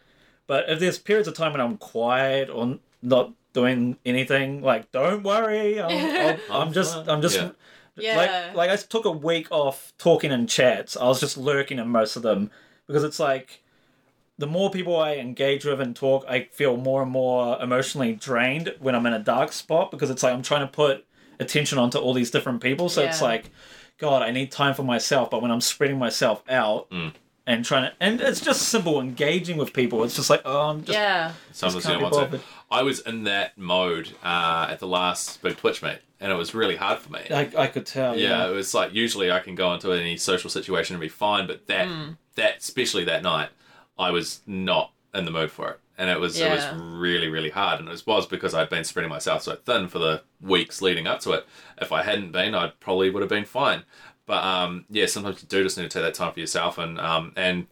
[SPEAKER 3] But if there's periods of time when I'm quiet or n- not doing anything. Like, don't
[SPEAKER 4] (laughs)
[SPEAKER 3] worry, I'm, I'm, I'm just, I'm just.
[SPEAKER 5] Yeah.
[SPEAKER 4] Yeah.
[SPEAKER 3] Like, like I took a week off talking in chats. I was just lurking in most of them because it's like the more people I engage with and talk, I feel more and more emotionally drained when I'm in a dark spot because it's like I'm trying to put attention onto all these different people. So it's
[SPEAKER 4] Yeah.
[SPEAKER 3] like, God, I need time for myself. But when I'm spreading myself out
[SPEAKER 5] Mm.
[SPEAKER 3] and trying to, and it's just simple engaging with people. It's just like, oh, I'm just
[SPEAKER 4] yeah.
[SPEAKER 5] Sometimes
[SPEAKER 3] can't
[SPEAKER 5] you don't
[SPEAKER 3] be
[SPEAKER 5] want to.
[SPEAKER 3] bothered.
[SPEAKER 5] I was in that mode uh, at the last big Twitch meet, and it was really hard for me.
[SPEAKER 3] I, I could tell.
[SPEAKER 5] yeah, it was like usually I can go into any social situation and be fine, but that
[SPEAKER 4] Hmm.
[SPEAKER 5] that especially that night, I was not in the mood for it, and it was it
[SPEAKER 4] Yeah.
[SPEAKER 5] was really really hard, and it was because I'd been spreading myself so thin for the weeks leading up to it. If I hadn't been, I probably would have been fine. But um, yeah, sometimes you do just need to take that time for yourself, and um, and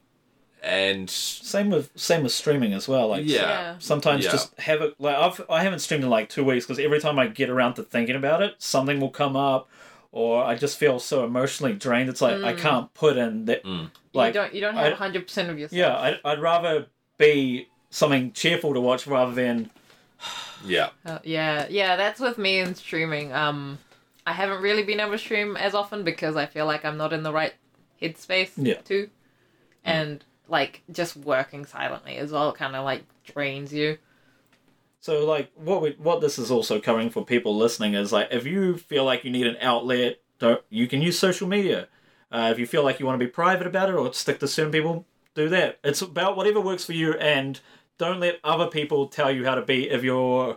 [SPEAKER 5] and
[SPEAKER 3] Same with same with streaming as well. Like
[SPEAKER 5] yeah.
[SPEAKER 4] Yeah.
[SPEAKER 3] sometimes
[SPEAKER 5] Yeah.
[SPEAKER 3] just have it like I've, i haven't streamed in like two weeks because every time i get around to thinking about it something will come up or i just feel so emotionally drained it's like i can't put in that like
[SPEAKER 4] you don't you don't
[SPEAKER 3] I-
[SPEAKER 4] have hundred percent of yourself.
[SPEAKER 3] yeah I'd, I'd rather be something cheerful to watch rather than
[SPEAKER 5] yeah,
[SPEAKER 4] Uh, yeah, yeah, that's with me in streaming. Um, I haven't really been able to stream as often because I feel like I'm not in the right headspace
[SPEAKER 3] Yeah. Mm-hmm.
[SPEAKER 4] to, and like just working silently as well kind of like drains you.
[SPEAKER 3] so like what we what this is also covering for people listening is like if you feel like you need an outlet don't you can use social media uh, if you feel like you want to be private about it or stick to certain people do that it's about whatever works for you and don't let other people tell you how to be if you're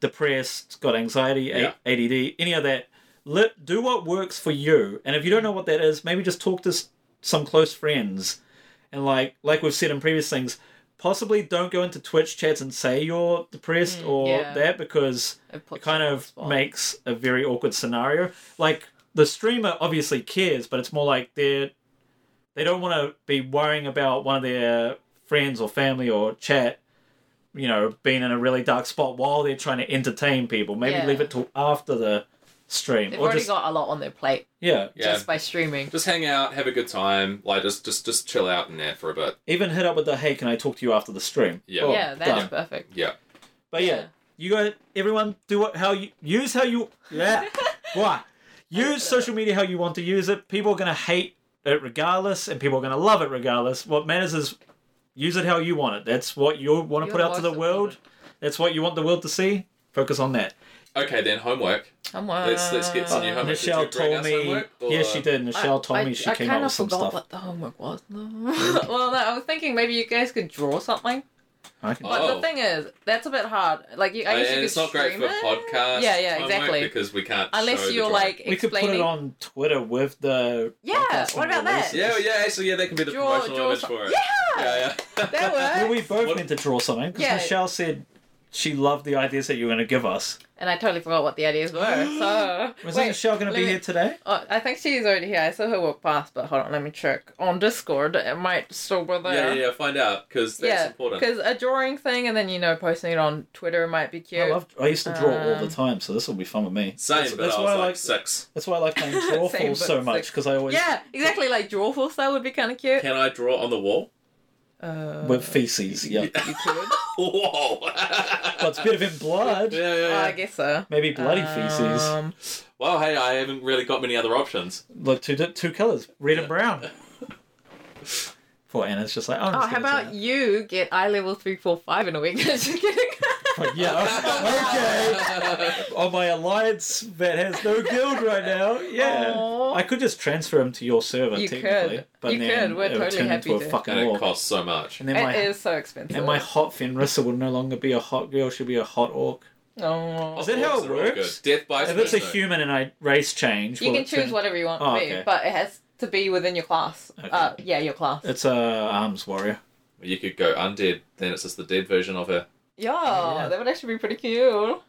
[SPEAKER 3] depressed got anxiety
[SPEAKER 5] Yeah.
[SPEAKER 3] A- add any of that let do what works for you and if you don't know what that is maybe just talk to s- some close friends and like like we've said in previous things possibly don't go into twitch chats and say you're depressed or
[SPEAKER 4] yeah.
[SPEAKER 3] that because
[SPEAKER 4] It, puts
[SPEAKER 3] it kind
[SPEAKER 4] you on the
[SPEAKER 3] of
[SPEAKER 4] spot.
[SPEAKER 3] makes a very awkward scenario. Like the streamer obviously cares, but it's more like they're they don't want to be worrying about one of their friends or family or chat, you know, being in a really dark spot while they're trying to entertain people. Maybe
[SPEAKER 4] Yeah.
[SPEAKER 3] leave it till after the stream
[SPEAKER 4] They've
[SPEAKER 3] or
[SPEAKER 4] already
[SPEAKER 3] just
[SPEAKER 4] got a lot on their plate
[SPEAKER 3] yeah,
[SPEAKER 5] yeah.
[SPEAKER 4] just by streaming.
[SPEAKER 5] just hang out, have a good time, like just just just chill out in there for a bit.
[SPEAKER 3] even hit up with the hey, can I talk to you after the stream?
[SPEAKER 5] Yeah.
[SPEAKER 3] Oh,
[SPEAKER 4] yeah, that's
[SPEAKER 3] done.
[SPEAKER 4] perfect.
[SPEAKER 5] Yeah,
[SPEAKER 3] But yeah,
[SPEAKER 4] Yeah.
[SPEAKER 3] you got everyone do what how you use how you
[SPEAKER 4] (laughs)
[SPEAKER 3] yeah what use social media how you want to use it. People are gonna hate it regardless, and people are gonna love it regardless. What matters is use it how you want it. That's what you want to
[SPEAKER 4] Your
[SPEAKER 3] put out to the
[SPEAKER 4] voice
[SPEAKER 3] world. That's what you want the world to see. Focus on that.
[SPEAKER 5] okay then homework.
[SPEAKER 4] Come on.
[SPEAKER 5] Let's- let's get some new homework. Did you
[SPEAKER 3] Michelle
[SPEAKER 5] bring
[SPEAKER 3] told
[SPEAKER 5] us
[SPEAKER 3] me.
[SPEAKER 5] homework, or-
[SPEAKER 3] Yes, she did. Michelle told
[SPEAKER 4] I,
[SPEAKER 3] me she
[SPEAKER 4] I
[SPEAKER 3] came
[SPEAKER 4] kinda
[SPEAKER 3] up with some
[SPEAKER 4] forgot
[SPEAKER 3] stuff.
[SPEAKER 4] what the homework was. (laughs) well, no, I was thinking maybe you guys could draw something.
[SPEAKER 3] I can-
[SPEAKER 4] But
[SPEAKER 5] Oh.
[SPEAKER 4] the thing is, that's a bit hard. Like, you, I guess you
[SPEAKER 5] and
[SPEAKER 4] could
[SPEAKER 5] it's not great
[SPEAKER 4] stream
[SPEAKER 5] for
[SPEAKER 4] it.
[SPEAKER 5] podcast.
[SPEAKER 4] Yeah, yeah,
[SPEAKER 5] homework
[SPEAKER 4] exactly.
[SPEAKER 5] Because we can't. show
[SPEAKER 4] Unless
[SPEAKER 5] the
[SPEAKER 4] you're
[SPEAKER 5] drawing.
[SPEAKER 4] like
[SPEAKER 3] we could put it
[SPEAKER 4] explaining.
[SPEAKER 3] on Twitter with the.
[SPEAKER 4] Yeah,
[SPEAKER 3] podcast
[SPEAKER 4] what
[SPEAKER 3] and
[SPEAKER 4] about
[SPEAKER 3] release
[SPEAKER 4] that?
[SPEAKER 3] it.
[SPEAKER 5] Yeah, well, yeah. Actually, yeah, that can be the
[SPEAKER 4] Draw-
[SPEAKER 5] promotional
[SPEAKER 4] draw
[SPEAKER 5] image
[SPEAKER 4] some-
[SPEAKER 5] for it.
[SPEAKER 4] Yeah!
[SPEAKER 5] yeah, yeah.
[SPEAKER 4] (laughs) That
[SPEAKER 3] Well,
[SPEAKER 4] works.
[SPEAKER 3] we both
[SPEAKER 5] What-
[SPEAKER 3] meant to draw something because
[SPEAKER 4] Yeah.
[SPEAKER 3] Michelle said she loved the ideas that you were going to give us.
[SPEAKER 4] And I totally forgot what the ideas
[SPEAKER 5] (laughs)
[SPEAKER 4] were. So
[SPEAKER 3] Wasn't
[SPEAKER 4] Wait,
[SPEAKER 3] Michelle going to
[SPEAKER 4] let
[SPEAKER 3] be
[SPEAKER 4] me-
[SPEAKER 3] here today?
[SPEAKER 4] Oh, I think she's already here. I saw her walk past, but hold on, let me check on Discord. It might still
[SPEAKER 5] (laughs)
[SPEAKER 4] be
[SPEAKER 5] yeah, yeah,
[SPEAKER 4] there.
[SPEAKER 5] yeah, Find out because that's important.
[SPEAKER 4] because a drawing thing and then you know posting it on Twitter might be cute.
[SPEAKER 3] I love. I used to draw all
[SPEAKER 4] Um,
[SPEAKER 3] the time, so this will be fun with me.
[SPEAKER 5] Same,
[SPEAKER 3] that's,
[SPEAKER 5] but
[SPEAKER 3] that's
[SPEAKER 5] I
[SPEAKER 3] why
[SPEAKER 5] was
[SPEAKER 3] I
[SPEAKER 5] like,
[SPEAKER 3] like.
[SPEAKER 5] six.
[SPEAKER 3] That's why I like
[SPEAKER 4] (laughs)
[SPEAKER 3] playing
[SPEAKER 4] Same,
[SPEAKER 3] drawful
[SPEAKER 4] but
[SPEAKER 3] so much
[SPEAKER 4] six.
[SPEAKER 3] because I always
[SPEAKER 4] yeah, exactly. Like drawful style would be kind of cute.
[SPEAKER 5] Can I draw on the
[SPEAKER 4] (laughs)
[SPEAKER 5] wall? (laughs)
[SPEAKER 4] Uh,
[SPEAKER 3] with feces. Yeah,
[SPEAKER 4] you
[SPEAKER 3] (laughs)
[SPEAKER 4] could.
[SPEAKER 5] Whoa! (laughs)
[SPEAKER 3] but it's a bit of in blood.
[SPEAKER 5] yeah, yeah,
[SPEAKER 4] Oh,
[SPEAKER 5] yeah.
[SPEAKER 4] I guess so.
[SPEAKER 3] Maybe bloody feces.
[SPEAKER 4] Um,
[SPEAKER 5] Well, hey, I haven't really got many other
[SPEAKER 4] (laughs)
[SPEAKER 5] options.
[SPEAKER 3] Look, two two colors, red and
[SPEAKER 5] (laughs)
[SPEAKER 3] brown. Poor Anna's just like, oh, I'm
[SPEAKER 4] oh,
[SPEAKER 3] just
[SPEAKER 4] how
[SPEAKER 3] gonna do
[SPEAKER 4] about you get eye level three, four, five in a week? (laughs) Just kidding.
[SPEAKER 3] that. Like,
[SPEAKER 4] (laughs)
[SPEAKER 5] (laughs)
[SPEAKER 3] yeah, okay. On my alliance that has no guild right now. Yeah,
[SPEAKER 4] Aw.
[SPEAKER 3] I could just transfer him to your server
[SPEAKER 4] You
[SPEAKER 3] technically,
[SPEAKER 4] could.
[SPEAKER 3] but
[SPEAKER 4] You
[SPEAKER 3] then
[SPEAKER 4] could. We're
[SPEAKER 3] it would
[SPEAKER 4] totally
[SPEAKER 3] turn
[SPEAKER 4] happy
[SPEAKER 3] into a
[SPEAKER 4] to.
[SPEAKER 3] fucking
[SPEAKER 5] And it
[SPEAKER 3] orc.
[SPEAKER 5] costs so much.
[SPEAKER 3] And then my
[SPEAKER 4] it is so expensive.
[SPEAKER 3] and my hot Fenrissa will no longer be a hot girl; she'll be a hot orc.
[SPEAKER 4] Oh.
[SPEAKER 5] Is
[SPEAKER 3] that how it works?
[SPEAKER 5] Death by
[SPEAKER 3] If it's a
[SPEAKER 5] suicide.
[SPEAKER 3] human and I race change,
[SPEAKER 4] You
[SPEAKER 3] will
[SPEAKER 4] can
[SPEAKER 3] it turn-
[SPEAKER 4] choose whatever you want
[SPEAKER 3] Oh,
[SPEAKER 4] to be,
[SPEAKER 3] okay.
[SPEAKER 4] but it has to be within your class. Uh, yeah, your class.
[SPEAKER 3] It's a arms warrior.
[SPEAKER 5] You could go undead. Then it's just the dead version of her.
[SPEAKER 4] yeah,
[SPEAKER 3] yeah.
[SPEAKER 4] that would actually be pretty cute.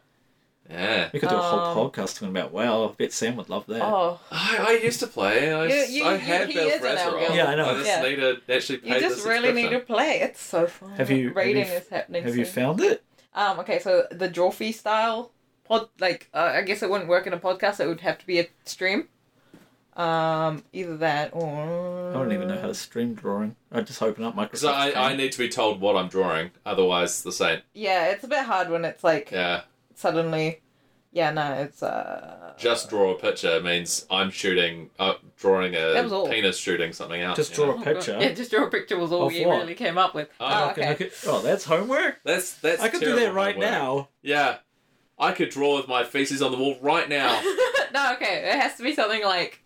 [SPEAKER 5] Yeah.
[SPEAKER 3] We could do a whole
[SPEAKER 4] Um,
[SPEAKER 3] podcast talking about. Wow, I bet Sam would love that.
[SPEAKER 4] Oh,
[SPEAKER 5] I, I used to play. I,
[SPEAKER 4] You-
[SPEAKER 5] s-
[SPEAKER 4] you-
[SPEAKER 5] I
[SPEAKER 4] you-
[SPEAKER 5] had
[SPEAKER 4] he
[SPEAKER 5] Battle
[SPEAKER 4] is
[SPEAKER 5] for
[SPEAKER 4] an
[SPEAKER 5] Azeroth.
[SPEAKER 4] outlaw.
[SPEAKER 3] Yeah, I know.
[SPEAKER 5] I just
[SPEAKER 4] Yeah.
[SPEAKER 5] need to actually pay
[SPEAKER 4] you just
[SPEAKER 5] the
[SPEAKER 4] really need to
[SPEAKER 5] subscription.
[SPEAKER 4] play. It's so fun.
[SPEAKER 3] Have you- have
[SPEAKER 4] rating
[SPEAKER 3] you-
[SPEAKER 4] is happening?
[SPEAKER 3] Have you
[SPEAKER 4] soon.
[SPEAKER 3] found it?
[SPEAKER 4] Um. Okay. So the drawfee style pod, like, uh, I guess it wouldn't work in a podcast. It would have to be a stream. Um, either that or
[SPEAKER 3] I don't even know
[SPEAKER 4] Mm.
[SPEAKER 3] how to stream drawing. I just open up Microsoft.
[SPEAKER 5] Because I, I
[SPEAKER 3] Paint.
[SPEAKER 5] need to be told what I'm drawing, otherwise the same.
[SPEAKER 4] Yeah, it's a bit hard when it's like
[SPEAKER 5] Yeah,
[SPEAKER 4] suddenly. Yeah, no, it's uh.
[SPEAKER 5] just draw a picture means I'm shooting, uh, drawing
[SPEAKER 4] That was all.
[SPEAKER 5] a penis shooting something out.
[SPEAKER 3] just
[SPEAKER 5] you know?
[SPEAKER 3] draw a picture.
[SPEAKER 4] (laughs) Yeah, just your picture was all
[SPEAKER 3] Of
[SPEAKER 4] we
[SPEAKER 3] what?
[SPEAKER 4] really came up with.
[SPEAKER 5] Oh,
[SPEAKER 4] Oh,
[SPEAKER 3] Okay,
[SPEAKER 4] okay.
[SPEAKER 3] I could- oh, that's homework.
[SPEAKER 5] That's that's.
[SPEAKER 3] I could do
[SPEAKER 5] terrible
[SPEAKER 3] that right
[SPEAKER 5] homework.
[SPEAKER 3] now. (laughs)
[SPEAKER 5] Yeah, I could draw with my faces on the wall right
[SPEAKER 4] (laughs)
[SPEAKER 5] now.
[SPEAKER 4] no, okay. It has to be something like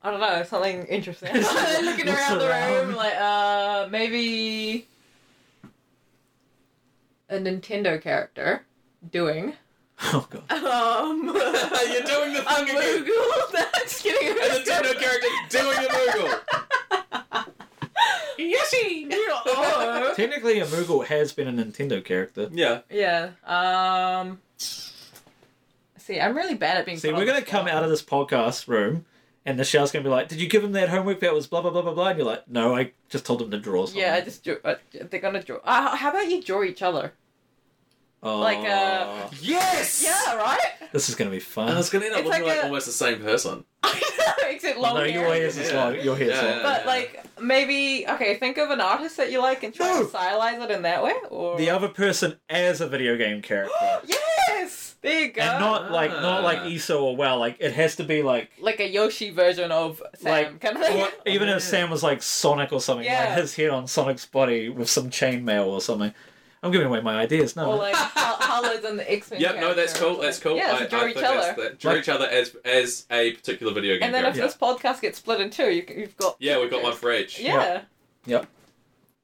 [SPEAKER 4] I don't know, something interesting. (laughs) Looking
[SPEAKER 3] What's
[SPEAKER 4] around the
[SPEAKER 3] around?
[SPEAKER 4] room, like uh, maybe a Nintendo character doing.
[SPEAKER 3] Oh god.
[SPEAKER 4] Um, (laughs) you're
[SPEAKER 5] You're doing the
[SPEAKER 4] a
[SPEAKER 5] thing again.
[SPEAKER 4] Moogle. (laughs) No, Just kidding.
[SPEAKER 5] A Nintendo
[SPEAKER 4] (laughs)
[SPEAKER 5] character doing a Moogle.
[SPEAKER 4] Yoshi. Or-
[SPEAKER 3] Technically, a Moogle has been a Nintendo character.
[SPEAKER 5] Yeah.
[SPEAKER 4] yeah. Um. See, I'm really bad at being.
[SPEAKER 3] See,
[SPEAKER 4] put
[SPEAKER 3] we're
[SPEAKER 4] on
[SPEAKER 3] gonna
[SPEAKER 4] the
[SPEAKER 3] come
[SPEAKER 4] spot.
[SPEAKER 3] out of this podcast room, and the shell's gonna be like, "Did you give him that homework that was blah blah blah blah blah?" And you're like, "No, I just told him to draw something."
[SPEAKER 4] Yeah, I just drew, uh, they're gonna draw. Uh, how about you draw each other?
[SPEAKER 3] oh,
[SPEAKER 4] like, uh,
[SPEAKER 5] Yes.
[SPEAKER 4] Yeah, right.
[SPEAKER 3] This is gonna be fun.
[SPEAKER 5] And it's gonna end up
[SPEAKER 4] It's
[SPEAKER 5] looking
[SPEAKER 4] like
[SPEAKER 5] like,
[SPEAKER 4] a-
[SPEAKER 5] almost the same person.
[SPEAKER 4] (laughs) Except long
[SPEAKER 3] no, your
[SPEAKER 4] hair.
[SPEAKER 3] hair's is
[SPEAKER 5] Yeah.
[SPEAKER 3] long. Your hair's
[SPEAKER 5] Yeah,
[SPEAKER 3] long.
[SPEAKER 5] yeah.
[SPEAKER 4] But like maybe okay, think of an artist that you like and try
[SPEAKER 3] No.
[SPEAKER 4] to stylize it in that way. Or
[SPEAKER 3] The other person as a video game
[SPEAKER 4] (gasps)
[SPEAKER 3] character,
[SPEAKER 4] yes, there you go.
[SPEAKER 3] and not like not like
[SPEAKER 5] Ah.
[SPEAKER 3] Iso or well, like it has to
[SPEAKER 4] (laughs)
[SPEAKER 3] be like.
[SPEAKER 4] like a Yoshi version of Sam,
[SPEAKER 3] Like,
[SPEAKER 4] kind of thing.
[SPEAKER 3] Or even if Sam was like Sonic or something,
[SPEAKER 4] Yeah.
[SPEAKER 3] like his head on Sonic's body with some chainmail or something. I'm giving away my ideas now.
[SPEAKER 4] (laughs) Or like Hollows and the X Men.
[SPEAKER 5] Yep, no, that's cool. That's cool.
[SPEAKER 4] Yeah, so draw each
[SPEAKER 5] that's
[SPEAKER 4] other.
[SPEAKER 5] that. Draw
[SPEAKER 3] Like-
[SPEAKER 5] each other as as a particular video game
[SPEAKER 4] And then if
[SPEAKER 5] character.
[SPEAKER 4] this podcast gets split in two, you, c- you've got
[SPEAKER 5] Yeah, we've got one for each.
[SPEAKER 4] Yeah,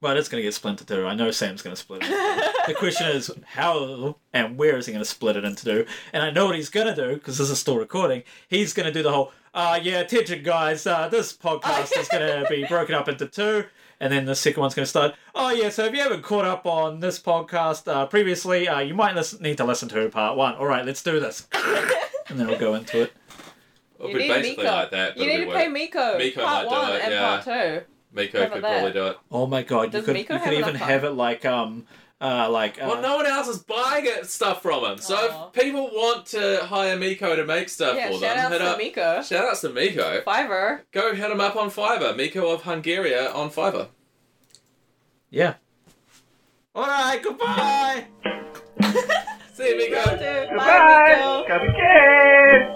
[SPEAKER 3] But it's going to get split into two. I know Sam's going to split it. the question is how and where is he going to split it into two? And I know what he's going to do because this is still recording. He's going to do the whole, uh, yeah, attention, guys. Uh, this podcast is going to be broken up into two. And then the second one's going to start. Oh, yeah, so if you haven't caught up on this podcast uh, previously, uh, you might listen, need to listen to part one. All right, let's do this. and then we'll go into it.
[SPEAKER 5] It'll
[SPEAKER 4] you
[SPEAKER 5] be
[SPEAKER 4] need
[SPEAKER 5] basically
[SPEAKER 4] Miko.
[SPEAKER 5] like that, but
[SPEAKER 4] you need
[SPEAKER 5] it'll
[SPEAKER 4] to
[SPEAKER 5] be
[SPEAKER 4] pay
[SPEAKER 5] worse.
[SPEAKER 4] Miko,
[SPEAKER 5] Miko
[SPEAKER 4] part
[SPEAKER 5] might do
[SPEAKER 4] one
[SPEAKER 5] it,
[SPEAKER 4] and
[SPEAKER 5] yeah.
[SPEAKER 4] part two.
[SPEAKER 5] Miko
[SPEAKER 4] Cover
[SPEAKER 5] could
[SPEAKER 4] that.
[SPEAKER 5] probably do it.
[SPEAKER 3] Oh, my God.
[SPEAKER 4] Does
[SPEAKER 3] you could,
[SPEAKER 4] Miko
[SPEAKER 3] you
[SPEAKER 4] have
[SPEAKER 3] could even
[SPEAKER 4] enough time?
[SPEAKER 3] have it like, um, uh, like. Uh,
[SPEAKER 5] Well, no one else is buying it, stuff from him. So
[SPEAKER 4] Aw.
[SPEAKER 5] if people want to hire Miko to make stuff
[SPEAKER 4] Yeah,
[SPEAKER 5] for
[SPEAKER 4] shout
[SPEAKER 5] them,
[SPEAKER 4] out
[SPEAKER 5] hit
[SPEAKER 4] to
[SPEAKER 5] up.
[SPEAKER 4] Miko.
[SPEAKER 5] Shout outs to Miko.
[SPEAKER 4] Fiverr.
[SPEAKER 5] Go hit him up on Fiverr. Miko of Hungary uh, on Fiverr.
[SPEAKER 3] Yeah. All right, goodbye.
[SPEAKER 5] See you, Miko.
[SPEAKER 4] Two. Bye,
[SPEAKER 2] Goodbye.
[SPEAKER 4] Miko.
[SPEAKER 2] Cupcake.